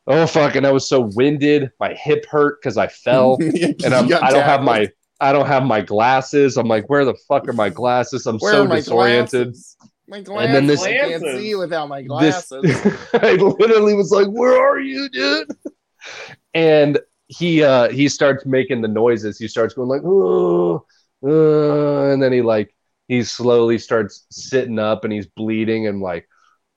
[SPEAKER 4] Oh fuck. And I was so winded. My hip hurt because I fell. And I'm, I don't have my I don't have my glasses. I'm like, where the fuck are my glasses? I'm
[SPEAKER 6] Where
[SPEAKER 4] so
[SPEAKER 6] are my
[SPEAKER 4] disoriented.
[SPEAKER 6] Glasses? My glasses.
[SPEAKER 4] And then this-
[SPEAKER 6] I can't
[SPEAKER 5] Glasses.
[SPEAKER 6] see without my
[SPEAKER 4] this
[SPEAKER 6] glasses.
[SPEAKER 4] I literally was like, "Where are you, dude?" And he uh he starts making the noises. He starts going like, "Oh," uh," and then he like he slowly starts sitting up, and he's bleeding, and like,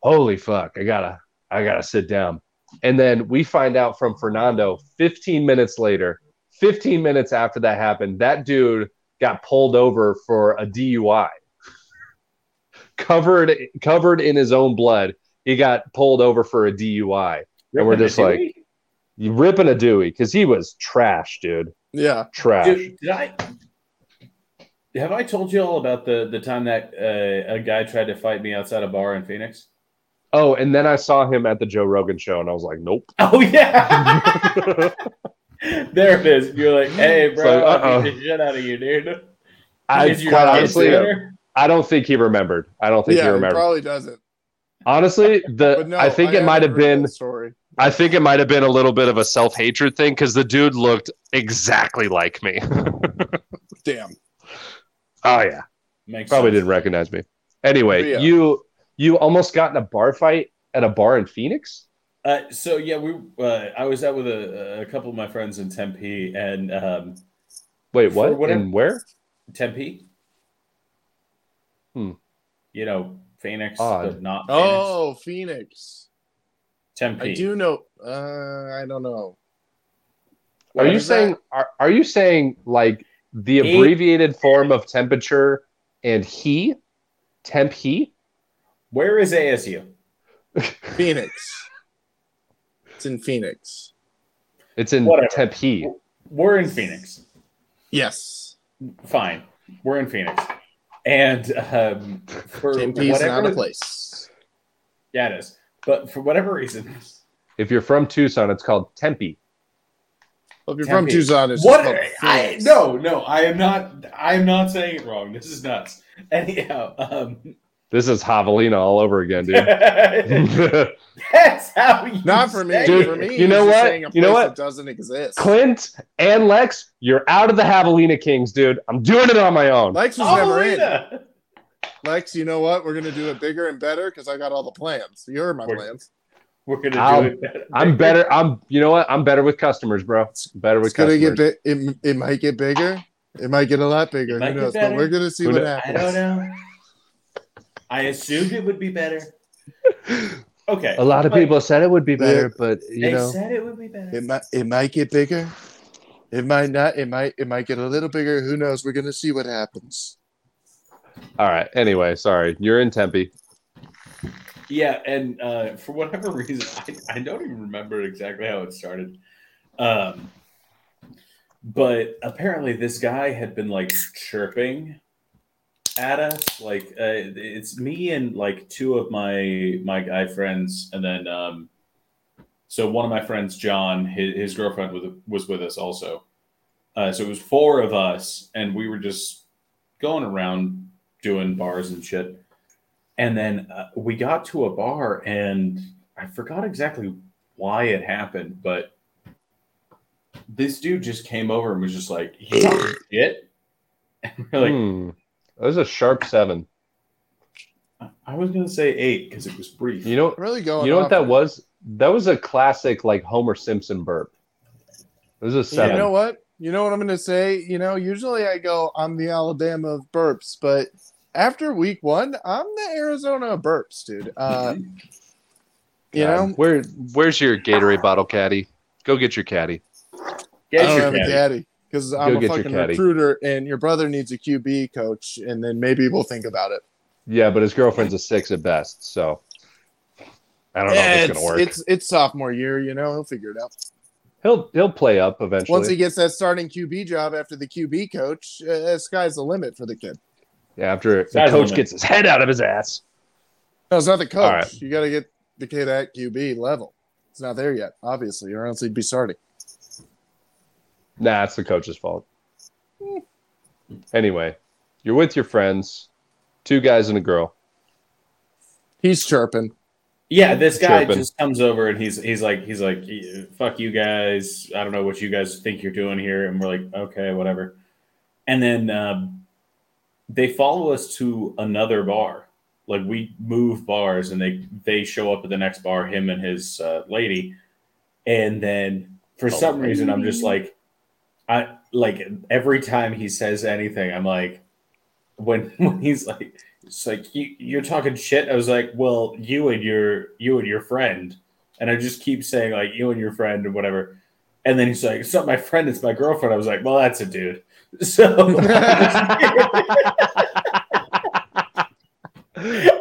[SPEAKER 4] "Holy fuck, I gotta I gotta sit down." And then we find out from Fernando 15 minutes later. 15 minutes after that happened, that dude got pulled over for a DUI. Covered covered in his own blood, he got pulled over for a DUI. And we're just like- You ripping a Dewey because he was trash, dude.
[SPEAKER 6] Yeah.
[SPEAKER 4] Trash.
[SPEAKER 5] Dude, did I have I told you all about the the time that uh, a guy tried to fight me outside a bar in Phoenix?
[SPEAKER 4] Oh, and then I saw him at the Joe Rogan show, and I was like, nope.
[SPEAKER 5] Oh yeah, there it is. You're like, hey,
[SPEAKER 4] It's
[SPEAKER 5] bro,
[SPEAKER 4] like, uh-oh.
[SPEAKER 5] I beat the shit out of you, dude.
[SPEAKER 4] I
[SPEAKER 5] Is your
[SPEAKER 4] quite
[SPEAKER 5] kid
[SPEAKER 4] honestly, uh,
[SPEAKER 5] there?
[SPEAKER 4] I don't think he remembered. I don't think he
[SPEAKER 6] Yeah, he
[SPEAKER 4] remembered.
[SPEAKER 6] probably doesn't.
[SPEAKER 4] honestly, the
[SPEAKER 6] But no,
[SPEAKER 4] Uh, I think it
[SPEAKER 6] haven't
[SPEAKER 4] might have
[SPEAKER 6] heard
[SPEAKER 4] been.
[SPEAKER 6] that story.
[SPEAKER 4] I think it might have been a little bit of a self hatred thing because the dude looked exactly like me.
[SPEAKER 6] Damn.
[SPEAKER 4] oh yeah,
[SPEAKER 5] Makes
[SPEAKER 4] probably
[SPEAKER 5] sense.
[SPEAKER 4] didn't recognize me. Anyway,
[SPEAKER 6] Yeah.
[SPEAKER 4] you you almost got in a bar fight at a bar in Phoenix.
[SPEAKER 5] Uh, so yeah, we uh, I was out with a, a couple of my friends in Tempe and um,
[SPEAKER 4] Wait,
[SPEAKER 5] For
[SPEAKER 4] what?
[SPEAKER 5] whatever-
[SPEAKER 4] And where?
[SPEAKER 5] Tempe.
[SPEAKER 4] Hmm.
[SPEAKER 5] You know Phoenix,
[SPEAKER 4] Odd.
[SPEAKER 5] but not Phoenix.
[SPEAKER 6] Oh, Phoenix.
[SPEAKER 5] Tempe.
[SPEAKER 6] I do know. Uh, I don't know.
[SPEAKER 4] Are
[SPEAKER 6] What
[SPEAKER 4] you
[SPEAKER 6] is that?
[SPEAKER 4] saying are, are you saying like the
[SPEAKER 5] He-
[SPEAKER 4] abbreviated form of temperature and he temp he?
[SPEAKER 5] Where is ASU?
[SPEAKER 6] Phoenix? It's in Phoenix.
[SPEAKER 4] It's in
[SPEAKER 5] Whatever.
[SPEAKER 4] temp he.
[SPEAKER 5] We're in Phoenix.
[SPEAKER 6] Yes.
[SPEAKER 5] Fine, we're in Phoenix, and um, for
[SPEAKER 6] Tempe's not
[SPEAKER 5] whatever
[SPEAKER 6] a place.
[SPEAKER 5] yeah, it is. But for whatever reason,
[SPEAKER 4] If you're from Tucson, it's called Tempe.
[SPEAKER 6] Well, if you're from
[SPEAKER 5] Tempe.
[SPEAKER 6] Tucson, it's
[SPEAKER 5] what?
[SPEAKER 6] called
[SPEAKER 5] I
[SPEAKER 6] Phoenix.
[SPEAKER 5] no, no, I am not. I am not saying it wrong. This is nuts. Anyhow, um,
[SPEAKER 4] This is Javelina all over again, dude.
[SPEAKER 5] that's how you.
[SPEAKER 6] Not for me.
[SPEAKER 5] say
[SPEAKER 4] Dude,
[SPEAKER 5] it.
[SPEAKER 6] for me,
[SPEAKER 4] you know
[SPEAKER 6] he's just
[SPEAKER 4] what?
[SPEAKER 6] saying a
[SPEAKER 4] You know
[SPEAKER 6] place
[SPEAKER 4] what?
[SPEAKER 6] That doesn't exist.
[SPEAKER 4] Clint and Lex, you're out of the Javelina Kings, dude. I'm doing it on my own.
[SPEAKER 6] Lex was
[SPEAKER 5] Oh,
[SPEAKER 6] never in.
[SPEAKER 5] Alina.
[SPEAKER 6] Lex, you know what? We're gonna do it bigger and better because I got all the plans. You heard my
[SPEAKER 5] We're-
[SPEAKER 6] plans.
[SPEAKER 5] We're gonna
[SPEAKER 4] I'll-
[SPEAKER 5] do it. Better.
[SPEAKER 4] I'm better. I'm you know what? I'm better with customers, bro. Better with
[SPEAKER 6] It's gonna
[SPEAKER 4] customers.
[SPEAKER 6] get big. It, it might get bigger. It might get a lot bigger.
[SPEAKER 5] might
[SPEAKER 6] Who
[SPEAKER 5] get
[SPEAKER 6] knows?
[SPEAKER 5] better.
[SPEAKER 6] But we're gonna see
[SPEAKER 4] Who
[SPEAKER 6] what
[SPEAKER 4] kno-
[SPEAKER 5] I
[SPEAKER 6] happens.
[SPEAKER 5] don't know. I assumed it would be better. Okay.
[SPEAKER 4] a lot of
[SPEAKER 5] Like,
[SPEAKER 4] people said it would be better,
[SPEAKER 6] Yeah.
[SPEAKER 4] but you
[SPEAKER 5] they
[SPEAKER 4] know
[SPEAKER 5] said it would be better.
[SPEAKER 6] It might it might get bigger. It might not. It might it might get a little bigger. Who knows? We're gonna see what happens.
[SPEAKER 4] all right. Anyway, sorry. You're in Tempe.
[SPEAKER 5] Yeah, and uh, for whatever reason, I, I don't even remember exactly how it started. Um, but apparently, this guy had been like chirping at us. Like uh, it's me and like two of my my guy friends, and then um, so one of my friends, John, his, his girlfriend was was with us also. Uh, so it was four of us, and we were just going around doing bars and shit. And then uh, we got to a bar, and I forgot exactly why it happened, but this dude just came over and was just like, "You want some shit? And we're like,
[SPEAKER 4] Hmm. That was a sharp seven.
[SPEAKER 5] I was going to say eight because it was brief.
[SPEAKER 4] You know
[SPEAKER 6] Really going.
[SPEAKER 4] you know what
[SPEAKER 6] off
[SPEAKER 4] that
[SPEAKER 6] on-
[SPEAKER 4] was? That was a classic like Homer Simpson burp. It was a seven.
[SPEAKER 6] You know what? You know what I'm gonna say. You know, usually I go, I'm the Alabama of burps, but after week one, I'm the Arizona of burps, dude. Uh,
[SPEAKER 4] Mm-hmm.
[SPEAKER 6] you
[SPEAKER 4] God,
[SPEAKER 6] know,
[SPEAKER 4] where where's your Gatorade bottle caddy? Go get your caddy.
[SPEAKER 6] I
[SPEAKER 5] Get
[SPEAKER 6] don't
[SPEAKER 5] your
[SPEAKER 6] have
[SPEAKER 5] caddy.
[SPEAKER 6] a daddy because
[SPEAKER 4] Oh, Go
[SPEAKER 6] I'm
[SPEAKER 4] get
[SPEAKER 6] a
[SPEAKER 4] your
[SPEAKER 6] fucking
[SPEAKER 4] caddy.
[SPEAKER 6] recruiter, and your brother needs a QB coach, and then maybe we'll think about it.
[SPEAKER 4] Yeah, but his girlfriend's a six at best, so I don't know if it's
[SPEAKER 6] it's,
[SPEAKER 4] gonna work.
[SPEAKER 6] it's it's sophomore year, you know, he'll figure it out.
[SPEAKER 4] He'll he'll play up eventually.
[SPEAKER 6] Once he gets that starting QB job after the QB coach, uh, the sky's the limit for the kid.
[SPEAKER 4] yeah, after the
[SPEAKER 5] Size
[SPEAKER 4] coach
[SPEAKER 5] limit.
[SPEAKER 4] gets his head out of his ass.
[SPEAKER 6] No, it's not the coach.
[SPEAKER 4] All right.
[SPEAKER 6] You got to get the kid at QB level. It's not there yet, obviously, or else he'd be starting.
[SPEAKER 4] Nah, it's the coach's fault.
[SPEAKER 6] Hmm.
[SPEAKER 4] Anyway, you're with your friends, two guys and a girl.
[SPEAKER 6] He's chirping.
[SPEAKER 5] Yeah, this guy
[SPEAKER 4] Chirping.
[SPEAKER 5] just comes over and he's he's like he's like fuck you guys. I don't know what you guys think you're doing here, and we're like okay, whatever. And then um, they follow us to another bar. Like we move bars, and they they show up at the next bar. Him and his uh, lady, and then for
[SPEAKER 4] Oh,
[SPEAKER 5] some reason, I'm
[SPEAKER 4] lady.
[SPEAKER 5] just like, I like every time he says anything, I'm like, when when he's like, it's like you, you're talking shit. I was like, well, you and your you and your friend, and I just keep saying like you and your friend or whatever. And then he's like, it's not my friend, it's my girlfriend. I was like, well, that's a dude. So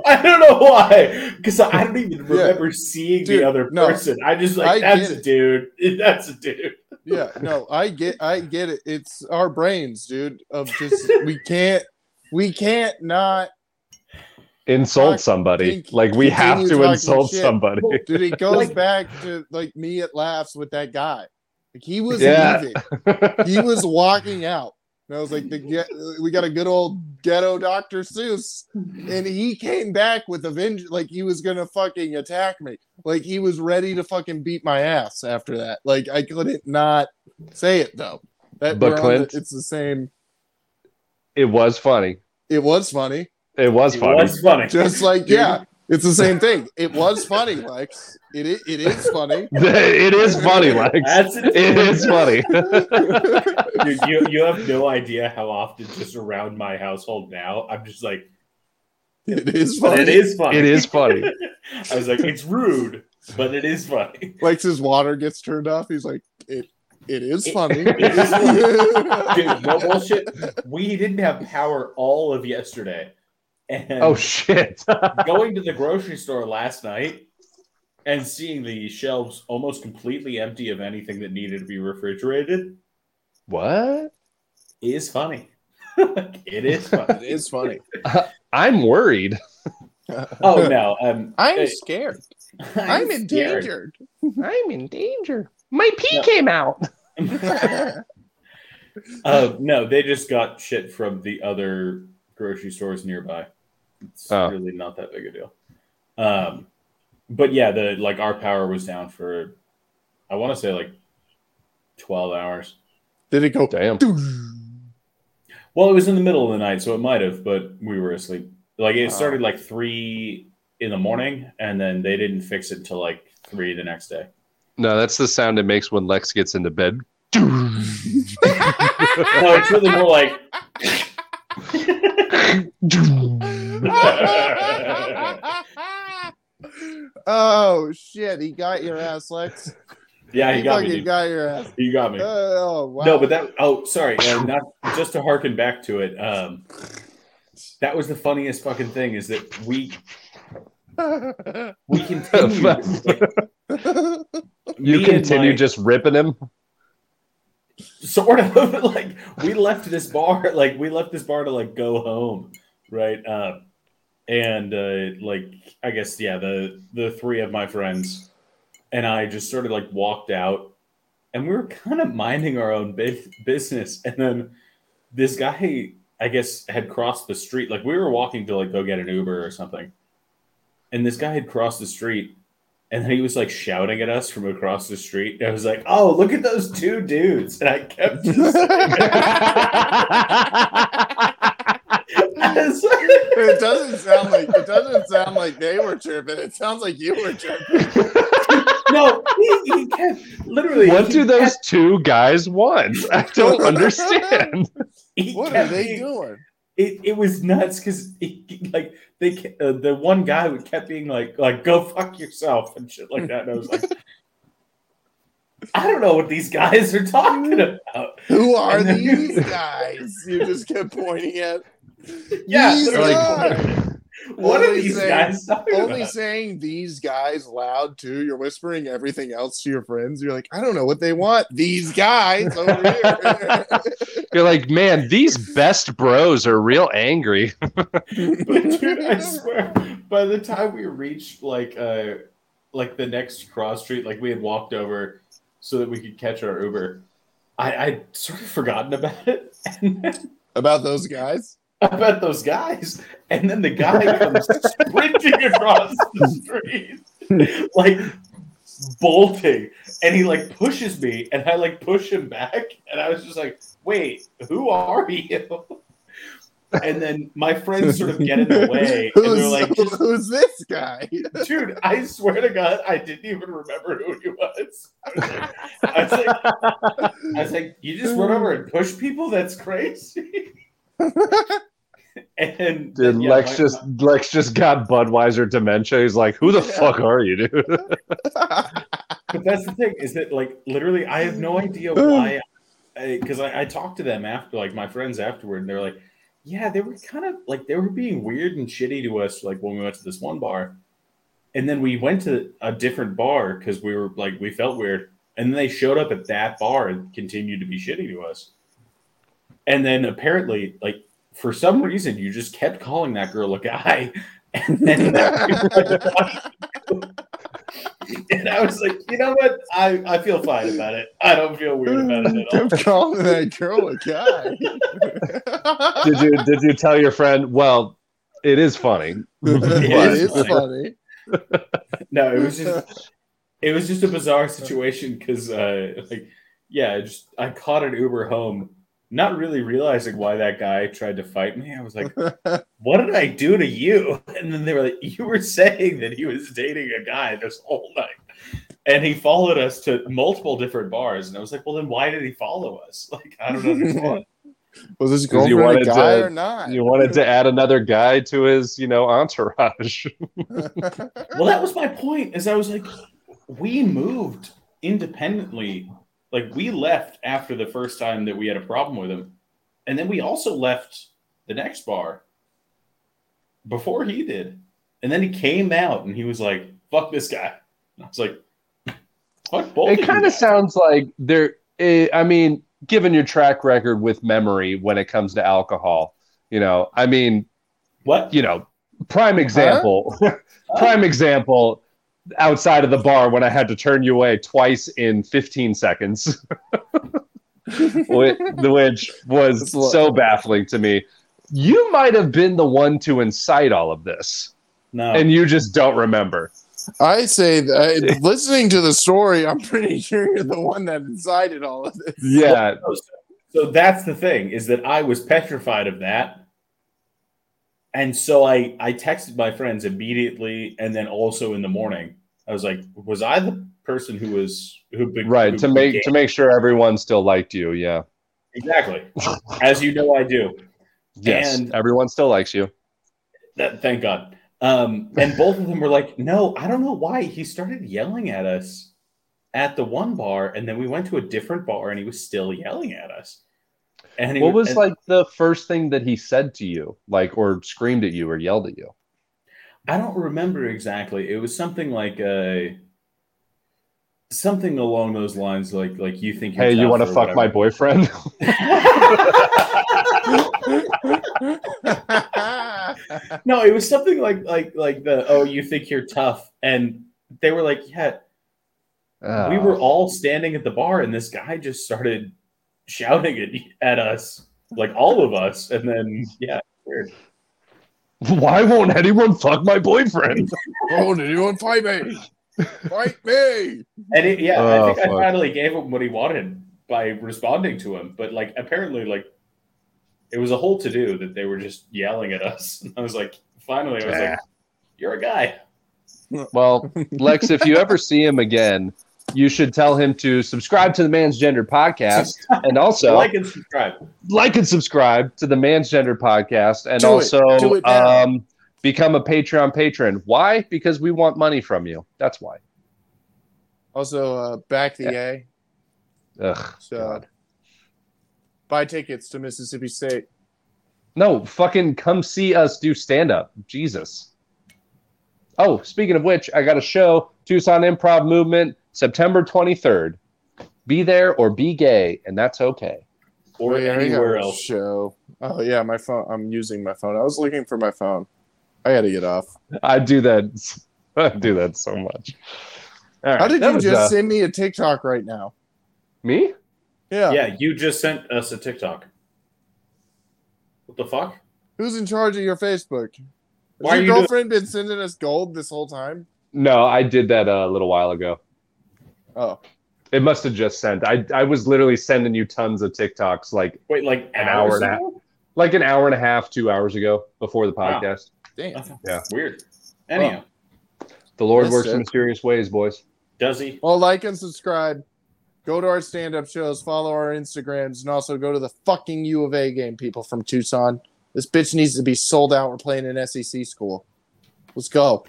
[SPEAKER 5] I don't know why, because I don't even remember seeing
[SPEAKER 6] Dude,
[SPEAKER 5] the other
[SPEAKER 6] no.
[SPEAKER 5] person. I just like
[SPEAKER 6] I
[SPEAKER 5] that's
[SPEAKER 6] get
[SPEAKER 5] a dude. That's a dude.
[SPEAKER 6] yeah no i get i get it it's our brains dude of just we can't we can't not
[SPEAKER 4] insult
[SPEAKER 6] Fuck,
[SPEAKER 4] somebody.
[SPEAKER 6] think-
[SPEAKER 4] Like we have
[SPEAKER 6] continue
[SPEAKER 4] to
[SPEAKER 6] talking
[SPEAKER 4] insult
[SPEAKER 6] shit.
[SPEAKER 4] somebody.
[SPEAKER 6] dude it goes
[SPEAKER 5] Like-
[SPEAKER 6] back to like me at laughs with that guy like he was
[SPEAKER 4] Yeah.
[SPEAKER 6] leaving he was walking out and i was like the get, we got a good old ghetto dr seuss and he came back with a vengeance like he was gonna fucking attack me like he was ready to fucking beat my ass after that like i couldn't not say it though that
[SPEAKER 4] But
[SPEAKER 6] we're on
[SPEAKER 4] Clint-
[SPEAKER 6] the, it's the same
[SPEAKER 4] it was funny.
[SPEAKER 6] it was funny
[SPEAKER 4] It was
[SPEAKER 5] It
[SPEAKER 4] funny.
[SPEAKER 5] was funny.
[SPEAKER 6] just like
[SPEAKER 5] Dude.
[SPEAKER 6] yeah it's the same thing it was funny lex it, i- it is funny
[SPEAKER 4] it is funny, Lex.
[SPEAKER 5] That's
[SPEAKER 4] It is funny.
[SPEAKER 5] Dude, you, you have no idea how often just around my household now I'm just like
[SPEAKER 6] it is
[SPEAKER 5] but
[SPEAKER 6] funny
[SPEAKER 5] it is funny.
[SPEAKER 4] It is funny.
[SPEAKER 5] I was like it's rude, but it is funny.
[SPEAKER 6] lex's water gets turned off he's like it it is funny
[SPEAKER 5] it is Dude, no bullshit. We didn't have power all of yesterday. And
[SPEAKER 4] Oh shit.
[SPEAKER 5] going to the grocery store last night and seeing the shelves almost completely empty of anything that needed to be refrigerated
[SPEAKER 4] what?
[SPEAKER 5] is funny. it is funny.
[SPEAKER 6] it is funny
[SPEAKER 4] I'm worried.
[SPEAKER 5] Oh no, um,
[SPEAKER 6] i'm
[SPEAKER 5] Hey.
[SPEAKER 6] scared
[SPEAKER 5] I'm,
[SPEAKER 6] i'm
[SPEAKER 5] scared.
[SPEAKER 6] endangered
[SPEAKER 4] I'm in danger. My pee
[SPEAKER 5] No.
[SPEAKER 4] came out.
[SPEAKER 5] Uh, no, they just got shit from the other grocery stores nearby. It's
[SPEAKER 4] Oh.
[SPEAKER 5] really not that big a deal. Um, but yeah, the like our power was down for, I want to say like twelve hours.
[SPEAKER 6] did it go
[SPEAKER 4] Damn.
[SPEAKER 5] Well, it was in the middle of the night, so it might have, but we were asleep. Like it started like three in the morning, and then they didn't fix it until like three the next day.
[SPEAKER 4] No, that's the sound it makes when Lex gets into bed.
[SPEAKER 5] No, it's really more like.
[SPEAKER 6] oh shit he got your ass lex
[SPEAKER 5] yeah,
[SPEAKER 6] he
[SPEAKER 5] you got me.
[SPEAKER 6] fucking
[SPEAKER 5] dude.
[SPEAKER 6] got your ass
[SPEAKER 5] You got me.
[SPEAKER 6] oh wow
[SPEAKER 5] No, but that. Oh, sorry. Uh, not just to harken back to it. Um, that was the funniest fucking thing is that we we continued. like,
[SPEAKER 4] you
[SPEAKER 5] me and
[SPEAKER 4] continue
[SPEAKER 5] my-
[SPEAKER 4] just ripping him.
[SPEAKER 5] sort of like we left this bar like we left this bar to like go home right uh, and uh, like i guess yeah the the three of my friends and i just sort of like walked out and we were kind of minding our own bu- business and then this guy i guess had crossed the street like we were walking to like go get an uber or something and this guy had crossed the street and then he was like shouting at us from across the street. And I was like, oh, look at those two dudes. And I kept just.
[SPEAKER 6] it doesn't sound like it doesn't sound like they were chirping. It sounds like you were chirping.
[SPEAKER 5] no, he, he kept literally.
[SPEAKER 4] What
[SPEAKER 5] he
[SPEAKER 4] do those
[SPEAKER 5] kept-
[SPEAKER 4] two guys want? I don't understand.
[SPEAKER 5] he
[SPEAKER 6] What are
[SPEAKER 5] kept
[SPEAKER 6] they
[SPEAKER 5] being-
[SPEAKER 6] doing?
[SPEAKER 5] It, it was nuts because like they ke- uh, the one guy would kept being like like go fuck yourself and shit like that. And I was like, I don't know what these guys are talking about.
[SPEAKER 6] Who are
[SPEAKER 5] And then-
[SPEAKER 6] these guys? You just kept pointing at.
[SPEAKER 5] Yeah,
[SPEAKER 6] These
[SPEAKER 5] literally.
[SPEAKER 6] guys.
[SPEAKER 5] what are
[SPEAKER 6] Only
[SPEAKER 5] these
[SPEAKER 6] saying-
[SPEAKER 5] guys talking
[SPEAKER 6] Only
[SPEAKER 5] about?
[SPEAKER 6] saying these guys loud too. You're whispering everything else to your friends. You're like, I don't know what they want. These guys over here.
[SPEAKER 4] You're like, man, these best bros are real angry.
[SPEAKER 5] but dude, I swear, by the time we reached like uh like the next cross street, like we had walked over so that we could catch our Uber. I I sort of forgotten about it and then
[SPEAKER 6] About those guys.
[SPEAKER 5] about those guys, and then the guy comes sprinting across the street, like bolting, and he like pushes me, and I like push him back, and I was just like, "Wait, who are you?" And then my friends sort of get in the way, and
[SPEAKER 6] Who's,
[SPEAKER 5] they're like,
[SPEAKER 6] who's this guy?
[SPEAKER 5] Dude, I swear to God, I didn't even remember who he was. I was like, I was like you just run over and push people? That's crazy. and
[SPEAKER 4] Dude,
[SPEAKER 5] yeah,
[SPEAKER 4] Lex
[SPEAKER 5] my-
[SPEAKER 4] just Lex just got Budweiser dementia. He's like, who the
[SPEAKER 6] Yeah.
[SPEAKER 4] fuck are you, dude?
[SPEAKER 5] But that's the thing is that like literally, I have no idea why. Because I, I, talked to them after, like my friends afterward, and they're like, yeah, they were kind of like they were being weird and shitty to us. Like when we went to this one bar, and then we went to a different bar because we were like we felt weird, and then they showed up at that bar and continued to be shitty to us. And then apparently, like for some reason, you just kept calling that girl a guy, and then. And I was like, you know what? I, I feel fine about it. I don't feel weird about it at all.
[SPEAKER 6] Kept calling that girl a guy.
[SPEAKER 4] Did you did you tell your friend? Well, it is funny.
[SPEAKER 6] it is
[SPEAKER 5] But-
[SPEAKER 6] funny.
[SPEAKER 5] no, it was just it was just a bizarre situation because uh, like yeah, I just I caught an Uber home, not really realizing why that guy tried to fight me. I was like, "What did I do to you?" And then they were like, "You were saying that he was dating a guy this whole night." And he followed us to multiple different bars, and I was like, "Well, then why did he follow us? Like, I don't understand."
[SPEAKER 6] Was this
[SPEAKER 4] 'Cause you wanted
[SPEAKER 6] girlfriend a guy
[SPEAKER 4] to-
[SPEAKER 6] or not?
[SPEAKER 4] You wanted to add another guy to his, you know, entourage.
[SPEAKER 5] well, that was my point. Is I was like, we moved independently. Like we left after the first time that we had a problem with him, and then we also left the next bar before he did. And then he came out and he was like, "Fuck this guy." And I was like, "Fuck both."
[SPEAKER 4] it kind of
[SPEAKER 5] sounds.
[SPEAKER 4] sounds like there. eh, I mean, given your track record with memory when it comes to alcohol, you know, I mean,
[SPEAKER 5] What?
[SPEAKER 4] you know, prime example, prime example outside of the bar when I had to turn you away twice in 15 seconds, Whi- which was
[SPEAKER 6] That's a lot.
[SPEAKER 4] so baffling to me. You might have been the one to incite all of this,
[SPEAKER 5] No.
[SPEAKER 4] and you just don't remember.
[SPEAKER 6] I say that listening to the story, I'm pretty sure you're the one that incited all of this.
[SPEAKER 4] Yeah,
[SPEAKER 5] So that's the thing is that I was petrified of that. And so I I texted my friends immediately and then also in the morning. I was like, was I the person who was who be-
[SPEAKER 4] right.
[SPEAKER 5] who
[SPEAKER 4] To make
[SPEAKER 5] began-
[SPEAKER 4] to make sure everyone still liked you. Yeah.
[SPEAKER 5] exactly as you know I do.
[SPEAKER 4] Yes,
[SPEAKER 5] And-
[SPEAKER 4] everyone still likes you.
[SPEAKER 5] That, thank God. Um, and both of them were like, no, I don't know why. He started yelling at us at the one bar, and then we went to a different bar and he was still yelling at us. And he
[SPEAKER 4] What was
[SPEAKER 5] and-
[SPEAKER 4] like the first thing that he said to you, like or screamed at you or yelled at you?
[SPEAKER 5] I don't remember exactly. It was something like uh something along those lines, like like you think. you're
[SPEAKER 4] Hey, you
[SPEAKER 5] tough
[SPEAKER 4] want to
[SPEAKER 5] or
[SPEAKER 4] fuck my
[SPEAKER 5] whatever.
[SPEAKER 4] boyfriend?
[SPEAKER 5] No, it was something like like like the oh, you think you're tough, and they were like, yeah,
[SPEAKER 4] Ah.
[SPEAKER 5] we were all standing at the bar, and this guy just started shouting at, at us, like all of us, and then yeah, weird.
[SPEAKER 4] Why won't anyone fuck my boyfriend?
[SPEAKER 6] oh, did anyone fight me? Fight me!
[SPEAKER 5] And it, yeah,
[SPEAKER 4] Oh,
[SPEAKER 5] I think
[SPEAKER 4] fuck.
[SPEAKER 5] I finally gave him what he wanted by responding to him. But like, apparently, like it was a whole to do that they were just yelling at us. And I was like, finally, I was
[SPEAKER 4] Yeah.
[SPEAKER 5] like, "You're a guy."
[SPEAKER 4] Well, Lex, if you ever see him again, you should tell him to subscribe to the Man's Gender podcast and also like,
[SPEAKER 5] like and subscribe.
[SPEAKER 4] and subscribe to the Man's Gender podcast and
[SPEAKER 6] Do it.
[SPEAKER 4] also
[SPEAKER 6] Do it now.
[SPEAKER 4] um, become a Patreon patron. Why? Because we want money from you. That's why.
[SPEAKER 6] Also, uh, back the A.
[SPEAKER 4] Ugh.
[SPEAKER 6] So,
[SPEAKER 4] God.
[SPEAKER 6] buy tickets to Mississippi State.
[SPEAKER 4] No, fucking come see us do stand up. Jesus. Oh, speaking of which, I got a show, Tucson Improv Movement, September 23rd. Be there or be gay, and that's okay.
[SPEAKER 5] Or
[SPEAKER 6] Wait, I got
[SPEAKER 5] anywhere
[SPEAKER 6] a
[SPEAKER 5] else.
[SPEAKER 6] Show. Oh yeah, my phone. I'm using my phone. I was looking for my phone. I got to get off.
[SPEAKER 4] I do that. I do that so much. All right,
[SPEAKER 6] How did
[SPEAKER 4] that
[SPEAKER 6] you
[SPEAKER 4] was,
[SPEAKER 6] just
[SPEAKER 4] uh,
[SPEAKER 6] send me a TikTok right now?
[SPEAKER 4] me?
[SPEAKER 6] Yeah.
[SPEAKER 5] Yeah, you just sent us a TikTok. What the fuck?
[SPEAKER 6] Who's in charge of your Facebook? Has
[SPEAKER 5] Why
[SPEAKER 6] your
[SPEAKER 5] are you doing-
[SPEAKER 6] girlfriend been sending us gold this whole time?
[SPEAKER 4] No, I did that uh, a little while ago.
[SPEAKER 6] Oh,
[SPEAKER 4] It must have just sent. I I was literally sending you tons of TikToks like
[SPEAKER 5] Wait, like
[SPEAKER 4] An hour
[SPEAKER 5] hours
[SPEAKER 4] and a
[SPEAKER 5] ago?
[SPEAKER 4] like an hour and a half, two hours ago before the
[SPEAKER 5] Wow.
[SPEAKER 4] podcast.
[SPEAKER 6] damn.
[SPEAKER 4] Yeah.
[SPEAKER 5] Weird. Anyhow,
[SPEAKER 4] The Lord
[SPEAKER 6] That's
[SPEAKER 4] works
[SPEAKER 6] sick.
[SPEAKER 4] in mysterious ways, boys.
[SPEAKER 5] does he?
[SPEAKER 6] Well, like and subscribe. Go to our stand-up shows, follow our Instagrams, and also go to the fucking U of A game, people from Tucson. This bitch needs to be sold out. We're playing in SEC school. Let's go.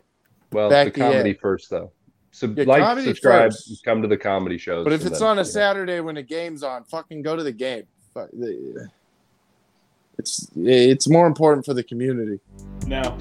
[SPEAKER 4] Well,
[SPEAKER 6] Back
[SPEAKER 4] the
[SPEAKER 6] to you.
[SPEAKER 4] comedy first, though. Sub-
[SPEAKER 6] Yeah,
[SPEAKER 4] like,
[SPEAKER 6] comedy
[SPEAKER 4] subscribe,
[SPEAKER 6] first.
[SPEAKER 4] come to the comedy shows.
[SPEAKER 6] But if
[SPEAKER 4] and
[SPEAKER 6] it's
[SPEAKER 4] then,
[SPEAKER 6] on
[SPEAKER 4] you know.
[SPEAKER 6] a Saturday when a game's on, fucking go to the game. Fuck, the- It's it's more important for the community.
[SPEAKER 5] No.